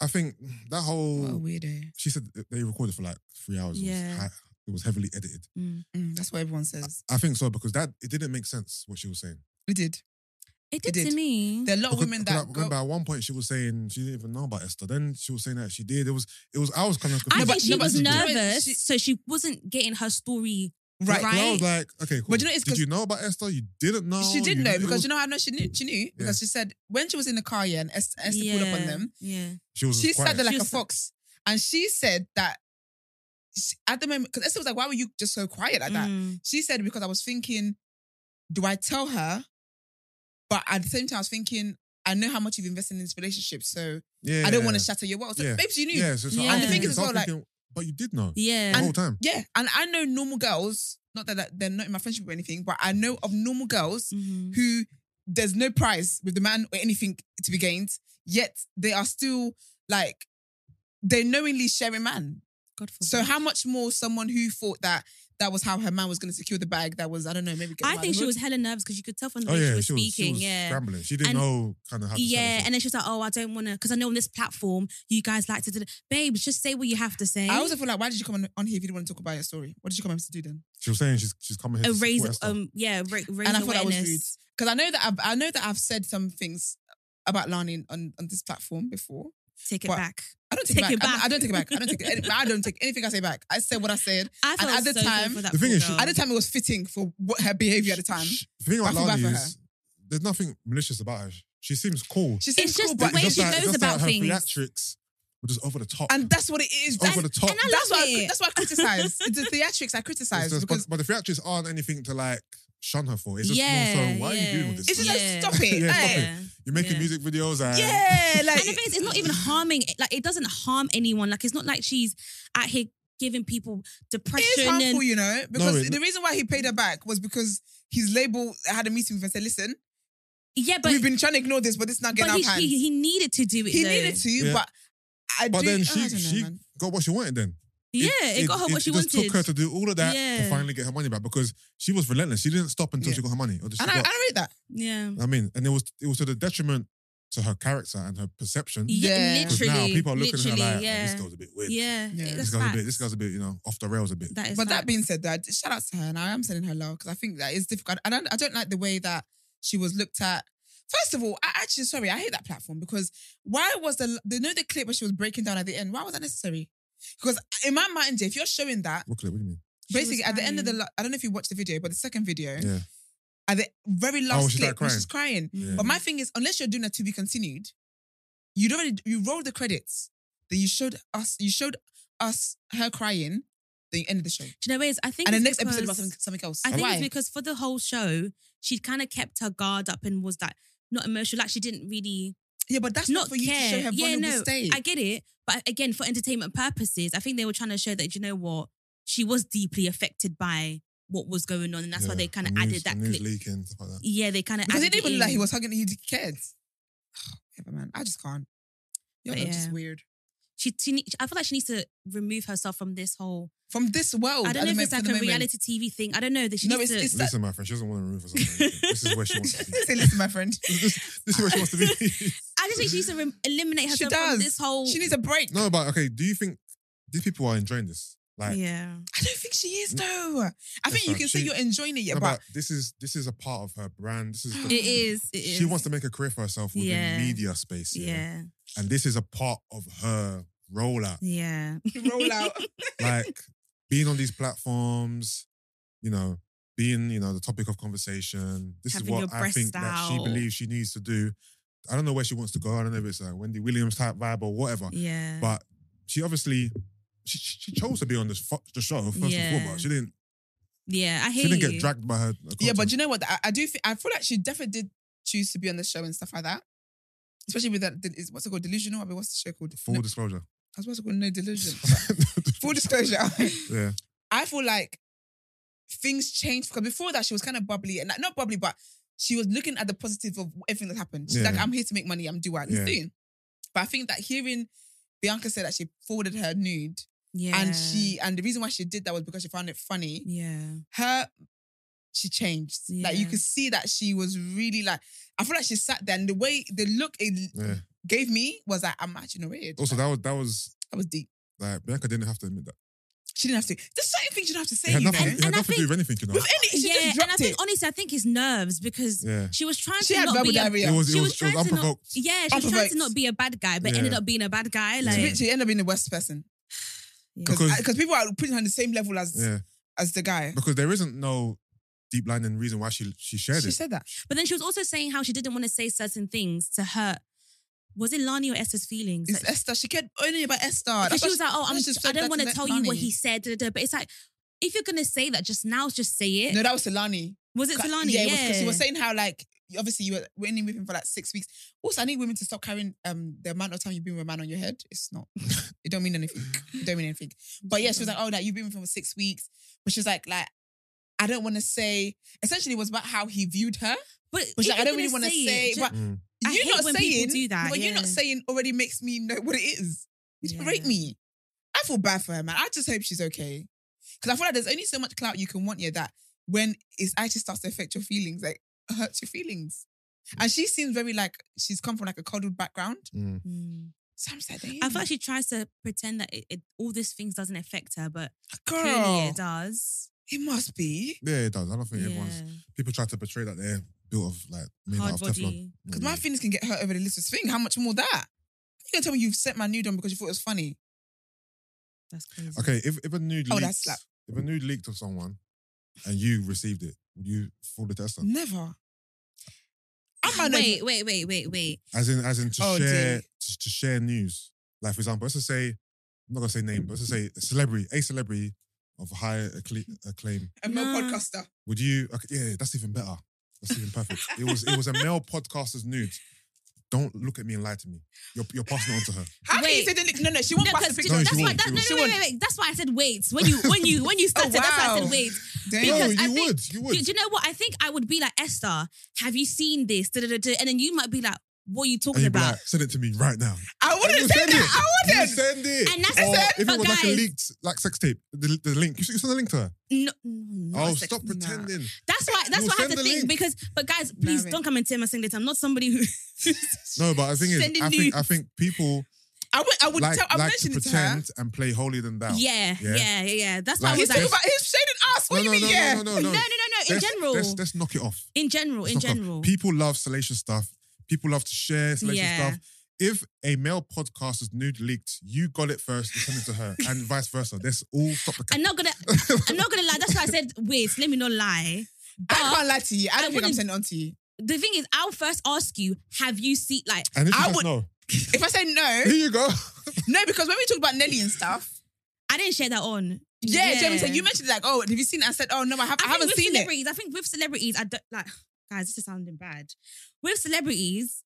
S3: I think that whole.
S2: What a weirdo.
S3: She said that they recorded for like three hours. It was
S1: Yeah.
S3: hi- It was heavily edited.
S2: Mm, that's what everyone says.
S3: I think so because that it didn't make sense what she was saying.
S2: It did.
S1: It did,
S2: did.
S1: to me.
S2: There are a lot of
S3: Because-
S2: women
S3: because I
S2: that go,
S3: remember at one point she was saying she didn't even know about Esther. Then she was saying that she did. It was it was I was kind of
S1: I
S3: confused.
S1: think she
S2: no, but
S1: was
S2: the difference-
S1: nervous,
S2: she-
S1: so she wasn't getting her story
S2: right.
S3: Because I was like, okay, cool.
S2: But you know, it's
S3: did
S2: 'cause-
S3: you know about Esther? You didn't know.
S2: She did
S3: oh, You-
S2: know
S3: it
S2: because
S3: was-
S2: you know how no, she knew she knew because she said when she was in the car, yeah, and Esther, Esther pulled up on
S1: Yeah,
S2: them,
S1: Yeah,
S3: she was
S2: she
S3: quiet.
S2: sat there like
S1: She
S2: a
S1: was-
S2: fox. And she said that she- at the moment, because Esther was like, why were you just so quiet like that?
S1: Mm.
S2: She said, because I was thinking, do I tell her? But at the same time, I was thinking, I know how much you've invested in this relationship, so
S3: yeah.
S2: I don't want to shatter your world. So
S3: Yeah.
S2: maybe she knew.
S3: Yeah, so, so
S1: Yeah.
S3: I'm
S1: And the thing
S3: thinking-
S2: is
S3: so
S2: as
S3: I'm
S2: well, like-
S3: thinking, but you did know
S1: yeah.
S3: the whole time.
S2: Yeah. And I know normal girls, not that that they're not in my friendship or anything, but I know of normal girls
S3: Mm-hmm.
S1: Mhm.
S2: who there's no prize with the man or anything to be gained, yet they are still like, they knowingly sharing man.
S1: God forbid.
S3: Mm-hmm.
S2: So how much more someone who thought that that was how her man was going to secure the bag? That was I don't know maybe. Get
S1: I
S2: him out
S1: think
S2: of
S1: she
S2: the
S1: was
S2: hood.
S1: hella nervous because you could tell from the
S3: Oh
S1: way
S3: yeah,
S1: she was
S3: she was,
S1: speaking.
S3: she was
S1: yeah.
S3: scrambling. She didn't
S1: And-
S3: know kind of how. To say
S1: Yeah,
S3: anything.
S1: and then she was like, "Oh, I don't want to," because I know on this platform you guys like to, do babes, just say what you have to say.
S2: I also feel like why did you come on, on here if you didn't want to talk about your story? What did you come here to do then?
S3: she was saying she's she's coming here.
S1: a
S3: to support
S1: raise,
S3: Esther.
S1: um, yeah, ra- raise
S2: and I thought that was rude
S1: awareness.
S2: because I know that I've, I know that I've said some things about Lani on, on this platform before.
S1: Take it
S2: But
S1: back.
S2: I don't take,
S1: Take
S2: it
S1: it
S2: back. I-
S1: back.
S2: I, don't take it back. I don't take it. I don't take anything I say back. I said what I said.
S1: I felt
S2: at the
S1: so sorry
S2: time-
S1: for that
S3: The thing
S1: poor
S3: is, she-
S1: girl.
S2: At the time, it was fitting for what her behavior at the time.
S3: Sh- The thing
S2: I
S3: about
S2: feel bad
S3: Lani
S2: for
S3: is there's nothing malicious about her. She seems cool.
S2: She seems
S1: It's just
S2: cool,
S1: the
S2: but
S1: way
S3: It's just
S1: she
S3: like-
S1: goes
S3: just
S1: about
S3: like
S1: things.
S3: Her theatrics were just over the top.
S2: and that's what it is.
S1: Oh,
S2: That's,
S3: over the top.
S1: and I
S2: that's
S1: love
S2: why I, cri-
S1: it.
S2: that's why I criticize the theatrics. I
S3: It's
S2: criticize
S3: just-
S2: because
S3: but, but the theatrics aren't anything to like shun her for. It's just more so why are you doing all this?
S2: It's just
S3: stuff?
S2: like,
S1: Yeah.
S2: stop it.
S3: Yeah, stop
S2: Hey.
S3: it. You're making
S1: yeah.
S3: music videos and
S2: yeah, like
S1: and the thing is, it's not even harming. Like it doesn't harm anyone. Like it's not like she's out here giving people depression.
S2: It is harmful,
S1: and,
S2: you know, because
S3: it-
S2: the reason why he paid her back was because his label had a meeting with her and said, "Listen,
S1: yeah, but
S2: we've been trying to ignore this, but it's not
S1: but
S2: getting out
S1: he,
S2: of hand."
S1: he,
S2: He,
S1: he needed to do it. though.
S2: needed to,
S3: Yeah.
S2: but I
S3: But
S2: do.
S3: then
S2: oh,
S3: she
S2: I don't know,
S3: she
S2: man.
S3: got what she wanted then.
S1: Yeah, it, got her what she
S3: it
S1: wanted.
S3: just took her to do all of that to
S1: Yeah.
S3: finally get her money back because she was relentless. She didn't stop until
S2: Yeah.
S3: she got her money. Or she
S2: and I, I
S3: got-
S2: read that.
S1: yeah.
S3: I mean, and it was it was to the detriment to her character and her perception.
S1: Yeah,
S2: Yeah.
S3: Because
S1: literally.
S3: now people are looking at her
S1: literally,
S3: like, oh,
S1: yeah.
S3: this girl's a bit weird.
S1: yeah,
S2: Yeah.
S1: it-
S3: This
S1: that's
S3: guy's a bit,
S1: facts.
S3: this guy's a bit, you know, off the rails a bit.
S1: That is
S2: But that
S1: facts.
S2: being said, that shout out to her, and I am sending her love because I think that is difficult. I don't, I don't like the way that she was looked at. First of all, I actually sorry, I hate that platform because why was the they know the clip where she was breaking down at the end? Why was that necessary? Because in my mind, if you're showing that,
S3: What clip? What do you mean?
S1: She was
S2: basically at the end of the,
S1: crying.
S2: la- I don't know if you watched the video, but the second video,
S1: Mm.
S3: Yeah.
S2: at the very last
S3: Oh, she started
S2: clip, when
S3: crying.
S2: she's crying.
S3: Yeah.
S2: But my thing is, unless you're doing that to be continued, you don't really, you roll the credits. Then you showed us, you showed us her crying. Then you ended the show,
S1: Do you know what it is? I think
S2: and the
S1: it's
S2: next episode
S1: because-
S2: was something, something else.
S1: I think
S2: Why?
S1: it's because for the whole show, she kind of kept her guard up and was like not emotional. Like she didn't really
S2: yeah, but that's
S1: not
S2: not, for
S1: care.
S2: you to show her
S1: yeah,
S2: vulnerable
S1: no,
S2: state.
S1: I get it, but again, for entertainment purposes, I think they were trying to show that you know what she was deeply affected by what was going on, and that's why
S3: Yeah,
S1: they kind
S3: the
S1: of
S3: news-
S1: added that
S3: the news
S1: clip.
S3: leaking stuff like that.
S1: Yeah, they kind of
S2: because it
S1: added
S2: didn't even
S1: in.
S2: look like he was hugging he cared. Whatever, man. I just can't. You're
S1: But
S2: just
S1: yeah.
S2: weird.
S1: She, she, need- I feel like she needs to remove herself from this whole.
S2: From this world,
S1: I don't know if
S2: at Oh, the
S1: it's
S2: mo-
S1: like
S2: for
S1: a
S2: the moment.
S1: reality TV thing. I don't know. That she
S2: No,
S1: needs
S2: it's-
S1: to,
S2: it's- that-
S3: Listen, my friend, she doesn't want to remove herself. this is where she wants to be.
S2: Say, listen, my friend.
S3: This, this- this is where she wants to be.
S1: I just think she needs to rem- eliminate
S2: She
S1: herself from
S2: does.
S1: this whole.
S2: She needs a break.
S3: no, but okay, do you think these people are enjoying this? Like,
S1: yeah.
S2: I don't think she is though. I think
S3: That's
S2: you
S3: right.
S2: can say
S3: She-
S2: you're enjoying it, yeah,
S3: no,
S2: but
S3: but this is this is a part of her brand. This is the,
S1: It is. It is.
S3: she wants to make a career for herself within
S1: Yeah.
S3: media space. yeah?
S1: Yeah.
S3: and this is a part of her rollout.
S1: Yeah.
S2: roll out.
S3: like being on these platforms, you know, being, you know, the topic of conversation. This
S1: Having
S3: is what
S1: your
S3: I
S1: breasts
S3: think that she
S1: out.
S3: believes she needs to do. I don't know where she wants to go. I don't know if it's a Wendy Williams type vibe or whatever.
S1: Yeah.
S3: But she obviously she, she she chose to be on this fu- the show first and
S1: Yeah.
S3: foremost. She didn't
S1: Yeah, I
S3: she
S1: hear
S3: didn't
S1: you.
S3: get dragged by her. her
S2: Yeah, but
S3: content.
S2: do you know what? I, I do. Think, I feel like she definitely did choose to be on the show and stuff like that. Especially with that, is- what's it called? Delusional. I mean, what's the show called?
S3: full
S2: No,
S3: disclosure.
S2: I was supposed to call no delusion. Full disclosure.
S3: yeah,
S2: I feel like things changed because before that she was kind of bubbly and not bubbly, but she was looking at the positive of everything that happened. She's
S3: Yeah.
S2: like, I'm here to make money. I'm doing what I'm
S3: Yeah.
S2: doing. But I think that hearing Bianca say that she forwarded her nude
S1: Yeah,
S2: and she and the reason why she did that was because she found it funny
S1: Yeah,
S2: her she changed. Like you
S1: Yeah.
S2: could see that she was really like I feel like she sat there and the way the look it
S3: yeah.
S2: gave me was like I'm actually annoyed.
S3: Also, that was that was
S2: that was deep.
S3: like Bianca didn't have to admit that.
S2: She didn't have to. There's certain things you don't have to
S3: It
S2: say.
S3: had
S2: you
S3: nothing,
S2: know?
S3: it had
S1: and I
S3: nothing to do with anything, you know.
S2: With any, she
S1: yeah.
S2: just
S1: And I
S2: dropped
S1: think
S2: it.
S1: honestly, I think it's nerves because
S3: Yeah,
S1: she was trying
S2: She
S1: to
S2: had
S1: not
S2: verbal
S1: be a
S2: diarrhea.
S3: it was it
S1: She was
S3: was, it was
S1: trying to not-
S3: unprovoked.
S1: Yeah, she was trying to
S2: Unprovoked.
S1: not be a bad guy, but
S3: Yeah.
S1: ended up being a bad guy.
S3: Yeah.
S1: Like,
S2: She literally ended up being the worst person
S1: yeah.
S3: Because-
S2: because uh, people are putting her on the same level as
S3: yeah,
S2: as the guy.
S3: because there isn't no deep line and reason why she she shared
S2: She
S3: it.
S2: said that.
S1: but then she was also saying how she didn't want to say certain things to hurt. Was it Lani or Esther's feelings?
S2: It's
S1: Like,
S2: Esther. She cared only about Esther.
S1: Because
S2: That's
S1: she
S2: why
S1: was like, "Oh, I'm
S2: that's why she
S1: just,
S2: said
S1: I
S2: that
S1: don't want to
S2: let
S1: tell you what
S2: Lani-
S1: he said." da, da, da. But it's like, if you're gonna say that, just now, just say it.
S2: No, that was Solani.
S1: was it Solani? Yeah,
S2: Yeah, it was because she was saying how like obviously you were winning with him for like six weeks. Also, I need women to stop carrying um the amount of time you've been with a man on your head. It's not. it don't mean anything. It don't mean anything. But yeah, she was like, oh, that you've been with him for six weeks. But she was like, like. I don't want to say. Essentially, it was about how he viewed her.
S1: but,
S2: But she's
S1: if
S2: like, I don't
S1: you're
S2: really
S1: gonna
S2: want to say.
S1: it,
S2: but
S3: Mm.
S1: I
S2: you're
S1: hate
S2: not
S1: when people
S2: saying.
S1: do that,
S2: What you're not
S1: yeah.
S2: saying already makes me know what it is. You
S1: Yeah.
S2: just rate me. I feel bad for her, man. I just hope she's okay. Because I feel like there's only so much clout you can want here that when it actually starts to affect your feelings, like hurts your feelings. And she seems very like she's come from like a cuddled background.
S3: Mm.
S1: Mm.
S2: So I'm just like, damn.
S1: I feel like she tries to pretend that it, it, all these things doesn't affect her, but clearly
S2: girl.
S1: it does.
S2: It must be.
S3: Yeah, it does. I don't think
S1: Yeah.
S3: everyone's people try to portray that they're built of like made out
S1: Hard
S3: of Teflon.
S1: body.
S3: Not
S2: Because my
S3: really.
S2: feelings can get hurt over the littlest thing. How much more that? You're gonna tell me you sent my nude on because you thought it was funny.
S1: That's crazy.
S3: Okay, if, if a nude
S2: Oh,
S3: leaked,
S2: that's slap.
S3: if a nude leaked of someone and you received it, would you fool the tester?
S2: Never. I might not
S1: wait,
S2: even-
S1: wait, wait, wait, wait.
S3: As in as in to
S2: Oh,
S3: share
S2: dear.
S3: to, to share news. Like for example, let's just say I'm not gonna say name, but let's just say a celebrity, a celebrity of high accle- acclaim.
S2: a male
S1: Nah.
S2: podcaster.
S3: Would you? Okay, yeah, yeah, that's even better. That's even perfect. it was it was a male podcaster's nude. Don't look at me and lie to me. You're you're passing it on to her.
S2: How can you
S1: Wait.
S2: say that? No, no, she won't
S1: No,
S2: pass
S1: 'cause
S2: the
S1: that's
S2: picture.
S3: No, she
S1: why.
S3: won't,
S1: That,
S3: she
S1: no,
S3: won't.
S1: no, wait, wait, wait. That's why I said wait. When you, when you, when you started, that's why I
S2: Oh, wow.
S1: said wait.
S3: No,
S2: Damn.
S1: Because I
S3: you
S1: think-
S3: would. You
S1: Do,
S3: would.
S1: do you know what? I think I would be like Esther. Have you seen this? Da, da, da, da. And then you might be like, "What are you
S3: and
S1: talking
S3: you'd be
S1: about?"
S3: like, send it to me right now.
S2: I
S3: And
S2: wouldn't
S3: you
S2: say
S3: send
S2: that.
S3: it.
S2: I
S3: You
S1: Oh,
S2: wouldn't.
S3: send it.
S1: And that's-
S3: or
S1: I said-
S3: if it
S1: but
S3: was like a
S1: guys-
S3: leaked like sex tape, the, the link. You should send the link to her.
S1: no, no,
S3: oh,
S1: no,
S3: stop
S1: no.
S3: pretending.
S1: That's why. That's
S3: You'll
S1: why I have
S3: send
S1: to
S3: the
S1: think
S3: link.
S1: because. But guys, please
S2: Nah,
S1: don't come and tell me saying that I'm not somebody who.
S3: No, but the thing is,
S1: Sending
S3: I think
S1: nudes.
S3: I think people
S2: I would. I would
S3: like,
S2: tell. I
S3: like to
S2: mentioned it to her.
S3: pretend and play holier than thou.
S1: yeah, yeah, yeah, yeah. That's why
S3: Like-
S1: I
S2: He's
S1: was
S3: It's
S1: like.
S2: talking about his shaded ass. What
S3: No,
S2: do
S3: no,
S2: you
S3: no,
S2: mean? yeah.
S3: no, no, no,
S1: no, no, no. In
S3: Let's-
S1: general,
S3: let's, let's knock it off.
S1: in general, in
S3: Let's knock it off.
S1: general.
S3: people love salacious stuff. People love to share salacious
S1: Yeah.
S3: stuff. If a male podcaster's nude leaked, you got it first. You send it to her, and vice versa. Let's all stop the.
S1: I'm not gonna. I'm not gonna lie. That's why I said wait. Let me not lie.
S2: I
S1: But
S2: can't lie to you. I don't
S1: Uh, I
S2: think I'm
S1: wouldn't-
S2: sending it on to you.
S1: the thing is, I'll first ask you. Have you seen like?
S3: and if you
S2: I
S3: just
S2: would-
S3: know,
S2: If I say
S3: here
S2: no,
S3: you go.
S2: no, because when we talk about Nelly and stuff,
S1: I didn't share that on.
S2: yeah, Jamie said you mentioned like, oh, have you seen? it? I said, oh no, I, have, I,
S1: think
S2: haven't
S1: with
S2: seen it.
S1: celebrities, I think with celebrities, I don't like. Guys, this is sounding bad. With celebrities,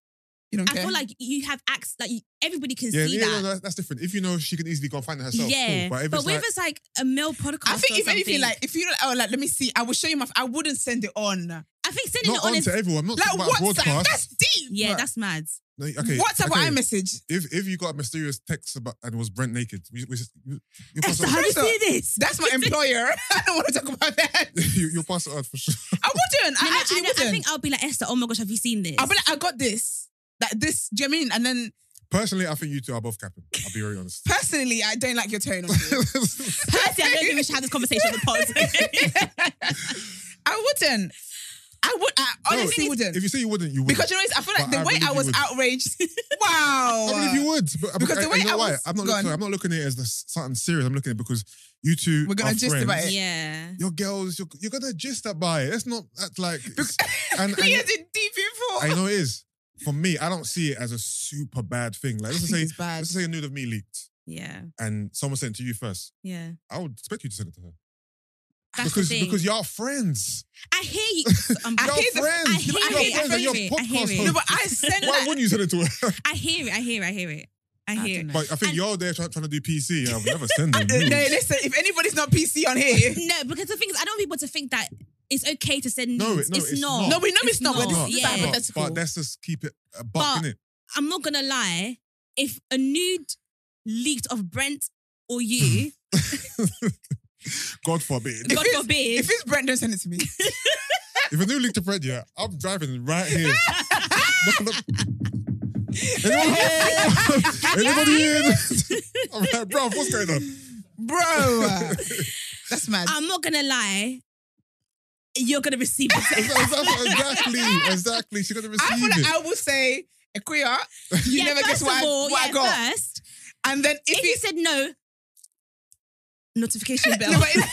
S2: You don't
S1: I
S2: care.
S1: feel like you have acts like you, everybody can
S3: Yeah,
S1: see
S3: yeah,
S1: that.
S3: no, that's different. If you know she can easily go and find it herself,
S1: yeah,
S3: cool. But if
S1: but
S3: it's
S1: with
S3: like,
S1: it's like a male podcast,
S2: I think
S1: or
S2: if anything,
S1: something,
S2: like if you don't, oh, like let me see, I will show you my. I wouldn't send it on. Like
S1: I think sending
S3: not
S1: it on
S3: on
S1: is
S3: to everyone. I'm not talking about
S2: WhatsApp. That's
S3: broadcast.
S2: deep.
S1: yeah, that's mad.
S3: No, okay,
S2: WhatsApp
S3: okay.
S2: or iMessage.
S3: If if you got a mysterious text about and was Brent naked, we, we, you, you pass
S1: Esther,
S3: it on.
S1: have you
S2: Esther,
S1: seen this?
S2: That's my employer. I don't want to talk about that.
S3: you, you'll pass it on for sure.
S2: I wouldn't.
S1: No, no,
S2: I actually
S1: I, know- I
S2: wouldn't.
S1: think I'll be like Esther. Oh my gosh, have you seen this?
S2: I'll be like, I got this. Like this, do you know what I mean? And then
S3: Personally, I think you two are both capping. I'll be very honest.
S2: personally, I don't like your tone. of it.
S1: Personally, I don't think we should have this conversation on the pod.
S2: I wouldn't. I would. I
S3: No,
S2: honestly wouldn't.
S3: If you say you wouldn't, you would.
S2: because you know, it's- I feel like
S3: But
S2: the
S3: I
S2: way
S3: believe
S2: I
S3: you
S2: was
S3: would.
S2: outraged. wow.
S3: I believe you would, but
S2: Because the
S3: I-
S2: way
S3: you know
S2: I
S3: why?
S2: was-
S3: I'm not.
S2: go
S3: Looking,
S2: on.
S3: I'm not looking at it as this, something serious. I'm looking at it because you two
S2: We're gonna
S3: are
S2: gist
S3: friends.
S2: about it.
S1: yeah.
S3: Your girls, you're, you're gonna gist about it. It's not act like. It's, and, and
S2: He is in deep info.
S3: I know it is. For me, I don't see it as a super bad thing. Like let's just say,
S2: It's bad.
S3: let's just say a nude of me leaked.
S1: Yeah.
S3: and someone sent it to you first,
S1: Yeah.
S3: I would expect you to send it to her.
S1: That's
S3: because
S1: the thing.
S3: because y'all friends.
S1: I hear you. I'm
S3: Y'all
S1: I hear the-
S3: friends.
S1: I hear
S3: Y'all
S1: it.
S3: friends
S1: I
S3: and
S1: hear
S3: your
S1: it. I
S3: podcast
S1: hear
S3: host.
S1: it.
S2: No, but I send
S3: Why
S2: that.
S3: wouldn't you send it to her?
S1: I hear it. I hear it. I hear it. I
S2: I
S1: hear
S2: don't
S1: it.
S3: But I think
S1: And-
S3: you're there trying, trying to do PC. and I've never sent them.
S2: No,
S3: you.
S2: listen. If anybody's not PC on here,
S1: No, because the thing is, I don't want people to think that it's okay to send
S3: No,
S1: nudes.
S3: it- no,
S1: it's,
S3: it's
S1: not.
S3: not.
S2: no, we know it's, not. But this,
S1: not.
S2: this is
S1: Yeah.
S3: But-
S2: hypothetical.
S3: But let's just keep it a
S1: But-
S3: buck, innit?
S1: I'm not gonna lie. If a nude leaked of Brent or you,
S3: God forbid.
S1: God
S2: it's-
S1: forbid,
S2: if it's Brent, don't send it to me.
S3: if a new link to bread, yeah, I'm driving right here. Look, look. Anybody, anybody in? I'm like, bruv, what's going on?
S2: Bro, that's mad.
S1: I'm not gonna lie. You're gonna receive it.
S3: exactly, exactly. She's gonna
S2: I feel
S3: receive
S2: like
S3: it.
S2: I will say, Equia, you
S1: yeah,
S2: never
S1: first
S2: guess what,
S1: of all,
S2: I, what
S1: yeah,
S2: I got.
S1: first,
S2: And then if,
S1: if, you
S2: it's
S1: said no, notification bell.
S2: No, but it-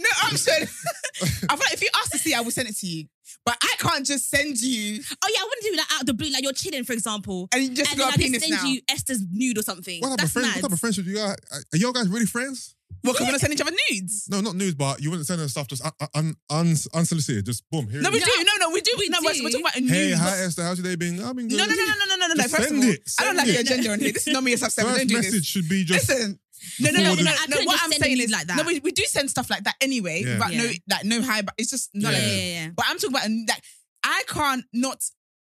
S2: no, I'm sure. I feel like if you ask to see, I will send it to you. But I can't just send you
S1: oh yeah, I wouldn't do that out of the blue. Like you're chilling, for example,
S2: and you just
S1: and
S2: go
S1: then I
S2: got a
S1: just
S2: penis
S1: send
S2: now.
S1: you Esther's nude or something.
S3: What type, of
S1: That's
S3: friend,
S1: mad.
S3: what type of friendship you got? Are are y'all guys really friends?
S2: What, can we not send each other nudes?
S3: No, not news, but you wouldn't send her stuff just un, un, un, unsolicited. Just boom. Here
S2: No,
S3: it
S2: we
S3: is.
S2: do. No, no, we do.
S1: We
S2: no, We're,
S1: do.
S2: we're talking about nudes.
S3: Hey, hi Esther, how's your day been? I've been good.
S2: no, no, no, no, no, no, no, no.
S3: Just
S2: First of
S3: send
S2: all,
S3: it.
S2: I don't
S3: Send
S2: like your
S3: it.
S2: agenda on here. This is not me as I've seven. Don't
S3: First
S2: do this.
S3: message should be just
S2: Listen. No, no, no, no,
S3: Forward
S2: no,
S3: it.
S1: I
S2: no.
S1: couldn't
S2: What
S1: just
S2: I'm
S1: send
S2: saying
S1: nudes
S2: is
S1: like that.
S2: No, we, we do send stuff like that anyway,
S3: Yeah.
S2: but no,
S1: Yeah.
S2: like no high. But it's just
S1: yeah,
S2: not
S1: yeah,
S2: like.
S1: yeah,
S2: But I'm talking about like I can't not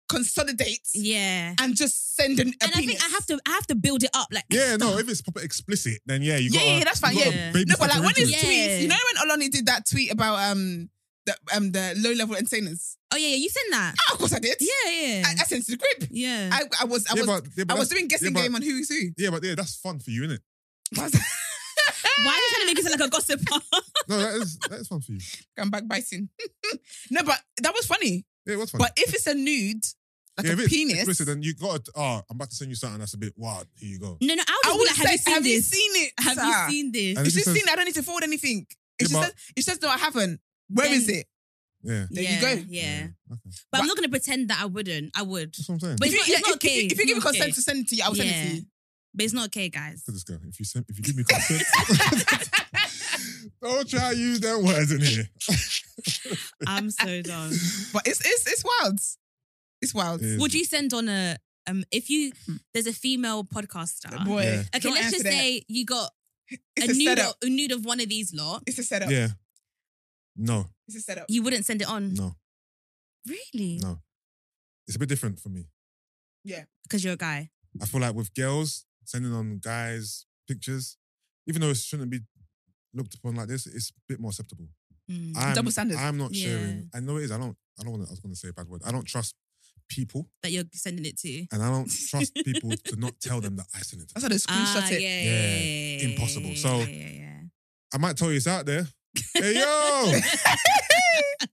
S2: consolidate
S1: yeah.
S2: and just send an, a
S1: And I
S2: penis.
S1: think I have to, I have to build it up. Like
S3: Yeah, no, if it's proper explicit, then yeah, you
S2: Yeah,
S3: gotta-
S2: yeah, that's fine,
S3: you gotta
S1: yeah.
S3: baby
S2: No, but like
S3: step her
S2: when
S3: into
S2: his
S3: it.
S1: Yeah.
S2: tweets, you know when Olani did that tweet about um the um the low level entertainers.
S1: Oh yeah, yeah. You sent that.
S2: Oh, of course I did.
S1: Yeah, yeah,
S2: I, I sent it to the group.
S1: yeah.
S2: I, I was I
S3: Yeah,
S2: was
S3: but- yeah, but
S2: I was
S3: that's-
S2: doing guessing
S3: yeah, but-
S2: game on who is who.
S3: Yeah, but yeah, that's fun for you, isn't it?
S1: Why are you trying to make it sound like a gossiper?
S3: No, that is that is fun for you.
S2: I'm backbiting. no, but that was funny.
S3: Yeah, what's fun?
S2: But if it's a nude, like
S3: yeah,
S2: a
S3: if it's
S2: penis,
S3: explicit, then you got. to Oh, I'm about to send you something that's a bit wild. Here you go.
S1: no, no. I
S2: I
S1: would
S2: would
S1: like,
S2: say,
S1: have you seen this?
S2: it?
S1: Have
S2: sir?
S1: you seen this?
S2: If
S3: And if
S2: she's
S3: it says-
S2: seen it, I don't need to forward anything. If
S3: Yeah,
S2: she
S3: but-
S2: says, if she says no, I haven't. Where
S1: Then-
S2: is it?
S3: Yeah,
S2: There
S1: yeah,
S2: you go.
S1: Yeah.
S3: okay.
S1: But I'm not going to pretend that I wouldn't. I would.
S3: That's what I'm saying.
S1: But-
S2: If
S1: it's
S2: you,
S1: not-
S2: yeah,
S1: it's not
S2: if- if-
S1: okay.
S2: if you give me
S1: It's not
S2: consent
S1: okay.
S2: to send it to you, I will send it
S1: Yeah.
S2: to you.
S1: But it's not okay, guys.
S3: Look at this girl. If you send, if you give me consent, don't try to use that words in here.
S1: I'm so done.
S2: But it's it's it's wild. It's wild.
S3: Yeah.
S1: Would you send on a um if you there's a female podcaster?
S2: Boy,
S3: Yeah.
S1: Okay,
S2: don't
S1: let's
S2: answer
S1: just
S2: that.
S1: say you got a
S2: it's a,
S1: nude,
S2: setup.
S1: of, a nude of one of these lot.
S2: It's a setup.
S3: Yeah. No,
S2: It's a setup.
S1: You wouldn't send it on.
S3: no,
S1: Really?
S3: no. It's a bit different for me.
S1: Because you're a guy.
S3: I feel like with girls sending on guys pictures, even though it shouldn't be looked upon like this, it's a bit more acceptable.
S1: Mm.
S3: I'm,
S2: Double standards.
S3: I'm not
S1: Yeah.
S3: sharing. I know it is. I don't. I don't want. to. I was going to say a bad word. I don't trust people,
S1: That you're sending it to.
S3: and I don't trust people to not tell them that I sent it. to
S2: That's how they screenshot
S1: Ah,
S2: it.
S1: yeah,
S3: Yeah,
S1: yeah, yeah, yeah,
S3: impossible.
S1: yeah,
S3: So-
S1: yeah, yeah, yeah.
S3: I might tell you it's out there. Hey yo,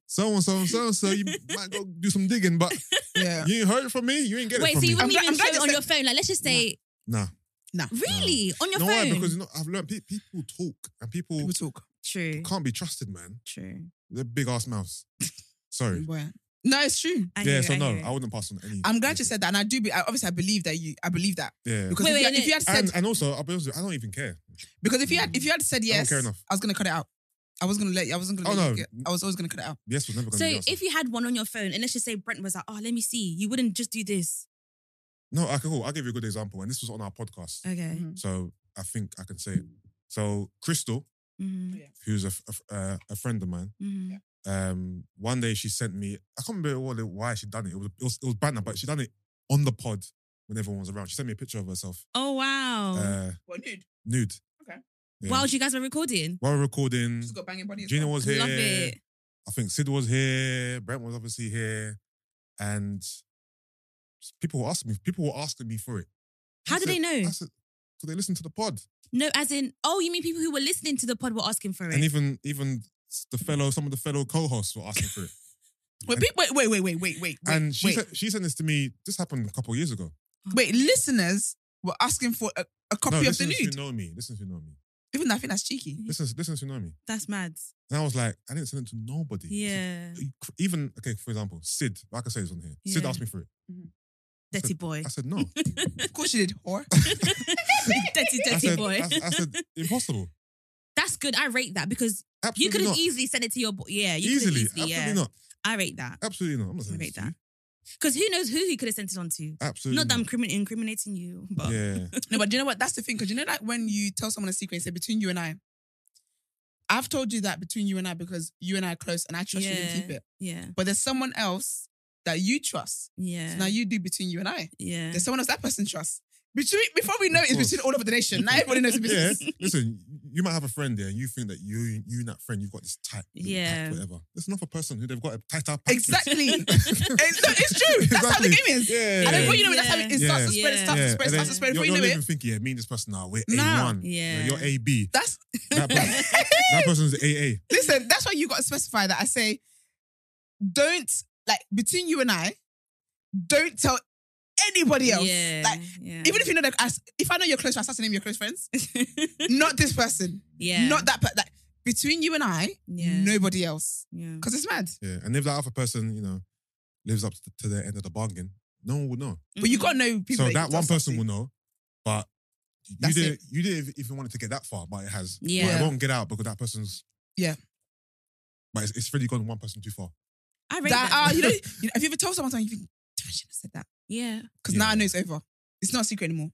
S3: so and so and so and so. You might go do some digging, but
S2: Yeah.
S3: you ain't heard it from me. You ain't get it
S1: Wait,
S3: from
S1: so you
S3: me.
S1: wouldn't
S2: I'm glad-
S1: even
S2: I'm
S1: show
S2: glad
S1: it
S2: you
S1: on
S2: said-
S1: your phone? Like, let's just say,
S3: nah,
S2: Nah.
S1: really, on your
S3: no
S1: phone?
S3: why? Because you know, I've learned pe- people talk, and people,
S2: People talk.
S1: true,
S3: can't be trusted, man.
S1: true.
S3: They're big ass mouths. Sorry.
S2: Boy. No, it's true.
S1: I
S3: yeah,
S1: hear
S3: so
S1: it, I
S3: no,
S1: hear it.
S3: I wouldn't pass on any.
S2: I'm glad you said that, and I do. Be, I, obviously, I believe that you. I believe that
S3: Yeah,
S2: because
S1: Wait,
S2: if,
S1: wait,
S2: you, if you had said
S3: and and also I'll be honest, with you, I don't even care.
S2: because if you had if you had said
S3: don't
S2: yes,
S3: care
S2: I,
S3: enough.
S2: was gonna cut it out. I was gonna let. you- I wasn't gonna.
S3: Oh,
S2: let you
S3: no.
S2: get, I was always gonna cut it out.
S3: Yes was never going to
S1: So
S3: be the answer.
S1: if you had one on your phone, and let's just say Brent was like, "Oh, let me see," you wouldn't just do this.
S3: No, okay, cool. I'll give you a good example. And this was on our podcast.
S1: Okay.
S2: Mhm.
S3: So I think I can say it. So Crystal,
S1: Mm-hmm.
S3: who's a, f- a f- uh, a friend of mine,
S1: Mm-hmm.
S3: um, one day she sent me, I can't remember what it, why she done it. It was, it was, it was banter, but she done it on the pod when everyone was around. She sent me a picture of herself,
S1: Oh wow!
S3: uh,
S2: What nude?
S3: nude.
S2: Okay.
S3: Yeah.
S1: While you guys were recording,
S3: While recording,
S2: She's got banging body. as
S3: Mm. Gina
S2: well.
S3: was here.
S1: love it.
S3: I think Sid was here, Brent was obviously here, and people were asking me. People were asking me for it.
S1: How do they know?
S3: Because they listen to the pod,
S1: No, as in, oh, you mean people who were listening to the pod were asking for it?
S3: and even even the fellow, some of the fellow co-hosts were asking for it.
S2: Wait, pe- wait, wait, wait, wait, wait, wait.
S3: and she
S2: wait,
S3: said, she sent this to me. This happened a couple of years ago.
S2: wait, listeners were asking for a, a
S3: No,
S2: copy of the
S3: listeners
S2: nude.
S3: who know me, listeners who know me,
S2: Even I think that's cheeky.
S3: listeners listeners who know me.
S1: That's mad.
S3: And I was like, I didn't send it to nobody.
S1: Yeah.
S3: Even okay, for example, Sid. Like I say, is on here. Sid
S1: Yeah.
S3: asked me for it.
S2: Mhm.
S1: Dirty boy.
S3: I said no.
S2: Of course you did, whore.
S1: dirty,
S3: I
S1: dirty
S3: said,
S1: boy.
S3: I, I said impossible.
S1: That's good. I rate that because
S3: Absolutely
S1: you could have
S3: not.
S1: easily sent it to your boy. Yeah, you could have
S3: easily,
S1: easily.
S3: absolutely
S1: Yeah,
S3: not,
S1: I rate that.
S3: absolutely not. I'm not
S1: I
S3: saying
S1: rate
S3: this to
S1: that.
S3: you.
S1: Because who knows who he could have sent it on to?
S3: Absolutely
S1: Not that I'm crimin- incriminating you, but
S3: Yeah,
S2: No, but do you know what? That's the thing. Because you know, like when you tell someone a secret, you say between you and I. I've told you that between you and I because you and I are close and I trust you
S1: Yeah.
S2: to keep it.
S1: yeah,
S2: But there's someone else that you trust.
S1: yeah,
S2: So now you do between you and I.
S1: yeah.
S2: There's someone else that person trusts. Between, before we know it,
S3: Of
S2: it's between
S3: course.
S2: all over the nation. Now everybody knows it's between
S3: yeah. Listen, you might have a friend there, and you think that you, you and that friend, you've got this tight, little
S1: Yeah.
S3: pact, whatever. There's another person who they've got a tighter pact with.
S2: Exactly. it's, no, it's true. That's how the
S3: Exactly.
S2: game is.
S3: Yeah.
S2: And then before you know it, that's how
S1: Yeah.
S2: it, it starts to spread, it
S1: Yeah.
S2: starts to spread, it
S3: and then
S2: starts to spread.
S3: You're,
S2: Before
S3: you're
S2: you
S3: not
S2: know
S3: even
S2: it,
S3: thinking, yeah, me and this person are we're
S2: Nah.
S3: A1.
S1: Yeah.
S3: You are AB.
S2: that's
S3: That, person, that person's AA.
S2: Listen, that's why you got to specify that. I say, don't like between you and I, don't tell anybody else.
S1: Yeah,
S2: Like,
S1: yeah.
S2: even if you know that, as- if I know your close friends, I start to name your close friends. not this person.
S1: yeah,
S2: Not that. But like between you and I,
S1: Yeah.
S2: nobody else.
S1: yeah.
S2: Because it's mad.
S3: Yeah. And if that other person, you know, lives up to, to their end of the bargain, no one will know.
S2: But you
S1: Mhm.
S2: got to know people.
S3: so
S2: you
S3: that
S2: can
S3: one
S2: trust
S3: person
S2: to.
S3: will know, but you
S2: That's
S3: didn't. You didn't even want it to get that far, but it has. But
S1: Yeah.
S3: it won't get out because that person's.
S2: Yeah.
S3: But it's, it's really gone one person too far.
S1: I rate
S2: That,
S1: that.
S2: ah, you know, you know, have you ever told someone something? You think, "Damn, I shouldn't have said that.
S1: yeah,
S2: Because
S3: Yeah.
S2: now I know it's over. It's not a secret anymore.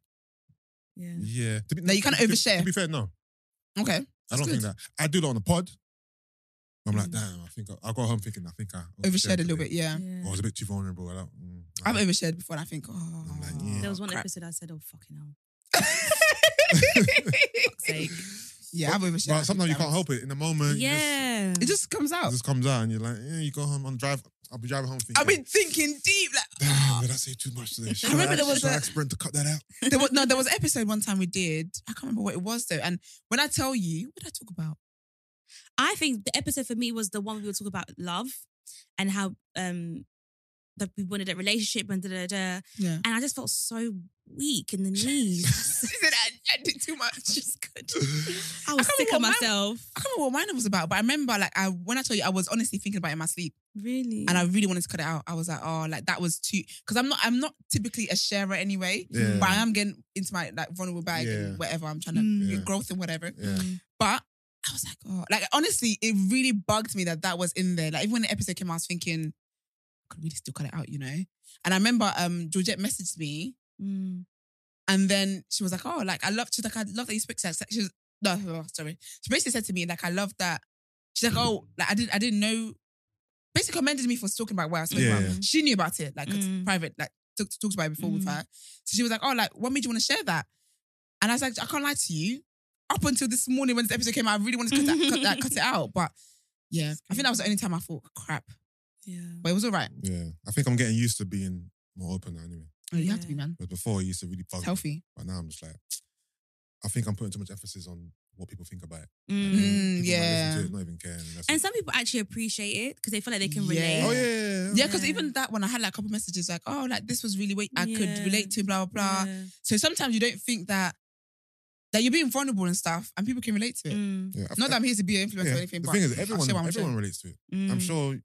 S1: yeah.
S3: Yeah. To be,
S2: No, you can't
S3: to-
S2: overshare.
S3: To be fair, no.
S2: Okay.
S3: I
S2: That's
S3: don't think
S2: good.
S3: that. I do that on the pod. I'm like,
S1: Mm.
S3: damn, I think I, I got home thinking, I think I
S2: Overshared a little bit, yeah.
S3: Or I was a bit too vulnerable. I don't, mm, I
S2: I've
S3: don't-
S2: overshared before and I think, oh.
S3: like, yeah.
S1: There was one
S2: crap.
S1: episode I said, "Oh fucking hell." sake.
S2: yeah, I've overshared.
S3: But sometimes you can't help it. In the moment, you just-
S1: Yeah,
S2: It just comes
S3: it
S2: out.
S3: just comes out and you're like, yeah, you go home on drive. I'll be driving home thinking.
S2: I've been thinking deep. Like,
S3: Damn, did I say too much today? Should I
S2: remember
S3: ask-
S2: there was
S3: should I
S2: a-
S3: ask Brent to cut that out?
S2: there was no, there was an episode one time we did. I can't remember what it was though. And when I tell you, what did I talk about?
S1: I think the episode for me was the one we were talking about love and how um that we wanted a relationship and da da da.
S2: Yeah.
S1: And I just felt so weak in the knees.
S2: She said I, I did too much.
S1: Just good.
S2: I
S1: I was
S2: can't
S1: sick of
S2: remember what mine-
S1: myself.
S2: I can't remember what mine was about, but I remember like I when I told you I was honestly thinking about it in my sleep.
S1: Really?
S2: And I really wanted to cut it out. I was like, oh, like that was too because I'm not I'm not typically a sharer anyway.
S3: Yeah.
S2: But I am getting into my like vulnerable bag
S3: Yeah.
S2: and whatever. I'm trying to
S1: Mm.
S3: Yeah.
S2: growth and whatever.
S3: Yeah.
S2: But I was like, oh, like honestly, it really bugged me that that was in there. Like even when the episode came out, I was thinking, I could really still cut it out, you know. And I remember um Georgette messaged me,
S1: Mm.
S2: and then she was like, oh, like I love. She's like, I love that you spoke to us. She was no, oh, sorry. She basically said to me like, I love that. She's like, oh, like I didn't, I didn't know. Basically commended me for talking about what I was talking
S3: Yeah,
S2: about.
S1: yeah.
S2: She knew about it, like 'cause
S1: Mm.
S2: private, like talked talked about it before with
S1: Mm.
S2: her. So she was like, oh, like what made you want to share that? And I was like, I can't lie to you. Up until this morning when the episode came out, I really wanted to cut, that, cut, that, cut it out, but yeah, I think that was the only time I thought crap,
S1: Yeah.
S2: but it was all right.
S3: Yeah. I think I'm getting used to being more open now anyway.
S2: Oh, You have to be
S1: Yeah.
S2: man.
S3: But before it used to really bug
S2: It's
S3: me.
S2: healthy.
S3: But now I'm just like, I think I'm putting too much emphasis on what people think about it.
S1: Mm.
S3: And then
S2: Mm,
S3: people might listen
S2: yeah.
S3: to it, not even care. And, that's
S1: And
S3: it.
S1: some people actually appreciate it because they feel like they can
S2: Yeah.
S1: relate.
S3: oh, yeah. yeah, yeah.
S2: Yeah, because
S1: Yeah.
S2: even that one, I had like a couple messages like, oh, like this was really what I
S1: Yeah.
S2: could relate to, blah, blah, blah.
S1: Yeah.
S2: So sometimes you don't think that that you're being vulnerable and stuff and people can relate to it.
S1: Mm.
S3: Yeah, I-
S2: Not that I'm here to be an influencer
S3: yeah.
S2: or anything,
S3: The
S2: but
S3: thing is,
S2: I'll
S3: everyone,
S2: share what I'm
S3: everyone
S2: sharing.
S3: relates to it. I'm
S1: Mm.
S3: sure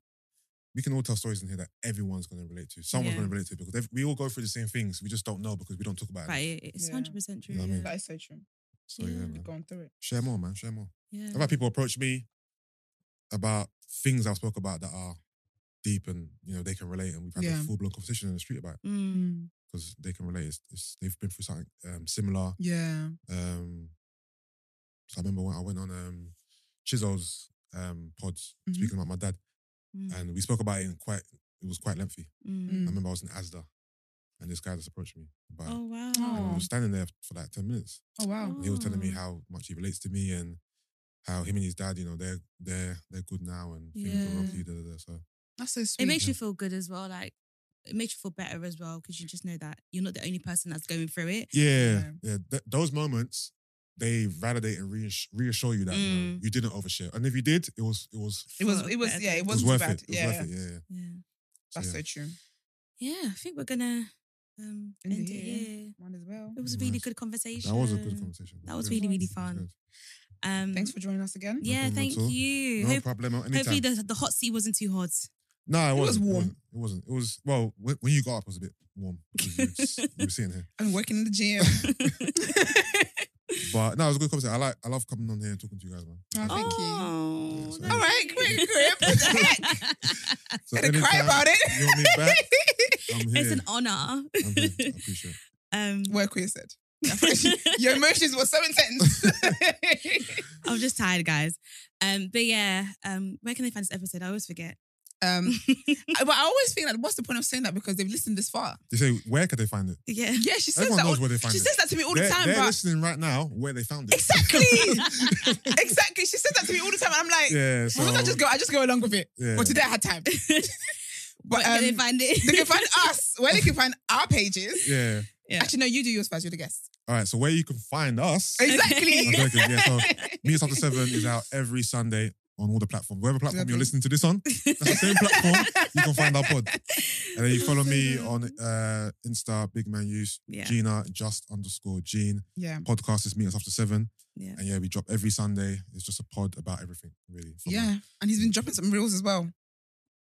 S3: we can all tell stories in here that everyone's going to relate to. Someone's
S1: Yeah.
S3: going to relate to it because ev- we all go through the same things. We just don't know because we don't talk about
S1: Right,
S3: it.
S1: it- it's
S2: Yeah.
S1: hundred percent true.
S3: You know what I mean?
S1: yeah.
S2: is so true.
S3: So Oh, Mm. yeah,
S1: Yeah.
S3: man.
S2: Going through it.
S3: share more, man. Share more.
S1: Yeah.
S3: I've had people approach me about things I've spoke about that are deep and you know they can relate, and we've had
S2: Yeah.
S3: a full blown conversation in the street about it
S1: Mm.
S3: because they can relate. It's, it's, they've been through something um, similar.
S2: Yeah.
S3: Um, so I remember when I went on um, Chisel's um, pods
S2: Mhm.
S3: speaking about my dad,
S1: Mm.
S3: and we spoke about it in quite. It was quite lengthy.
S1: Mm.
S2: Mm.
S3: I remember I was in ASDA, and this guy just approached me about it.
S1: Oh wow.
S3: And I
S2: Oh.
S3: was standing there for like ten minutes.
S2: Oh, wow.
S3: He was telling me
S1: Oh.
S3: how much he relates to me and how him and his dad, you know, they're they're they're good now and things
S1: Yeah.
S3: are rocky. Da, da, da, so
S2: That's so sweet.
S1: It makes you feel good as well. Like it makes you feel better as well because you just know that you're not the only person that's going through it.
S3: yeah,
S2: Yeah.
S3: yeah. th- those moments they validate and reassure, reassure you that you, know,
S1: Mm.
S3: you didn't overshare, and if you did, it was it was
S2: It was,
S1: For
S2: it was,
S1: better.
S2: yeah, it
S1: It
S3: it was
S2: wasn't
S3: worth
S2: too bad.
S3: it. It was
S2: yeah,
S3: worth
S2: yeah.
S3: it. Yeah, yeah.
S1: Yeah.
S2: That's
S3: yeah.
S2: so true.
S1: Yeah. I think we're gonna um end,
S2: End it
S1: it
S2: here.
S1: here.
S2: Might as well.
S1: It was a
S3: Nice.
S1: really good conversation.
S3: That was a good conversation.
S1: That was
S3: Yeah.
S1: really, really
S3: It was
S1: fun.
S3: good.
S1: Um,
S2: Thanks for joining us again.
S3: No
S1: yeah,
S3: problem at
S1: thank
S3: all.
S1: you.
S3: No
S1: Hope-
S3: problem.
S1: hopefully
S3: Anytime.
S1: the, the hot seat wasn't too hot.
S3: No, it,
S2: It was
S3: wasn't.
S2: warm.
S3: It wasn't. It was well when when you got up, it was a bit warm. You were, just- you were sitting here,
S2: I'm working in the gym.
S3: but no, it was a good conversation. I like. I love coming on here and talking to you guys, man.
S2: Oh, thank you.
S1: Oh,
S3: Yeah,
S2: All right, great, Grip. What the heck?
S3: So
S2: Gonna cry
S3: anytime
S2: about it.
S3: You want me back? I'm here.
S1: it's an honor.
S3: I'm here. I appreciate. it.
S1: Um,
S2: Work queer said. Your emotions were so intense.
S1: I'm just tired, guys. Um, but yeah, um, where can they find this episode? I always forget.
S2: um, I- but I always think like, what's the point of saying that because they've listened this far?
S3: They say where could they find it?
S1: yeah.
S2: Yeah, she says
S3: Everyone
S2: that.
S3: knows
S2: all-
S3: where they find
S2: she
S3: it.
S2: says that to me all
S3: they're
S2: the time.
S3: they're
S2: But
S3: listening right now where they found it.
S2: exactly, exactly. She says that to me all the time, and I'm like,
S3: Yeah. So
S2: well, I just go. I just go along with it.
S3: Yeah.
S2: But today I had time.
S1: Where
S2: but
S1: can they
S2: um,
S1: find it?
S2: they can find us where they can find our pages.
S3: yeah.
S1: Yeah.
S2: Actually, no, you do yours first. You're the guest.
S3: All right. So where you can find us? I'm
S2: Exactly.
S3: joking, yeah, so Meet us after seven is out every Sunday on all the platforms. Whatever platform you're
S2: Lovely.
S3: listening to this on, that's the same platform. You can find our pod. And then you follow me on uh, Insta, Big Man Use,
S1: Yeah.
S3: Gina, just underscore Gene.
S2: yeah.
S3: Podcast is Meet Us After Seven.
S1: Yeah.
S3: And yeah, we drop every Sunday. It's just a pod about everything, really. from
S2: Yeah. And he's been dropping some reels as well.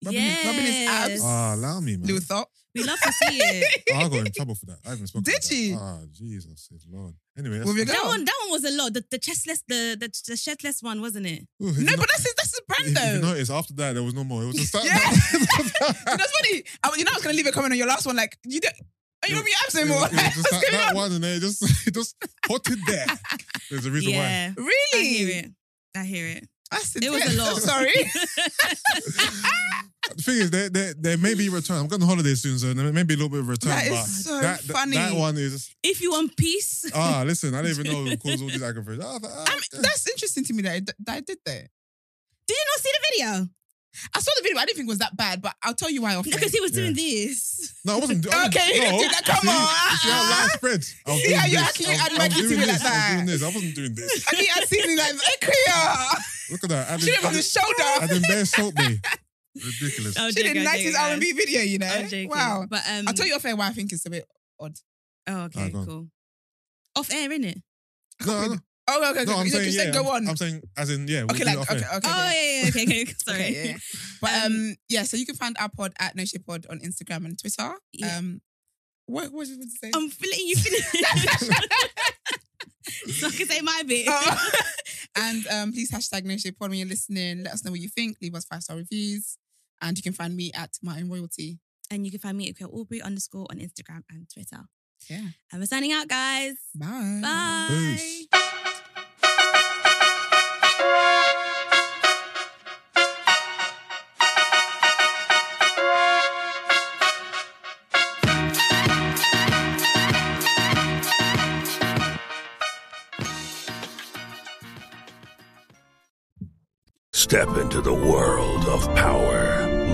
S2: Rubbing, his, rubbing his abs.
S3: that. Ah, allow me, man.
S2: Little thought.
S1: We love to see it.
S3: Ah, I got in trouble for that. I haven't spoken.
S2: Did
S3: about that.
S2: you?
S3: Ah, Jesus, his Lord. Anyway, that's,
S2: With your
S1: That
S2: girl.
S1: one, that one was a lot. The, the chestless, the, the the shirtless one, wasn't it?
S3: Ooh, if you
S2: No,
S3: no-
S2: but that's his, that's his
S3: if,
S2: brand
S3: if you
S2: though.
S3: notice, after that there was no more. It was just that.
S2: Yeah. that's funny. I, you know, I was gonna leave a comment on your last one. Like you don't. Are you rubbing your abs
S3: It
S2: anymore?
S3: was- it was
S2: Like,
S3: just
S2: what's
S3: that,
S2: going
S3: that
S2: on?
S3: one, and then it just it just potted there. There's a reason
S1: yeah. I hear
S2: Really?
S1: it. I hear it.
S2: That's
S1: It was a lot.
S2: I'm sorry.
S3: why. The thing is, there, there, there may be a return. I'm going on holiday soon, so there may be a little bit of return.
S2: That is
S3: but
S2: so
S3: that, that-
S2: funny.
S3: That one is
S1: if you want peace,
S3: ah. Listen, I don't even know who caused all these aggravation. Ah, but, ah,
S2: I mean, that's interesting to me that I, that I did that.
S1: did you not see the video?
S2: I saw the video. I didn't think it was that bad, but I'll tell you why. Off.
S1: Because he was doing this.
S3: no, I wasn't. I wasn't-
S2: Okay, you
S3: no.
S2: didn't do that. Come
S3: See,
S2: on.
S3: See how life spreads. I was
S2: See
S3: doing
S2: how you-
S3: this.
S2: how can you
S3: I was-
S2: add my
S3: I was
S2: kids to
S3: doing
S2: me like
S3: this. I
S2: that?
S3: was doing this. I wasn't doing this.
S2: I mean, I seen it like, hey, Kriya.
S3: Look at that. I
S2: She didn't put the shoulder.
S3: didn't, I didn't bare salt me. Ridiculous.
S1: Oh,
S2: She did a 90s R&B video, you know.
S1: I'm joking.
S2: Wow.
S1: But um,
S2: I'll tell you off air why I think it's a bit.
S1: Oh, okay,
S3: go on.
S1: cool. Off air, innit?
S3: No, no,
S2: Oh, okay, okay.
S3: no, I'm
S2: you know,
S3: saying
S2: you
S3: yeah.
S2: said go on.
S3: I'm saying as in yeah. we'll
S2: okay,
S3: do
S2: like
S3: it off
S2: okay,
S3: air.
S2: okay.
S1: Oh,
S2: okay.
S1: yeah, yeah, okay, okay. Sorry.
S2: Okay, yeah.
S1: Um,
S2: But um, yeah. So you can find our pod at No Shade Pod on Instagram and Twitter.
S1: Yeah. Um,
S2: Um, what what did you say?
S1: I'm letting you finish. so I can say my bit.
S2: Oh. and um, please hashtag No Shade Pod when you're listening. Let us know what you think. Leave us five star reviews, and you can find me at my own royalty.
S1: And you can find me at Queer Aubrey underscore on Instagram and Twitter.
S2: Yeah.
S1: And we're signing out, guys.
S2: Bye.
S1: Bye.
S3: Peace.
S7: Step into the world of power,